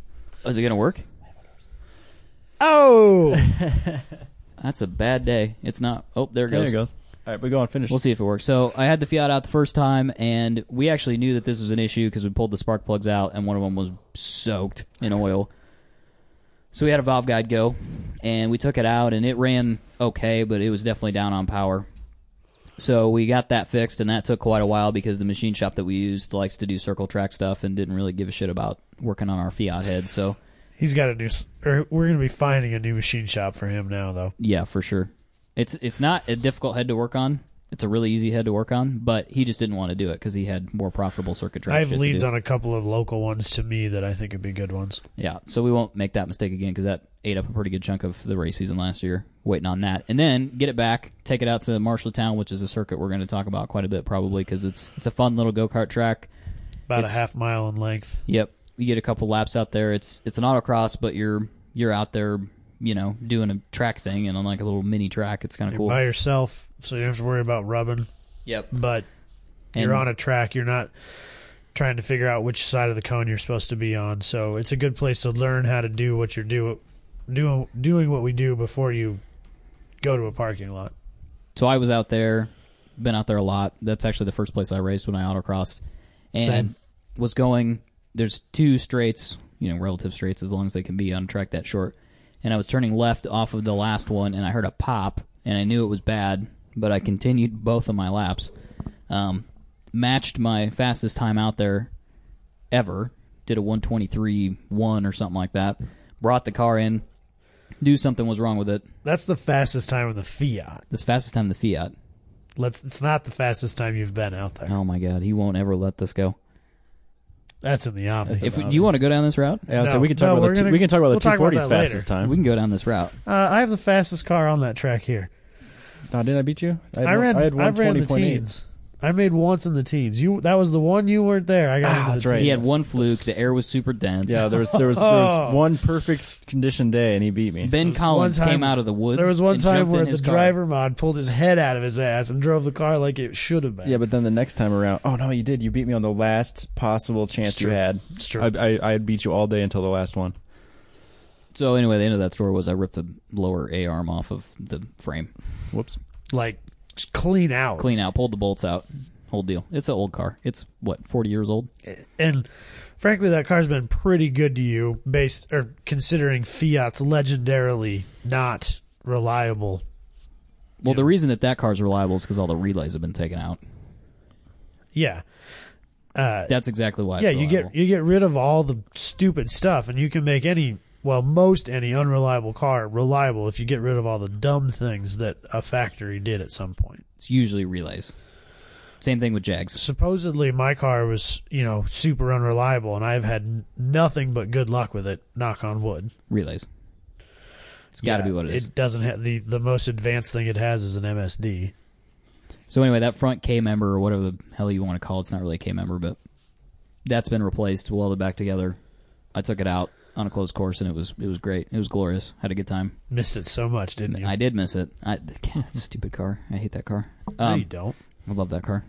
Speaker 1: was it gonna work?
Speaker 2: Oh,
Speaker 1: That's a bad day. It's not. Oh, there it
Speaker 3: There
Speaker 1: goes.
Speaker 3: it goes. All right, we go on. Finish.
Speaker 1: We'll see if it works. So I had the Fiat out the first time, and we actually knew that this was an issue because we pulled the spark plugs out, and one of them was soaked in oil. So we had a valve guide go, and we took it out, and it ran okay, but it was definitely down on power. So we got that fixed, and that took quite a while because the machine shop that we used likes to do circle track stuff and didn't really give a shit about working on our Fiat head. So
Speaker 2: he's got a new. s- Or we're gonna be finding a new machine shop for him now, though.
Speaker 1: Yeah, for sure. It's it's not a difficult head to work on. It's a really easy head to work on, but he just didn't want to do it because he had more profitable circuit track.
Speaker 2: I have
Speaker 1: shit to
Speaker 2: leads
Speaker 1: do.
Speaker 2: on a couple of local ones to me that I think would be good ones.
Speaker 1: Yeah, so we won't make that mistake again because that ate up a pretty good chunk of the race season last year. Waiting on that, and then get it back, take it out to Marshalltown, which is a circuit we're going to talk about quite a bit probably because it's it's a fun little go kart track.
Speaker 2: About
Speaker 1: It's-
Speaker 2: a half mile in length.
Speaker 1: Yep, you get a couple laps out there. It's it's an autocross, but you're you're out there, you know, doing a track thing and on like a little mini track. It's kind of
Speaker 2: You're
Speaker 1: cool.
Speaker 2: by yourself, so you don't have to worry about rubbing.
Speaker 1: Yep.
Speaker 2: But
Speaker 1: And-
Speaker 2: you're on a track. You're not trying to figure out which side of the cone you're supposed to be on. So it's a good place to learn how to do what you're do, do doing what we do before you go to a parking lot.
Speaker 1: So I was out there, been out there a lot. That's actually the first place I raced when I autocrossed, and
Speaker 2: Same.
Speaker 1: was going. There's two straights, you know, relative straights as long as they can be on a track that short. And I was turning left off of the last one, and I heard a pop, and I knew it was bad, but I continued both of my laps. Um, matched my fastest time out there ever. Did a 123 1 or something like that. Brought the car in. Knew something was wrong with it.
Speaker 2: That's the fastest time of the Fiat.
Speaker 1: This fastest time, the Fiat.
Speaker 2: Let's. It's not the fastest time you've been out there.
Speaker 1: Oh my god, he won't ever let this go.
Speaker 2: That's in the Omni.
Speaker 3: That's
Speaker 1: If
Speaker 3: about
Speaker 1: do you
Speaker 3: it.
Speaker 1: want to go down this route,
Speaker 3: Yeah, so
Speaker 2: No,
Speaker 3: we can talk
Speaker 2: no,
Speaker 3: about
Speaker 2: we're
Speaker 3: the
Speaker 2: gonna-
Speaker 3: we can talk about
Speaker 2: we'll
Speaker 3: the
Speaker 2: talk about
Speaker 3: 240s
Speaker 2: that
Speaker 3: fastest time.
Speaker 1: we can go down this route.
Speaker 2: Uh, I have the fastest car on that track here.
Speaker 3: Oh, did I beat you? had
Speaker 2: I
Speaker 3: one-
Speaker 2: ran.
Speaker 3: I had
Speaker 2: I ran the
Speaker 3: 120.8.
Speaker 2: teens. I made once in the teens. You that was the one you weren't there. I got
Speaker 3: Ah,
Speaker 2: into the
Speaker 3: that's right.
Speaker 1: He had
Speaker 3: yes.
Speaker 1: one fluke. The air was super dense.
Speaker 3: Yeah, there was there was there was
Speaker 2: Oh.
Speaker 3: one perfect condition day, and he beat me.
Speaker 1: Ben Collins
Speaker 2: one time-
Speaker 1: came out of the woods.
Speaker 2: There was one
Speaker 1: and jumped
Speaker 2: time
Speaker 1: in
Speaker 2: where the
Speaker 1: his car.
Speaker 2: driver mod pulled his head out of his ass and drove the car like it should have been.
Speaker 3: Yeah, but then the next time around, oh no, you did. You beat me on the last possible chance
Speaker 2: It's
Speaker 3: you
Speaker 2: true.
Speaker 3: had.
Speaker 2: It's true.
Speaker 3: I, I I beat you all day until the last one.
Speaker 1: So anyway, the end of that story was I ripped the lower A arm off of the frame,
Speaker 3: Whoops.
Speaker 2: like just clean out.
Speaker 1: clean out, pulled the bolts out, whole deal. It's an old car. It's what forty years old.
Speaker 2: And frankly, that car's been pretty good to you, based or considering Fiat's legendarily not reliable.
Speaker 1: Well, the reason that that car's reliable is because all the relays have been taken out.
Speaker 2: Yeah. Uh,
Speaker 1: That's exactly why. it's
Speaker 2: yeah, you
Speaker 1: reliable.
Speaker 2: get you get rid of all the stupid stuff, and you can make any well most any unreliable car reliable if you get rid of all the dumb things that a factory did at some point.
Speaker 1: it's usually relays. Same thing with Jags.
Speaker 2: supposedly my car was you know super unreliable and i've had n- nothing but good luck with it knock on wood
Speaker 1: Relays. It's got to be what it is.
Speaker 2: it doesn't have the the most advanced thing it has is an msd
Speaker 1: So anyway, that front K member or whatever the hell you want to call it, it's not really a K member, but that's been replaced, welded back together. I took it out on a closed course, and it was it was great. It was glorious. Had a good time.
Speaker 2: missed it so much didn't you
Speaker 1: I did miss it. I, stupid car. I hate that car.
Speaker 2: no,
Speaker 1: Um,
Speaker 2: you don't
Speaker 1: I love that car.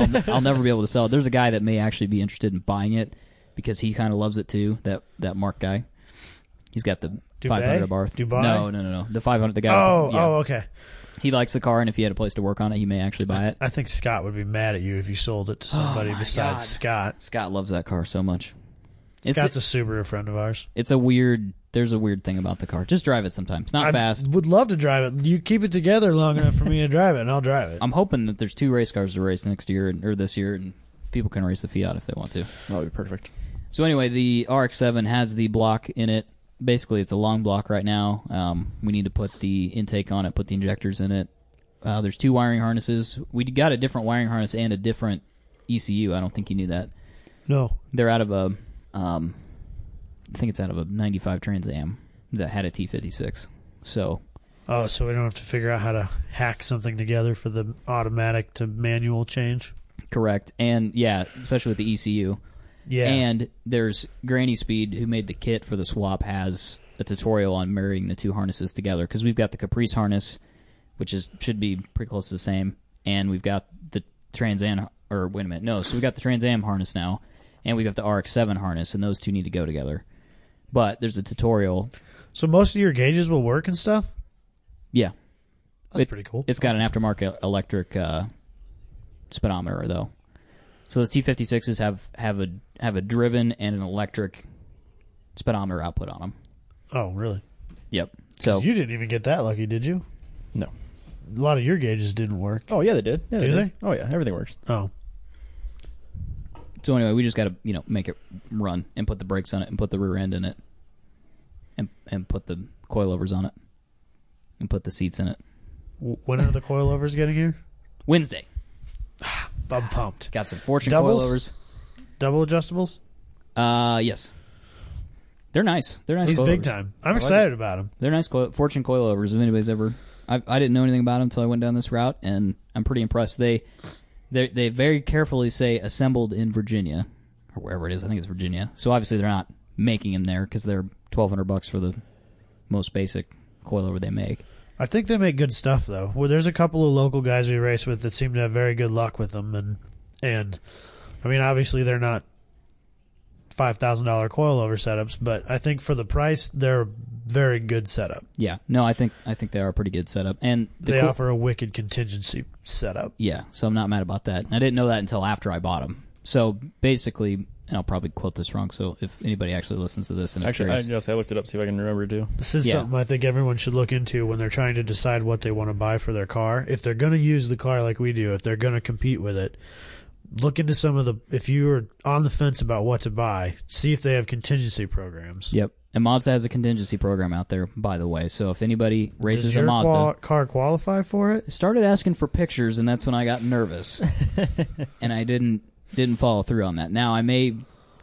Speaker 1: I'll, ne- I'll never be able to sell it. There's a guy that may actually be interested in buying it because he kind of loves it too. That that Mark guy. He's got the
Speaker 2: Dubai?
Speaker 1: 500 Abarth.
Speaker 2: Dubai?
Speaker 1: No, no, no, no. The 500. The guy.
Speaker 2: oh
Speaker 1: yeah.
Speaker 2: oh okay
Speaker 1: He likes the car, and if he had a place to work on it, he may actually buy it. Oh
Speaker 2: i think scott would be mad at you if you sold it to somebody
Speaker 1: my
Speaker 2: besides
Speaker 1: God.
Speaker 2: scott
Speaker 1: Scott loves that car so much. It's
Speaker 2: scott's
Speaker 1: a,
Speaker 2: a, subaru friend of ours
Speaker 1: it's a weird. There's a weird thing about the car. Just drive it sometimes. Not
Speaker 2: i
Speaker 1: fast.
Speaker 2: would love to drive it you keep it together long enough for me to drive it and i'll drive it
Speaker 1: I'm hoping that there's two race cars to race next year and, or this year, and people can race the Fiat if they want to.
Speaker 3: That would be perfect.
Speaker 1: So anyway, the RX-7 has the block in it. Basically, it's a long block right now. Um, we need to put the intake on it, put the injectors in it. Uh, there's two wiring harnesses. We got a different wiring harness and a different ECU. I don't think you knew that.
Speaker 2: no
Speaker 1: They're out of a, um, I think it's out of a '95 Trans Am that had a T56. So
Speaker 2: Oh, so we don't have to figure out how to hack something together for the automatic to manual change?
Speaker 1: correct, and yeah, especially with the ECU.
Speaker 2: Yeah.
Speaker 1: And there's Granny Speed, who made the kit for the swap, has a tutorial on marrying the two harnesses together because we've got the Caprice harness, which is should be pretty close to the same, and we've got the Trans Am or wait a minute, no, so we've got the Trans Am harness now, and we've got the RX-7 harness, and those two need to go together. But there's a tutorial.
Speaker 2: so most of your gauges will work and stuff?
Speaker 1: Yeah,
Speaker 2: That's
Speaker 1: It-
Speaker 2: pretty cool.
Speaker 1: it's got an aftermarket electric uh, speedometer though. So those T56s have have a have a driven and an electric speedometer output on them.
Speaker 2: oh, really?
Speaker 1: Yep. So
Speaker 2: you didn't even get that lucky, did you?
Speaker 3: No.
Speaker 2: A lot of your gauges didn't work.
Speaker 3: Oh yeah, they did. Yeah,
Speaker 2: Do
Speaker 3: did. Oh yeah, everything works.
Speaker 2: Oh.
Speaker 1: so anyway, we just got to you know make it run and put the brakes on it and put the rear end in it, and and put the coilovers on it, and put the seats in it.
Speaker 2: W- When are the coilovers getting here?
Speaker 1: Wednesday
Speaker 2: I'm pumped.
Speaker 1: got some fortune
Speaker 2: Doubles?
Speaker 1: coilovers.
Speaker 2: Double adjustables?
Speaker 1: Uh, yes, they're nice. They're nice.
Speaker 2: He's
Speaker 1: coilovers.
Speaker 2: big time. I'm excited about him.
Speaker 1: They're nice coil- fortune coilovers. If anybody's ever, I, I didn't know anything about them until I went down this route, and I'm pretty impressed. They, they, they very carefully say assembled in Virginia, or wherever it is. I think it's Virginia. So obviously they're not making them there because they're 1,200 bucks for the most basic coilover they make.
Speaker 2: I think they make good stuff though. Well, there's a couple of local guys we race with that seem to have very good luck with them, and and I mean, obviously they're not five thousand dollar coilover setups, but I think for the price, they're a very good setup.
Speaker 1: Yeah, no, I think I think they are a pretty good setup, and the
Speaker 2: they
Speaker 1: cool-
Speaker 2: offer a wicked contingency setup.
Speaker 1: Yeah, so I'm not mad about that. I didn't know that until after I bought them. So basically, and I'll probably quote this wrong. So if anybody actually listens to this and is
Speaker 3: Actually, I
Speaker 1: curious,
Speaker 3: just I looked it up see if I can remember too.
Speaker 2: This is
Speaker 1: Yeah.
Speaker 2: something I think everyone should look into when they're trying to decide what they want to buy for their car. If they're going to use the car like we do, if they're going to compete with it, look into some of the. If you are on the fence about what to buy, see if they have contingency programs.
Speaker 1: yep. And Mazda has a contingency program out there, by the way. So if anybody
Speaker 2: Does
Speaker 1: races a
Speaker 2: your
Speaker 1: Mazda,
Speaker 2: qual- car qualify for it?
Speaker 1: started asking for pictures, and that's when I got nervous, and I didn't didn't follow through on that. Now I may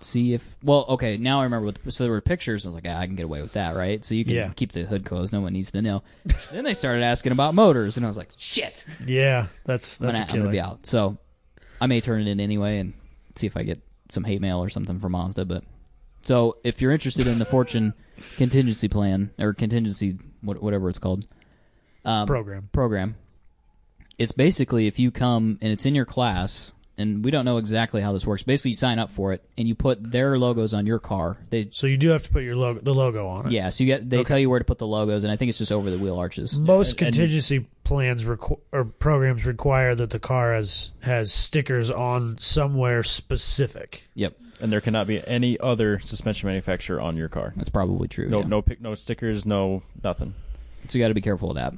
Speaker 1: see if well, okay. Now I remember. What the, so there were pictures. And I was like, ah, I can get away with that, right? So you can
Speaker 2: Yeah.
Speaker 1: keep the hood closed. No one needs to know. then they started asking about motors, and I was like, shit.
Speaker 2: Yeah, that's
Speaker 1: I'm gonna-
Speaker 2: that's a
Speaker 1: I'm gonna
Speaker 2: killer.
Speaker 1: be out. So I may turn it in anyway and see if I get some hate mail or something from Mazda. But so if you're interested in the Fortune contingency plan or contingency what- whatever it's called um,
Speaker 2: Program.
Speaker 1: program, it's basically if you come and it's in your class. And we don't know exactly how this works. Basically, you sign up for it, and you put their logos on your car. They,
Speaker 2: So you do have to put your logo, the logo on it.
Speaker 1: yeah, so you get they tell you where to put the logos, and I think it's just over the wheel arches.
Speaker 2: Most
Speaker 3: and-
Speaker 2: contingency plans requ- or programs require that the car has has stickers on somewhere specific.
Speaker 1: Yep,
Speaker 3: And there cannot be any other suspension manufacturer on your car.
Speaker 1: that's probably true.
Speaker 3: No,
Speaker 1: yeah.
Speaker 3: no pic, no stickers, no nothing.
Speaker 1: So you got to be careful of that.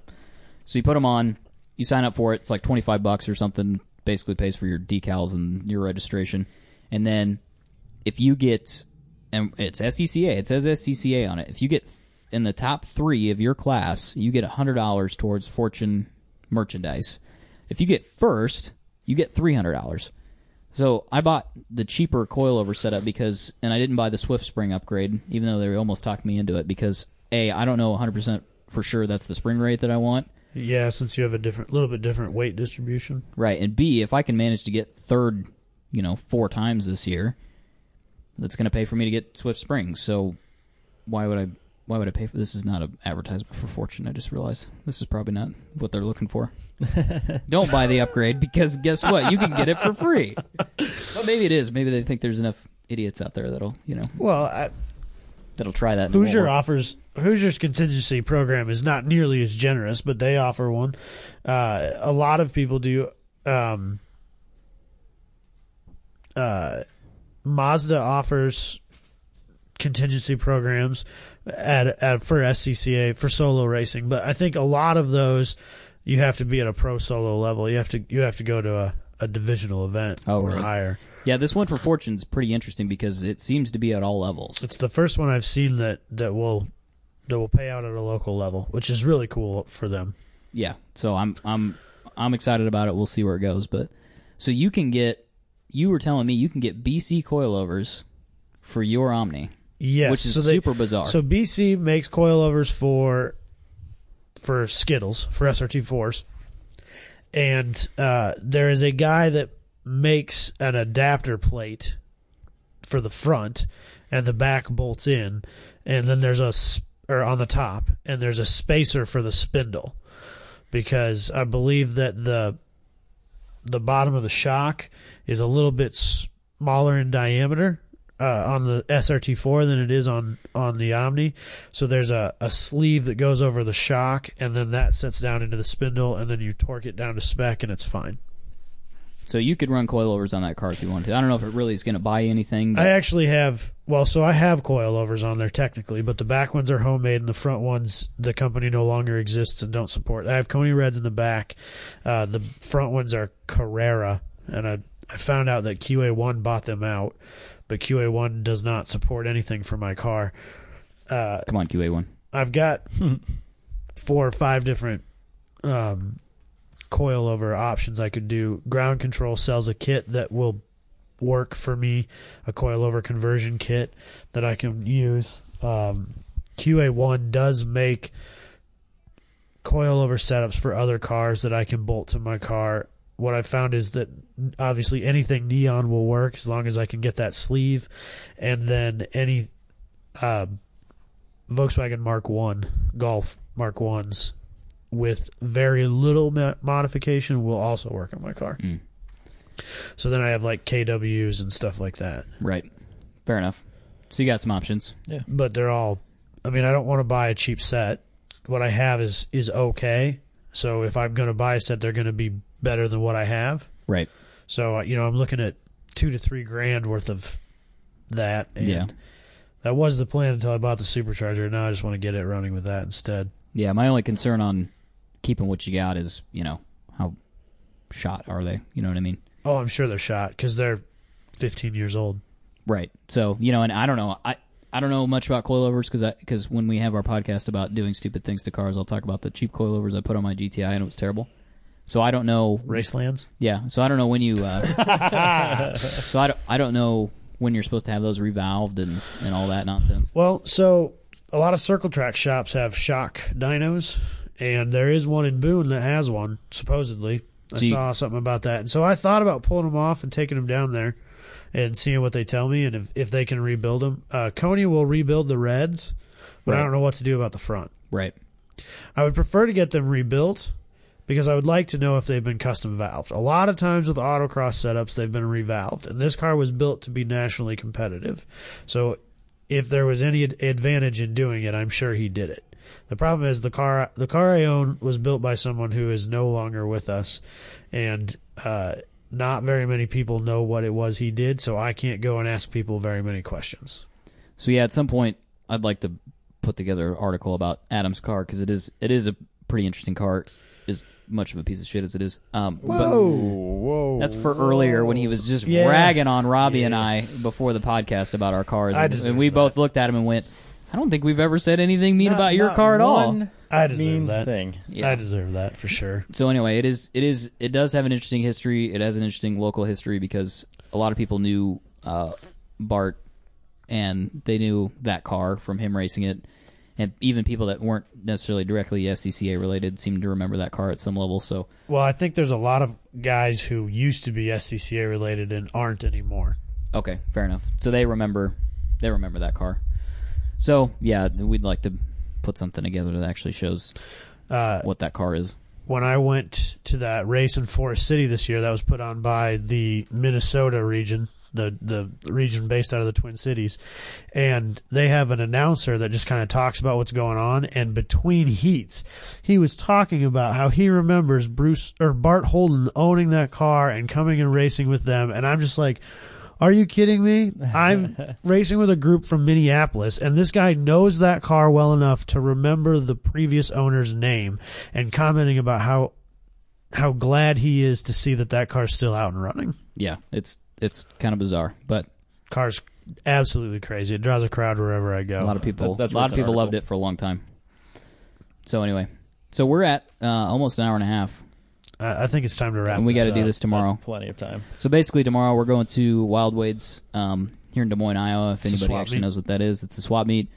Speaker 1: So you put them on, you sign up for it. It's like 25 bucks or something. Basically pays for your decals and your registration. And then if you get, and it's SCCA, it says SCCA on it. If you get in the top three of your class, you get $100 towards Fortune merchandise. If you get first, you get $300. So I bought the cheaper coilover setup because, and I didn't buy the Swift spring upgrade, even though they almost talked me into it because a I don't know 100 percent for sure that's the spring rate that I want,
Speaker 2: Yeah, since you have a different, little bit different weight distribution.
Speaker 1: right? And b if I can manage to get third, you know, four times this year, that's going to pay for me to get Swift Springs. So why would I? Why would I pay for this? Is not an advertisement for Fortune. I just realized this is probably not what they're looking for. don't buy the upgrade because guess what? You can get it for free. But maybe it is. Maybe they think there's enough idiots out there that'll you know
Speaker 2: Well, I,
Speaker 1: that'll try that. and it won't
Speaker 2: Hoosier
Speaker 1: work.
Speaker 2: offers Hoosier's contingency program is not nearly as generous, but they offer one. Uh, a lot of people do. Um, uh, Mazda offers contingency programs at, at for SCCA for solo racing, but I think a lot of those you have to be at a pro solo level. You have to you have to go to a, a divisional event
Speaker 1: Oh,
Speaker 2: or
Speaker 1: really?
Speaker 2: higher.
Speaker 1: Yeah, this one for Fortune's pretty interesting because it seems to be at all levels.
Speaker 2: It's the first one I've seen that that will that will pay out at a local level, which is really cool for them.
Speaker 1: Yeah, so I'm I'm I'm excited about it. We'll see where it goes, but so you can get you were telling me you can get BC coilovers for your Omni,
Speaker 2: Yes,
Speaker 1: which is
Speaker 2: so they-
Speaker 1: super bizarre.
Speaker 2: So BC makes coilovers for for Skittles for SRT fours, and uh, there is a guy that makes an adapter plate for the front, and the back bolts in, and then there's a s- or on the top, and there's a spacer for the spindle, because I believe that the the bottom of the shock is a little bit smaller in diameter uh, on the SRT4 than it is on on the Omni. So there's a, a sleeve that goes over the shock, and then that sets down into the spindle, and then you torque it down to spec, and it's fine.
Speaker 1: So you could run coilovers on that car if you wanted to. I don't know if it really is going to buy anything. But
Speaker 2: I actually have well, so I have coilovers on there technically, but the back ones are homemade, and the front ones the company no longer exists and don't support. I have Coney Reds in the back. Uh, the front ones are Carrera, and I I found out that QA1 bought them out, but QA1 does not support anything for my car. Uh,
Speaker 1: Come on, QA one.
Speaker 2: I've got four or five different um, coilover options I could do. Ground Control sells a kit that will work for me, a coilover conversion kit that I can use. Um, QA1 does make coilover setups for other cars that I can bolt to my car. What I found is that obviously anything neon will work as long as I can get that sleeve, and then any uh, Volkswagen Mark One Golf Mark Ones with very little mo- modification will also work on my car.
Speaker 1: Mm.
Speaker 2: So then I have like KWs and stuff like that,
Speaker 1: Right. Fair enough. So you got some options.
Speaker 2: but they're all. I mean, I don't want to buy a cheap set. What I have is is okay. So if I'm going to buy a set, they're going to be better than what I have.
Speaker 1: Right.
Speaker 2: So uh, you know, I'm looking at two to three grand worth of that. And
Speaker 1: Yeah.
Speaker 2: That was the plan until I bought the supercharger. Now I just want to get it running with that instead.
Speaker 1: Yeah, my only concern on keeping what you got is, you know, how shot are they? You know what I mean?
Speaker 2: Oh, I'm sure they're shot because they're 15 years old.
Speaker 1: Right. So, you know, and I don't know. I I don't know much about coilovers because because when we have our podcast about doing stupid things to cars, I'll talk about the cheap coilovers I put on my GTI and it was terrible. So I don't know.
Speaker 2: Racelands.
Speaker 1: Yeah. So I don't know when you. Uh, so I don't, I don't know when you're supposed to have those revolved and and all that nonsense.
Speaker 2: Well, so a lot of circle track shops have shock dynos, and there is one in Boone that has one supposedly. I
Speaker 1: Gee.
Speaker 2: saw something about that, and so I thought about pulling them off and taking them down there and seeing what they tell me and if, if they can rebuild them. Uh, Coney will rebuild the reds, but I
Speaker 1: Right.
Speaker 2: don't know what to do about the front.
Speaker 1: Right.
Speaker 2: I would prefer to get them rebuilt because I would like to know if they've been custom valved. A lot of times with autocross setups, they've been revalved, and this car was built to be nationally competitive. So if there was any ad- advantage in doing it, I'm sure he did it. The problem is the car the car I own was built by someone who is no longer with us, and uh, not very many people know what it was he did, so I can't go and ask people very many questions.
Speaker 1: So yeah, at some point, I'd like to put together an article about Adam's car because it is it is a pretty interesting car. As much of a piece of shit as it is. Um,
Speaker 2: Oh,
Speaker 1: Whoa.
Speaker 3: Whoa.
Speaker 1: That's for earlier when he was just
Speaker 2: Yeah.
Speaker 1: ragging on Robbie and I before the podcast about our cars.
Speaker 2: I
Speaker 1: And,
Speaker 2: deserve
Speaker 1: and we
Speaker 2: that.
Speaker 1: both looked at him and went, I don't think we've ever said anything mean about your car at all.
Speaker 2: I deserve that.
Speaker 3: thing.
Speaker 1: Yeah.
Speaker 2: I deserve that for sure.
Speaker 1: So anyway, it is it is it does have an interesting history. It has an interesting local history because a lot of people knew uh, Bart and they knew that car from him racing it. And even people that weren't necessarily directly SCCA related seemed to remember that car at some level. So
Speaker 2: Well, I think there's a lot of guys who used to be SCCA related and aren't anymore.
Speaker 1: Okay, fair enough. So they remember, they remember that car. So yeah, we'd like to put something together that actually shows
Speaker 2: Uh,
Speaker 1: what that car is.
Speaker 2: when I went to that race in Forest City this year, that was put on by the Minnesota region, the the region based out of the Twin Cities, and they have an announcer that just kind of talks about what's going on. And between heats, he was talking about how he remembers Bruce or Bart Holden owning that car and coming and racing with them. And I'm just like. Are you kidding me? I'm racing with a group from Minneapolis, and this guy knows that car well enough to remember the previous owner's name and commenting about how how glad he is to see that that car's still out and running.
Speaker 1: Yeah, it's it's kind of bizarre, but
Speaker 2: Car's absolutely crazy. It draws a crowd wherever I go.
Speaker 1: a lot of people,
Speaker 3: Oh, That's- that's
Speaker 1: a lot of
Speaker 3: worth an
Speaker 1: people loved
Speaker 3: article.
Speaker 1: it for a long time. So anyway, so we're at uh, almost an hour and a half,
Speaker 2: I, I think it's time to wrap.
Speaker 1: and we got to
Speaker 2: this
Speaker 1: do
Speaker 2: up.
Speaker 1: this tomorrow.
Speaker 3: That's uh, plenty of time.
Speaker 1: So basically, tomorrow we're going to Wild Wade's um, here in Des Moines, Iowa. If
Speaker 2: It's a
Speaker 1: anybody
Speaker 2: swap
Speaker 1: actually
Speaker 2: meet.
Speaker 1: knows what that is, it's a swap meet.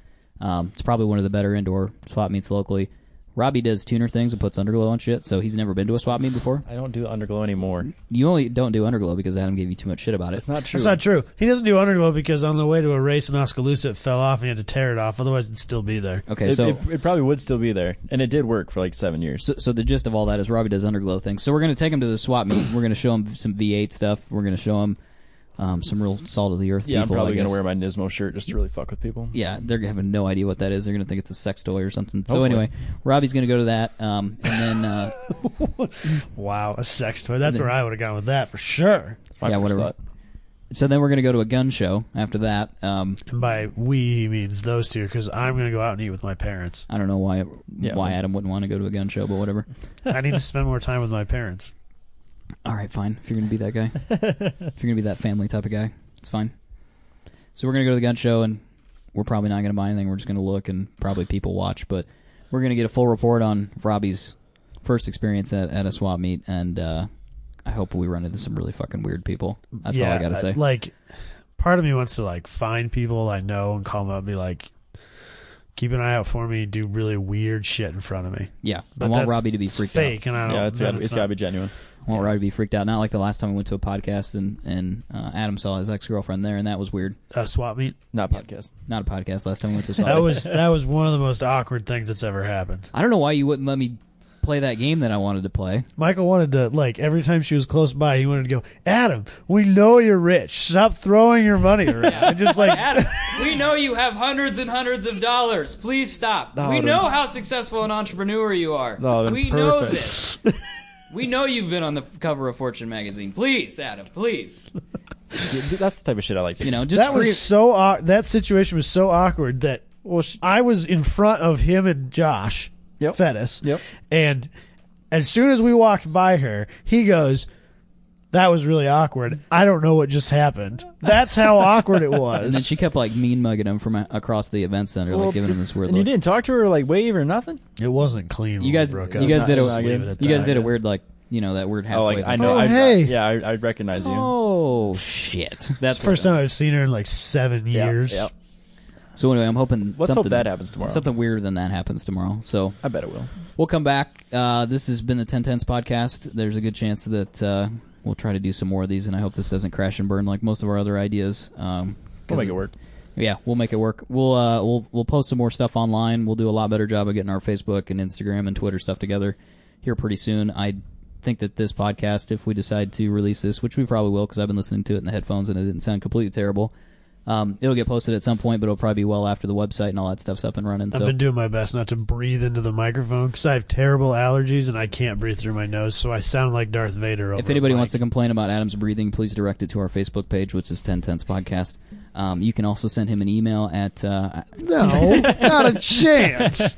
Speaker 1: Um, it's probably one of the better indoor swap meets locally. Robbie does tuner things and puts underglow on shit, so he's never been to a swap meet before.
Speaker 3: I don't do underglow anymore.
Speaker 1: You only don't do underglow because Adam gave you too much shit about it.
Speaker 3: It's not true.
Speaker 2: That's not true. He doesn't do underglow because on the way to a race in Oskaloosa, it fell off and he had to tear it off. Otherwise, it'd still be there.
Speaker 1: okay.
Speaker 3: it,
Speaker 1: so,
Speaker 3: it, it probably would still be there, and it did work for like seven years.
Speaker 1: so so the gist of all that is Robbie does underglow things. So we're gonna take him to the swap meet. We're gonna show him some V8 stuff. We're gonna show him um, some real salt of the earth.
Speaker 3: yeah, I'm
Speaker 1: people,
Speaker 3: probably
Speaker 1: I
Speaker 3: gonna
Speaker 1: guess.
Speaker 3: wear my Nismo shirt just to really fuck with people.
Speaker 1: Yeah, they're gonna have no idea what that is. They're gonna think it's a sex toy or something. So
Speaker 3: Hopefully.
Speaker 1: anyway, Robbie's gonna go to that, um, and then uh,
Speaker 2: Wow, a sex toy. That's where I would have gone with that for sure.
Speaker 3: That's my
Speaker 1: Yeah,
Speaker 3: first
Speaker 1: whatever.
Speaker 3: thought.
Speaker 1: so then we're gonna go to a gun show after that. Um,
Speaker 2: And by we, he means those two because I'm going to go out and eat with my parents.
Speaker 1: I don't know why
Speaker 3: Yeah,
Speaker 1: why
Speaker 3: well-
Speaker 1: Adam wouldn't want to go to a gun show, but whatever.
Speaker 2: I need to spend more time with my parents.
Speaker 1: All right, fine. If you're gonna be that guy, if you're gonna be that family type of guy, it's fine. So we're gonna go to the gun show, and we're probably not gonna buy anything. We're just gonna look and probably people watch, but we're gonna get a full report on Robbie's first experience at, at a swap meet, and uh, I hope we run into some really fucking weird people. That's all I gotta
Speaker 2: uh,
Speaker 1: say.
Speaker 2: Like, part of me wants to like find people I know and call them up and be like, keep an eye out for me. Do really weird shit in front of me.
Speaker 1: Yeah,
Speaker 2: But
Speaker 1: I want
Speaker 2: that's
Speaker 1: Robbie to be
Speaker 2: it's
Speaker 1: freaked
Speaker 2: fake, and I don't.
Speaker 3: Yeah, it's
Speaker 2: then
Speaker 3: gotta, it's
Speaker 2: not-
Speaker 3: gotta be genuine.
Speaker 1: out. I want Robbie to be freaked out. Not like the last time we went to a podcast and and uh, Adam saw his ex girlfriend there, and that was weird.
Speaker 2: a swap meet.
Speaker 3: Not
Speaker 1: Yeah.
Speaker 3: podcast.
Speaker 1: Not a podcast. Last time we went to a
Speaker 2: That
Speaker 1: Sonic.
Speaker 2: was that was one of the most awkward things that's ever happened.
Speaker 1: I don't know why you wouldn't let me play that game that I wanted to play.
Speaker 2: Michael wanted to like every time she was close by, he wanted to go, Adam, we know you're rich. Stop throwing your money around. And just like
Speaker 1: Adam, we know you have hundreds and hundreds of dollars. Please stop. we
Speaker 3: Adam.
Speaker 1: know how successful an entrepreneur you are.
Speaker 3: Adam,
Speaker 1: we know
Speaker 3: perfect.
Speaker 1: this. we know you've been on the cover of Fortune magazine. Please, Adam, please.
Speaker 3: Yeah, th- That's the type of shit I like to.
Speaker 1: You know, just
Speaker 2: that was
Speaker 1: free-
Speaker 2: so au- that situation was so awkward that
Speaker 3: Well, sh-
Speaker 2: I was in front of him and Josh
Speaker 3: Yep.
Speaker 2: Fettis.
Speaker 3: Yep.
Speaker 2: And as soon as we walked by her, he goes, "That was really awkward. I don't know what just happened. That's how awkward it was."
Speaker 1: And then she kept like mean mugging him from a- across the event center, like giving him this weird
Speaker 3: and you
Speaker 1: look.
Speaker 3: didn't talk to her or like wave or nothing.
Speaker 2: it wasn't clean. when
Speaker 1: You guys,
Speaker 2: we
Speaker 1: you
Speaker 2: broke up.
Speaker 1: guys did
Speaker 2: Just
Speaker 1: a,
Speaker 2: leave it at
Speaker 1: you guys
Speaker 2: that.
Speaker 1: did a weird like, you know, that weird halfway.
Speaker 3: Oh, like I
Speaker 1: thing.
Speaker 3: know.
Speaker 2: Oh,
Speaker 3: I,
Speaker 2: hey.
Speaker 3: yeah, I, I recognize you.
Speaker 1: Oh shit! That's
Speaker 2: It's the first time I've seen her in like seven
Speaker 3: Yeah,
Speaker 2: years.
Speaker 3: yeah.
Speaker 1: So anyway, I'm hoping
Speaker 3: Let's hope
Speaker 1: something-
Speaker 3: that happens tomorrow.
Speaker 1: Something weirder than that happens tomorrow. So
Speaker 3: I bet it will.
Speaker 1: We'll come back. Uh, this has been the 1010s podcast. There's a good chance that uh, we'll try to do some more of these, and I hope this doesn't crash and burn like most of our other ideas. Um, 'cause-
Speaker 3: We'll make it work.
Speaker 1: Yeah, we'll make it work. We'll uh, we'll we'll post some more stuff online. We'll do a lot better job of getting our Facebook and Instagram and Twitter stuff together here pretty soon. I think that this podcast, if we decide to release this, which we probably will, because I've been listening to it in the headphones and it didn't sound completely terrible. Um, it'll get posted at some point, but it'll probably be well after the website and all that stuff's up and running.
Speaker 2: I've
Speaker 1: so
Speaker 2: been doing my best not to breathe into the microphone because I have terrible allergies and I can't breathe through my nose, so I sound like Darth Vader. Over
Speaker 1: If anybody
Speaker 2: a mic.
Speaker 1: wants to complain about Adam's breathing, please direct it to our Facebook page, which is 1010s Podcast. Um, you can also send him an email at. Uh,
Speaker 2: no, not a chance.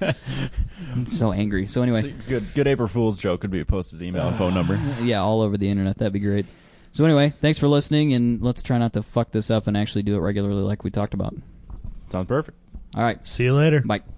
Speaker 1: I'm so angry. So,
Speaker 3: It's a
Speaker 1: anyway,
Speaker 3: good, good April Fool's joke could be post his email and phone number.
Speaker 1: yeah, all over the internet. That'd be great. So, anyway, thanks for listening, and let's try not to fuck this up and actually do it regularly like we talked about.
Speaker 3: Sounds perfect.
Speaker 1: All right.
Speaker 2: See you later.
Speaker 1: Bye.